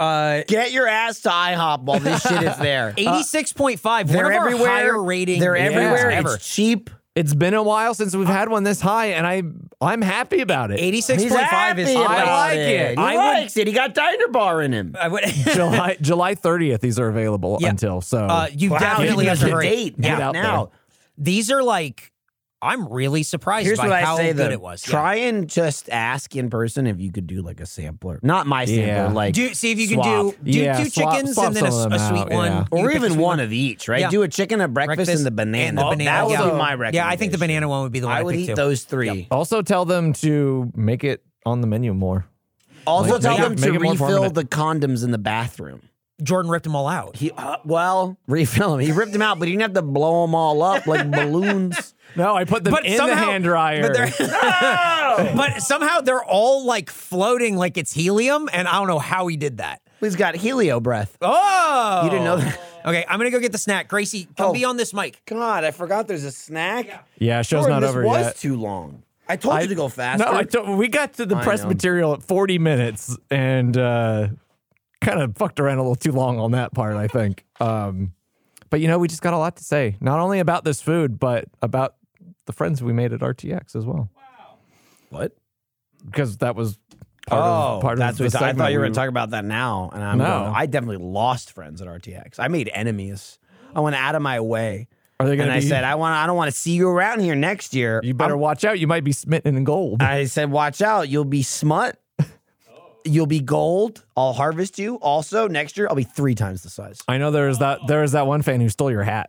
Speaker 2: Uh,
Speaker 1: Get your ass to IHOP while this shit is
Speaker 2: [laughs]
Speaker 1: there.
Speaker 2: eighty-six point five. One
Speaker 1: Uh, They're
Speaker 2: of our
Speaker 1: everywhere.
Speaker 2: higher rating.
Speaker 1: They're
Speaker 2: brands
Speaker 1: everywhere.
Speaker 2: Ever.
Speaker 1: It's cheap.
Speaker 3: It's been a while since we've had one this high, and I I'm happy about it.
Speaker 2: Eighty-six point five is.
Speaker 1: He's happy
Speaker 3: I
Speaker 1: about
Speaker 3: like it.
Speaker 1: He
Speaker 3: I would-
Speaker 1: likes it. He got diner bar in him.
Speaker 2: I
Speaker 3: [laughs]
Speaker 2: would. [laughs]
Speaker 3: July July 30th. These are available
Speaker 2: Yeah.
Speaker 3: until so.
Speaker 2: uh, you
Speaker 1: Wow,
Speaker 2: definitely
Speaker 1: he
Speaker 2: have to
Speaker 1: was
Speaker 2: hurry.
Speaker 1: a date.
Speaker 2: Yeah.
Speaker 1: Get out
Speaker 3: now.
Speaker 1: there.
Speaker 2: These are like. I'm really surprised
Speaker 1: Here's
Speaker 2: by
Speaker 1: what
Speaker 2: how
Speaker 1: I say
Speaker 2: good
Speaker 1: though.
Speaker 2: it was. Yeah.
Speaker 1: Try and just ask in person if you could do like a sampler. Not my sampler,
Speaker 3: Yeah.
Speaker 1: like
Speaker 2: Do see if you
Speaker 1: swap.
Speaker 2: can do do
Speaker 3: Yeah,
Speaker 2: two
Speaker 3: swap-
Speaker 2: chickens
Speaker 3: swap
Speaker 2: and then a,
Speaker 3: some of
Speaker 2: a
Speaker 3: them
Speaker 2: sweet
Speaker 3: out,
Speaker 2: one,
Speaker 3: yeah.
Speaker 2: You
Speaker 1: or
Speaker 2: pick
Speaker 1: even
Speaker 2: sweet
Speaker 1: one of each, right?
Speaker 2: Yeah.
Speaker 1: Do a chicken at breakfast, and the banana. Oh,
Speaker 2: and the banana.
Speaker 1: that would
Speaker 2: yeah.
Speaker 1: be my recommendation.
Speaker 2: Yeah, I think the banana one would be the one.
Speaker 1: I would
Speaker 2: pick
Speaker 1: eat
Speaker 2: too.
Speaker 1: those three.
Speaker 3: also, tell them to make it on the menu more.
Speaker 1: Also,
Speaker 3: Like,
Speaker 1: tell
Speaker 3: make it-
Speaker 1: them to
Speaker 3: make it more
Speaker 1: refill
Speaker 3: permanent.
Speaker 1: the condoms in the bathroom.
Speaker 2: Jordan ripped them all out.
Speaker 1: He uh, well refill them. He ripped them out, but he didn't have to blow them all up [laughs] like balloons.
Speaker 3: No, I put them in the hand dryer.
Speaker 2: But,
Speaker 1: [laughs]
Speaker 2: they're- [laughs] but somehow they're all like floating like it's helium, and I don't know how he did that.
Speaker 1: He's got helio breath.
Speaker 2: Oh,
Speaker 1: You didn't know that?
Speaker 2: [laughs] Okay, I'm gonna go get the snack. Gracie, come
Speaker 1: Oh.
Speaker 2: be on this mic.
Speaker 1: God, I forgot there's a snack.
Speaker 3: [laughs] yeah, show's
Speaker 1: Jordan,
Speaker 3: not
Speaker 1: this
Speaker 3: over
Speaker 1: was
Speaker 3: yet.
Speaker 1: too long. I told you to go faster.
Speaker 3: No, I don't, we got to the
Speaker 1: I
Speaker 3: press
Speaker 1: know.
Speaker 3: material at 40 minutes and uh, kind of fucked around a little too long on that part, I think. Um, but you know, we just got a lot to say, not only about this food, but about the friends we made at RTX as well,
Speaker 1: what?
Speaker 3: because that was part of part
Speaker 1: Oh, that's
Speaker 3: of the
Speaker 1: what I
Speaker 3: segment
Speaker 1: thought you were
Speaker 3: we-
Speaker 1: going to talk about that now, and I'm
Speaker 3: No.
Speaker 1: going, I definitely lost friends at RTX. I made enemies. I went out of my way,
Speaker 3: Are they
Speaker 1: and
Speaker 3: gonna
Speaker 1: I
Speaker 3: be-
Speaker 1: said I want. I don't want to see you around here next year.
Speaker 3: You better
Speaker 1: I'm-
Speaker 3: watch out. You might be smitten
Speaker 1: [laughs]
Speaker 3: in gold.
Speaker 1: I said, watch out. You'll be
Speaker 3: [laughs]
Speaker 1: smut. You'll be gold. I'll harvest you. Also, next year I'll be three times the size,
Speaker 3: I know there's that there's that one fan who stole your hat.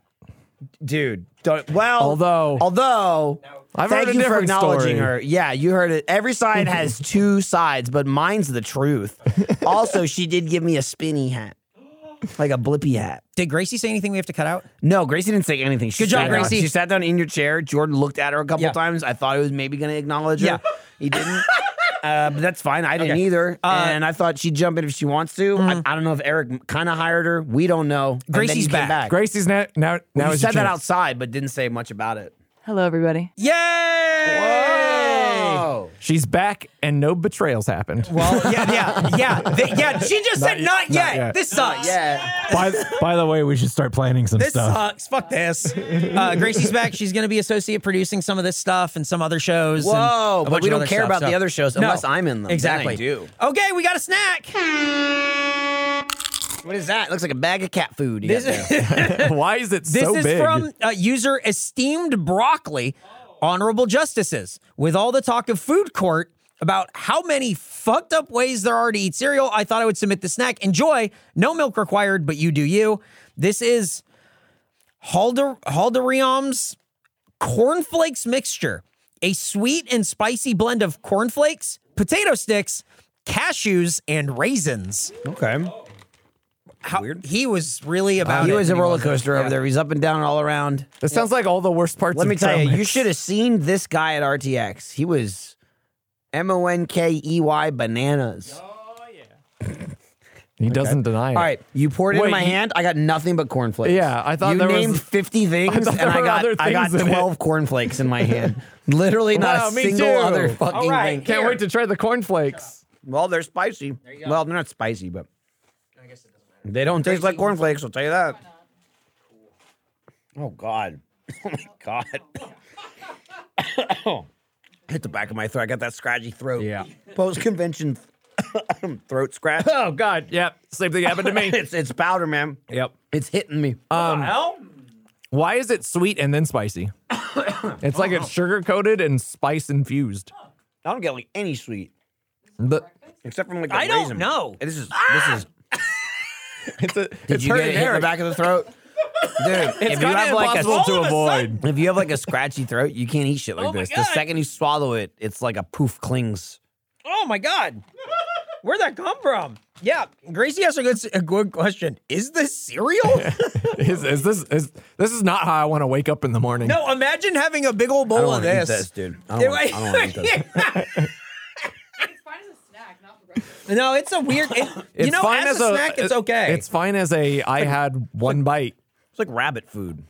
Speaker 1: dude. Don't, well,
Speaker 3: Although-
Speaker 1: although,
Speaker 3: I've
Speaker 1: thank
Speaker 3: heard a
Speaker 1: you for
Speaker 3: different
Speaker 1: acknowledging
Speaker 3: story.
Speaker 1: her. Yeah, you heard it. Every side has [laughs] two sides, but mine's the truth. [laughs] also, she did give me a spinny hat, like a blippy hat.
Speaker 2: Did Gracie say anything we have to cut out?
Speaker 1: No, Gracie didn't say anything. She
Speaker 2: Good job,
Speaker 1: sat down.
Speaker 2: Gracie.
Speaker 1: She sat down in your chair. Jordan looked at her a couple
Speaker 2: Yeah.
Speaker 1: times. I thought he was maybe going to acknowledge her.
Speaker 2: Yeah.
Speaker 1: He didn't. Uh, but that's fine. I didn't
Speaker 2: Okay.
Speaker 1: either,
Speaker 2: Uh,
Speaker 1: and I thought she'd jump in if she wants to. I, I don't know if Eric kind of hired her. We don't know. And then
Speaker 2: Gracie's
Speaker 1: you came
Speaker 2: back.
Speaker 3: Gracie's now now now
Speaker 1: you
Speaker 3: is your
Speaker 1: said that
Speaker 3: chance.
Speaker 1: outside, but didn't say much about it.
Speaker 4: Hello, everybody.
Speaker 2: Yay!
Speaker 1: Whoa!
Speaker 3: She's back and no betrayals happened.
Speaker 2: Well, yeah, yeah, yeah, They- yeah. She just said not yet.
Speaker 3: yet.
Speaker 2: This sucks.
Speaker 1: Yeah.
Speaker 3: by, by the way, we should start planning some
Speaker 2: This
Speaker 3: stuff.
Speaker 2: sucks. Fuck this. Uh, Gracie's back. She's going to be associate producing some of this stuff and some other shows. and
Speaker 1: Whoa,
Speaker 2: a
Speaker 1: but
Speaker 2: bunch
Speaker 1: we
Speaker 2: of
Speaker 1: don't
Speaker 2: other
Speaker 1: care
Speaker 2: stuff,
Speaker 1: about
Speaker 2: so-
Speaker 1: the other shows unless I'm in them. Then I
Speaker 2: Exactly.
Speaker 1: do.
Speaker 2: Okay, we got a snack.
Speaker 1: What is that? looks like a bag of cat food. you
Speaker 2: This,
Speaker 1: got there.
Speaker 3: [laughs] Why uh, is it
Speaker 2: this
Speaker 3: so
Speaker 2: is
Speaker 3: big?
Speaker 2: from uh, user esteemed broccoli, honorable justices. With all the talk of food court about how many fucked up ways there are to eat cereal, I thought I would submit the snack. Enjoy. No milk required, but you do you. This is Halder Halderioms cornflakes mixture, a sweet and spicy blend of cornflakes, potato sticks, cashews, and raisins.
Speaker 1: okay.
Speaker 2: How, Weird. He was really about.
Speaker 1: He
Speaker 2: it
Speaker 1: was a
Speaker 2: when
Speaker 1: roller
Speaker 2: wasn't.
Speaker 1: coaster over
Speaker 2: Yeah.
Speaker 1: there. He's up and down all around.
Speaker 3: This sounds like all the worst parts.
Speaker 1: Let
Speaker 3: of
Speaker 1: me tell you,
Speaker 3: Trail
Speaker 1: you
Speaker 3: Mix.
Speaker 1: should have seen this guy at RTX. He was M O N K E Y bananas.
Speaker 3: He doesn't deny it.
Speaker 1: All right, you poured it in
Speaker 3: Wait,
Speaker 1: my
Speaker 3: you-
Speaker 1: hand. I got nothing but cornflakes.
Speaker 3: Yeah, [laughs] I thought
Speaker 1: you
Speaker 3: there was-
Speaker 1: named fifty things,
Speaker 3: thought
Speaker 1: and
Speaker 3: there
Speaker 1: I
Speaker 3: were
Speaker 1: got
Speaker 3: other
Speaker 1: I got
Speaker 3: things in it.
Speaker 1: twelve cornflakes in my hand. Literally not
Speaker 3: Wow,
Speaker 1: a
Speaker 3: me
Speaker 1: single
Speaker 3: too.
Speaker 1: other
Speaker 3: All
Speaker 1: fucking
Speaker 2: right,
Speaker 1: thing.
Speaker 2: here.
Speaker 3: Can't wait to try the cornflakes.
Speaker 1: Well, they're spicy. Well, they're not spicy, but they don't taste like cornflakes. I'll tell you that. Oh God! [laughs] Oh my God! [coughs] Hit the back of my throat. I got that scratchy throat.
Speaker 3: Yeah.
Speaker 1: Post convention [coughs] throat scratch.
Speaker 3: [laughs] Oh God, yep. Same thing [coughs] happened to
Speaker 1: [coughs]
Speaker 3: me. [laughs]
Speaker 1: it's it's powder, man.
Speaker 3: yep.
Speaker 1: It's hitting me.
Speaker 3: Uh, Why is it sweet and then [coughs] spicy? it's like it's sugar coated and spice infused.
Speaker 1: I don't get like any sweet
Speaker 3: The,
Speaker 1: except from like I
Speaker 2: I don't know. Ah!
Speaker 1: This is this is.
Speaker 3: it's a,
Speaker 1: Did
Speaker 3: it's
Speaker 1: you get
Speaker 3: hurting
Speaker 1: it hit in the
Speaker 3: Eric.
Speaker 1: back of the throat, dude? if you
Speaker 3: kinda
Speaker 1: have like
Speaker 3: impossible
Speaker 1: a
Speaker 3: to avoid.
Speaker 1: If you have like a scratchy throat, you can't eat shit like
Speaker 2: my
Speaker 1: this. The
Speaker 2: God.
Speaker 1: second you swallow it, it's like a poof clings.
Speaker 2: Oh my god. Where'd that come from? Yeah, Gracie asked a good, a good question. Is this
Speaker 1: [laughs]
Speaker 2: cereal?
Speaker 3: Is, is this is this is not how I want to wake up in the morning?
Speaker 2: no, imagine having a big old
Speaker 1: I don't
Speaker 2: bowl
Speaker 1: want
Speaker 2: of
Speaker 1: to eat this,
Speaker 2: this.
Speaker 1: dude. I don't wanna- I don't want
Speaker 2: [laughs]
Speaker 1: to eat this.
Speaker 4: It's fine as a snack, not for breakfast.
Speaker 2: no, it's a weird. It,
Speaker 1: [laughs]
Speaker 3: It's
Speaker 2: you know,
Speaker 3: fine
Speaker 2: as, a, snack, it's
Speaker 3: it-
Speaker 2: okay.
Speaker 3: It's fine as a I had one bite.
Speaker 1: It's like rabbit food.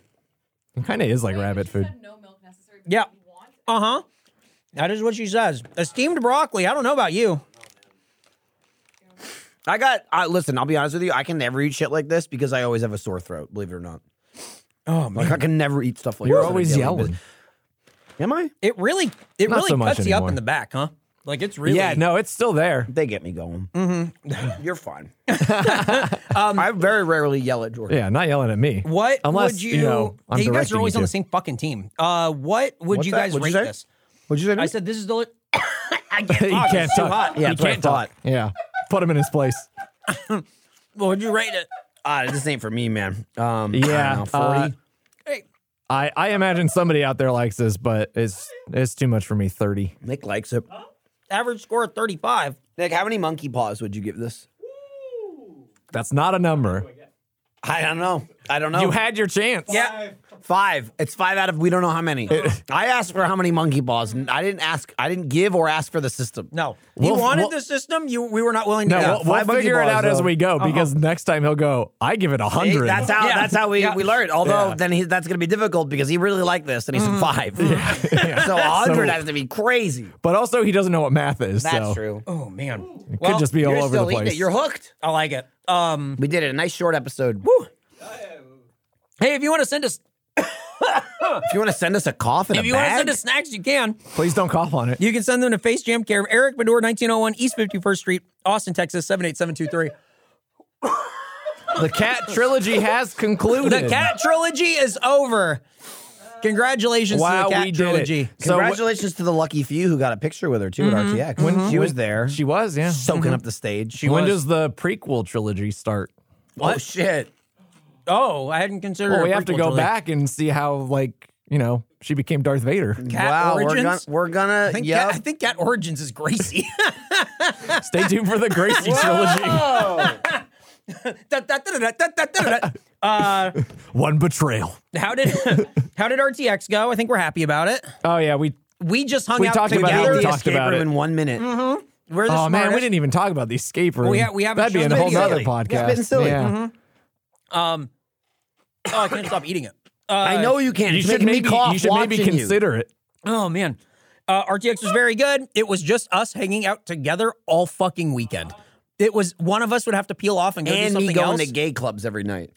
Speaker 3: It kind of is like
Speaker 4: Wait,
Speaker 3: rabbit
Speaker 4: she
Speaker 3: food.
Speaker 4: said No milk necessary. but
Speaker 2: Yeah.
Speaker 4: if you want,
Speaker 2: Uh huh. That is what she says. Esteemed broccoli. I don't know about you.
Speaker 1: I got. I, listen, I'll be honest with you. I can never eat shit like this because I always have a sore throat. Believe it or not.
Speaker 2: Oh
Speaker 1: Like I can never eat stuff like.
Speaker 3: You're
Speaker 1: this on a
Speaker 3: always
Speaker 1: daily
Speaker 3: yelling.
Speaker 1: basis. Am I?
Speaker 2: It really, it
Speaker 3: Not
Speaker 2: really
Speaker 3: so much
Speaker 2: cuts you up
Speaker 3: anymore.
Speaker 2: in the back, huh? Like it's really.
Speaker 3: Yeah, no, it's still there.
Speaker 1: They get me going. Mm-hmm. You're fine. [laughs] I very rarely yell at Jordan.
Speaker 3: Yeah, not yelling at me.
Speaker 2: What
Speaker 3: Unless
Speaker 2: would you?
Speaker 3: you, know, I'm
Speaker 2: Hey, you guys
Speaker 3: directing
Speaker 2: are always
Speaker 3: you
Speaker 2: on the
Speaker 3: to.
Speaker 2: same fucking team. Uh, what would
Speaker 1: What's
Speaker 2: you
Speaker 1: that?
Speaker 2: guys
Speaker 1: What'd
Speaker 2: rate
Speaker 1: you say?
Speaker 2: this?
Speaker 1: What'd you say? to
Speaker 2: I
Speaker 1: me?
Speaker 2: said this is the. I
Speaker 3: [laughs]
Speaker 2: can't
Speaker 3: He
Speaker 2: talk. it's
Speaker 3: can't
Speaker 2: too
Speaker 3: talk.
Speaker 2: hot.
Speaker 1: Yeah,
Speaker 3: he
Speaker 1: that's what I
Speaker 3: can't talk.
Speaker 1: thought.
Speaker 3: Yeah, put him in his place.
Speaker 2: What would you rate it?
Speaker 1: Ah, this ain't for me, man. Um,
Speaker 3: Yeah, uh,
Speaker 1: forty.
Speaker 2: Hey,
Speaker 3: I I imagine somebody out there likes this, but it's it's too much for me. Thirty.
Speaker 1: Nick likes it.
Speaker 2: average score of thirty-five.
Speaker 1: Nick, how many monkey paws would you give this?
Speaker 3: That's not a number.
Speaker 1: I don't know. I don't know.
Speaker 3: You had your chance.
Speaker 2: Oh. Yeah,
Speaker 1: Five. It's five out of we don't know how many. I asked for how many monkey paws, and I didn't ask. I didn't give or ask for the system.
Speaker 2: no. you
Speaker 3: We'll-
Speaker 2: wanted
Speaker 3: we'll-
Speaker 2: the system. You we were not willing to.
Speaker 3: No,
Speaker 2: do
Speaker 3: we'll-
Speaker 2: it.
Speaker 3: we'll,
Speaker 1: five monkey
Speaker 3: figure it
Speaker 1: balls,
Speaker 3: out as
Speaker 1: though.
Speaker 3: we
Speaker 2: Uh-huh.
Speaker 3: go because next time he'll go. I give it a
Speaker 1: See,
Speaker 3: hundred.
Speaker 1: that's how.
Speaker 2: Yeah.
Speaker 1: That's how we,
Speaker 2: Yeah.
Speaker 1: we learned. Although
Speaker 3: Yeah. Mm.
Speaker 1: then he, that's going to be difficult because he really liked this, and he said five.
Speaker 3: [laughs]
Speaker 1: so a hundred
Speaker 3: So-
Speaker 1: has to be crazy.
Speaker 3: But also, he doesn't know what math is.
Speaker 1: That's
Speaker 3: so
Speaker 1: true.
Speaker 2: Oh man, it
Speaker 3: Could just be all over the place.
Speaker 1: You're hooked.
Speaker 2: I like it. Um,
Speaker 1: We did it. A nice short episode.
Speaker 2: hey, if you want to send us,
Speaker 1: If you want to send us a cough and
Speaker 2: if
Speaker 1: a
Speaker 2: you want to
Speaker 1: bag,
Speaker 2: send us snacks, you can.
Speaker 3: Please don't cough on it.
Speaker 2: You can send them to Face Jam Care of Eric Bedour, 1901 East 51st Street, Austin, Texas, 78723.
Speaker 3: The cat trilogy
Speaker 2: [laughs]
Speaker 3: has concluded.
Speaker 2: The Cat Trilogy is over. Congratulations
Speaker 3: Wow,
Speaker 2: to the Cat
Speaker 3: we did it.
Speaker 2: Trilogy.
Speaker 3: So what-
Speaker 1: Congratulations to the lucky few who got a picture with her too at RTX. When she was there,
Speaker 3: She was, yeah.
Speaker 1: soaking up the stage. She
Speaker 3: when
Speaker 1: was.
Speaker 3: does the prequel trilogy start?
Speaker 1: oh shit!
Speaker 2: Oh, I hadn't considered
Speaker 3: Well,
Speaker 2: a
Speaker 3: we have to
Speaker 2: prequel
Speaker 3: go
Speaker 2: trilogy.
Speaker 3: back and see how, like, you know, she became Darth Vader.
Speaker 2: Cat
Speaker 1: wow,
Speaker 2: Origins?
Speaker 1: we're gonna we're
Speaker 2: I
Speaker 1: gonna
Speaker 2: think,
Speaker 1: yep.
Speaker 2: Cat, I think Cat Origins
Speaker 3: [laughs]
Speaker 2: is Gracie.
Speaker 3: Stay tuned for the
Speaker 2: [laughs]
Speaker 3: Gracie trilogy.
Speaker 2: Da, da, da, da, da, da, da, da. uh,
Speaker 3: One betrayal.
Speaker 2: how did [laughs] how did RTX go? I think we're happy about it.
Speaker 3: Oh yeah, we.
Speaker 2: We just hung
Speaker 3: We
Speaker 2: out
Speaker 3: talked about it.
Speaker 2: together.
Speaker 3: We
Speaker 1: the
Speaker 3: talked
Speaker 1: escape
Speaker 3: about
Speaker 1: room
Speaker 3: it.
Speaker 1: in one minute.
Speaker 2: We're the
Speaker 3: Oh man, we
Speaker 2: smartest.
Speaker 3: didn't even talk about the escape room.
Speaker 2: We ha- we haven't
Speaker 3: That'd be
Speaker 2: shown
Speaker 3: in a whole
Speaker 2: video.
Speaker 3: other
Speaker 2: Yeah,
Speaker 3: podcast.
Speaker 1: it's been silly.
Speaker 2: Mm-hmm.
Speaker 3: Yeah.
Speaker 2: Um, Oh, I can't stop
Speaker 3: [laughs]
Speaker 2: eating it. Uh,
Speaker 1: I know you can.
Speaker 3: You
Speaker 1: It's
Speaker 3: should
Speaker 1: making me
Speaker 3: maybe
Speaker 1: cough
Speaker 3: you should maybe
Speaker 1: watching you.
Speaker 3: consider it.
Speaker 2: Oh man, uh, RTX was very good. It was just us hanging out together all fucking weekend. It was one of us would have to peel off and go do
Speaker 1: and me
Speaker 2: something
Speaker 1: going
Speaker 2: else.
Speaker 1: to gay clubs every night.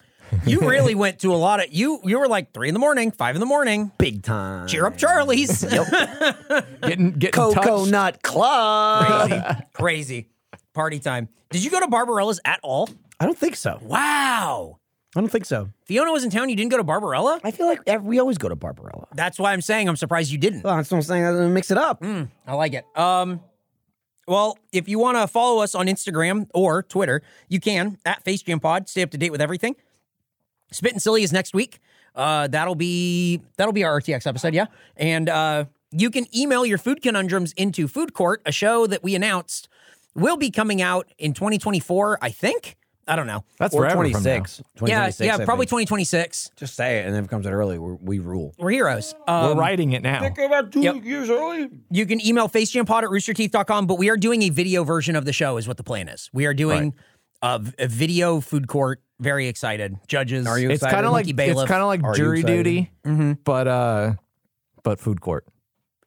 Speaker 2: you really went to a lot of you. You were like three in the morning, five in the morning.
Speaker 1: Big time.
Speaker 2: Cheer up, Charlie's.
Speaker 3: Getting getting
Speaker 1: Coco
Speaker 3: touched.
Speaker 1: Nut Club.
Speaker 2: Crazy party time. Did you go to Barbarella's at all?
Speaker 1: I don't think so.
Speaker 2: Wow.
Speaker 1: I don't think so.
Speaker 2: Fiona was in town. You didn't go to Barbarella.
Speaker 1: I feel like ev- we always go to Barbarella.
Speaker 2: That's why I'm saying I'm surprised you didn't.
Speaker 1: Well, that's what I'm saying. I mix it up.
Speaker 2: I like it. Um, well, if you want to follow us on Instagram or Twitter, you can at Face Jam Pod. Stay up to date with everything. Spit and Silly is next week. Uh, that'll be that'll be our RTX episode, yeah. And uh, you can email your food conundrums into Food Court, a show that we announced will be coming out in 2024. I think. I don't know.
Speaker 3: That's
Speaker 1: Or
Speaker 3: forever from now.
Speaker 1: 26.
Speaker 2: Yeah,
Speaker 1: 2026,
Speaker 2: yeah,
Speaker 1: I
Speaker 2: probably
Speaker 1: think.
Speaker 2: 2026.
Speaker 1: Just say it, and if it comes out early, we're, we rule.
Speaker 2: We're heroes. Um,
Speaker 3: We're writing it now.
Speaker 1: about two years early.
Speaker 2: You can email facejampod at roosterteeth.com, but we are doing a video version of the show, is what the plan is. We are doing a, v- a video food court. Very excited. Judges. Are
Speaker 1: you
Speaker 3: It's
Speaker 1: excited?
Speaker 3: kind of like
Speaker 2: Monkey
Speaker 3: it's
Speaker 2: bailiff.
Speaker 3: kind of like
Speaker 1: Are you
Speaker 3: jury
Speaker 1: excited?
Speaker 3: duty,
Speaker 2: Mm-hmm.
Speaker 3: but uh, but food court.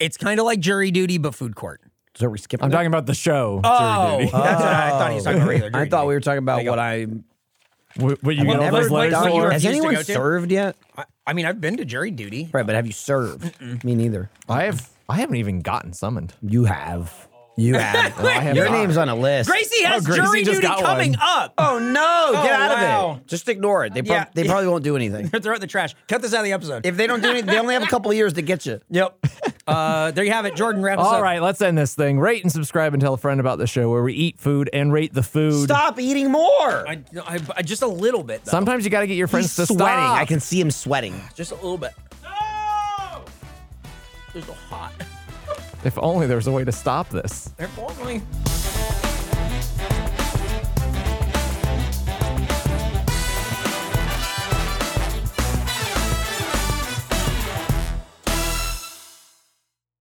Speaker 2: It's kind of like jury duty, but food court.
Speaker 1: So we skip.
Speaker 3: I'm talking about the show.
Speaker 2: Oh,
Speaker 3: jury
Speaker 2: that's
Speaker 3: duty.
Speaker 2: what I thought he was talking about.
Speaker 1: [laughs]
Speaker 2: regular
Speaker 1: I
Speaker 2: jury
Speaker 1: thought
Speaker 2: duty.
Speaker 1: we were talking about what I
Speaker 3: [laughs] What, what you get all
Speaker 2: never
Speaker 3: those letters
Speaker 2: done-
Speaker 3: for?
Speaker 2: you
Speaker 1: Has
Speaker 2: refused to
Speaker 1: anyone
Speaker 2: go to?
Speaker 1: served yet?
Speaker 2: I, I mean, I've been to jury duty.
Speaker 1: Right, but have you served? Me neither.
Speaker 3: I have. I haven't even gotten summoned.
Speaker 1: You have. You [laughs] have.
Speaker 3: I have
Speaker 1: Your
Speaker 3: not.
Speaker 1: name's on a list.
Speaker 2: Gracie has
Speaker 3: Gracie
Speaker 2: jury
Speaker 3: just
Speaker 2: duty
Speaker 3: got
Speaker 2: coming
Speaker 3: one.
Speaker 2: up. [laughs]
Speaker 1: Oh no!
Speaker 2: Oh,
Speaker 1: Get out
Speaker 2: wow.
Speaker 1: of it. Just ignore it. They, prob-
Speaker 2: Yeah.
Speaker 1: they probably won't do anything.
Speaker 2: Throw it in the trash. Cut this out of the episode.
Speaker 1: If they don't do anything, they only have a couple of years to get you.
Speaker 2: [laughs] yep. uh, there you have it. Jordan, wrap us
Speaker 3: All
Speaker 2: up.
Speaker 3: right, let's end this thing. Rate and subscribe and tell a friend about the show where we eat food and rate the food.
Speaker 1: Stop eating more.
Speaker 2: I, I, I- just a little bit, though.
Speaker 3: Sometimes you got to get your friends
Speaker 1: He's
Speaker 3: to
Speaker 1: sweating.
Speaker 3: stop.
Speaker 1: I can see him sweating.
Speaker 2: just a little bit. No! There's a hot.
Speaker 3: If only there was a way to stop this.
Speaker 2: É They're following.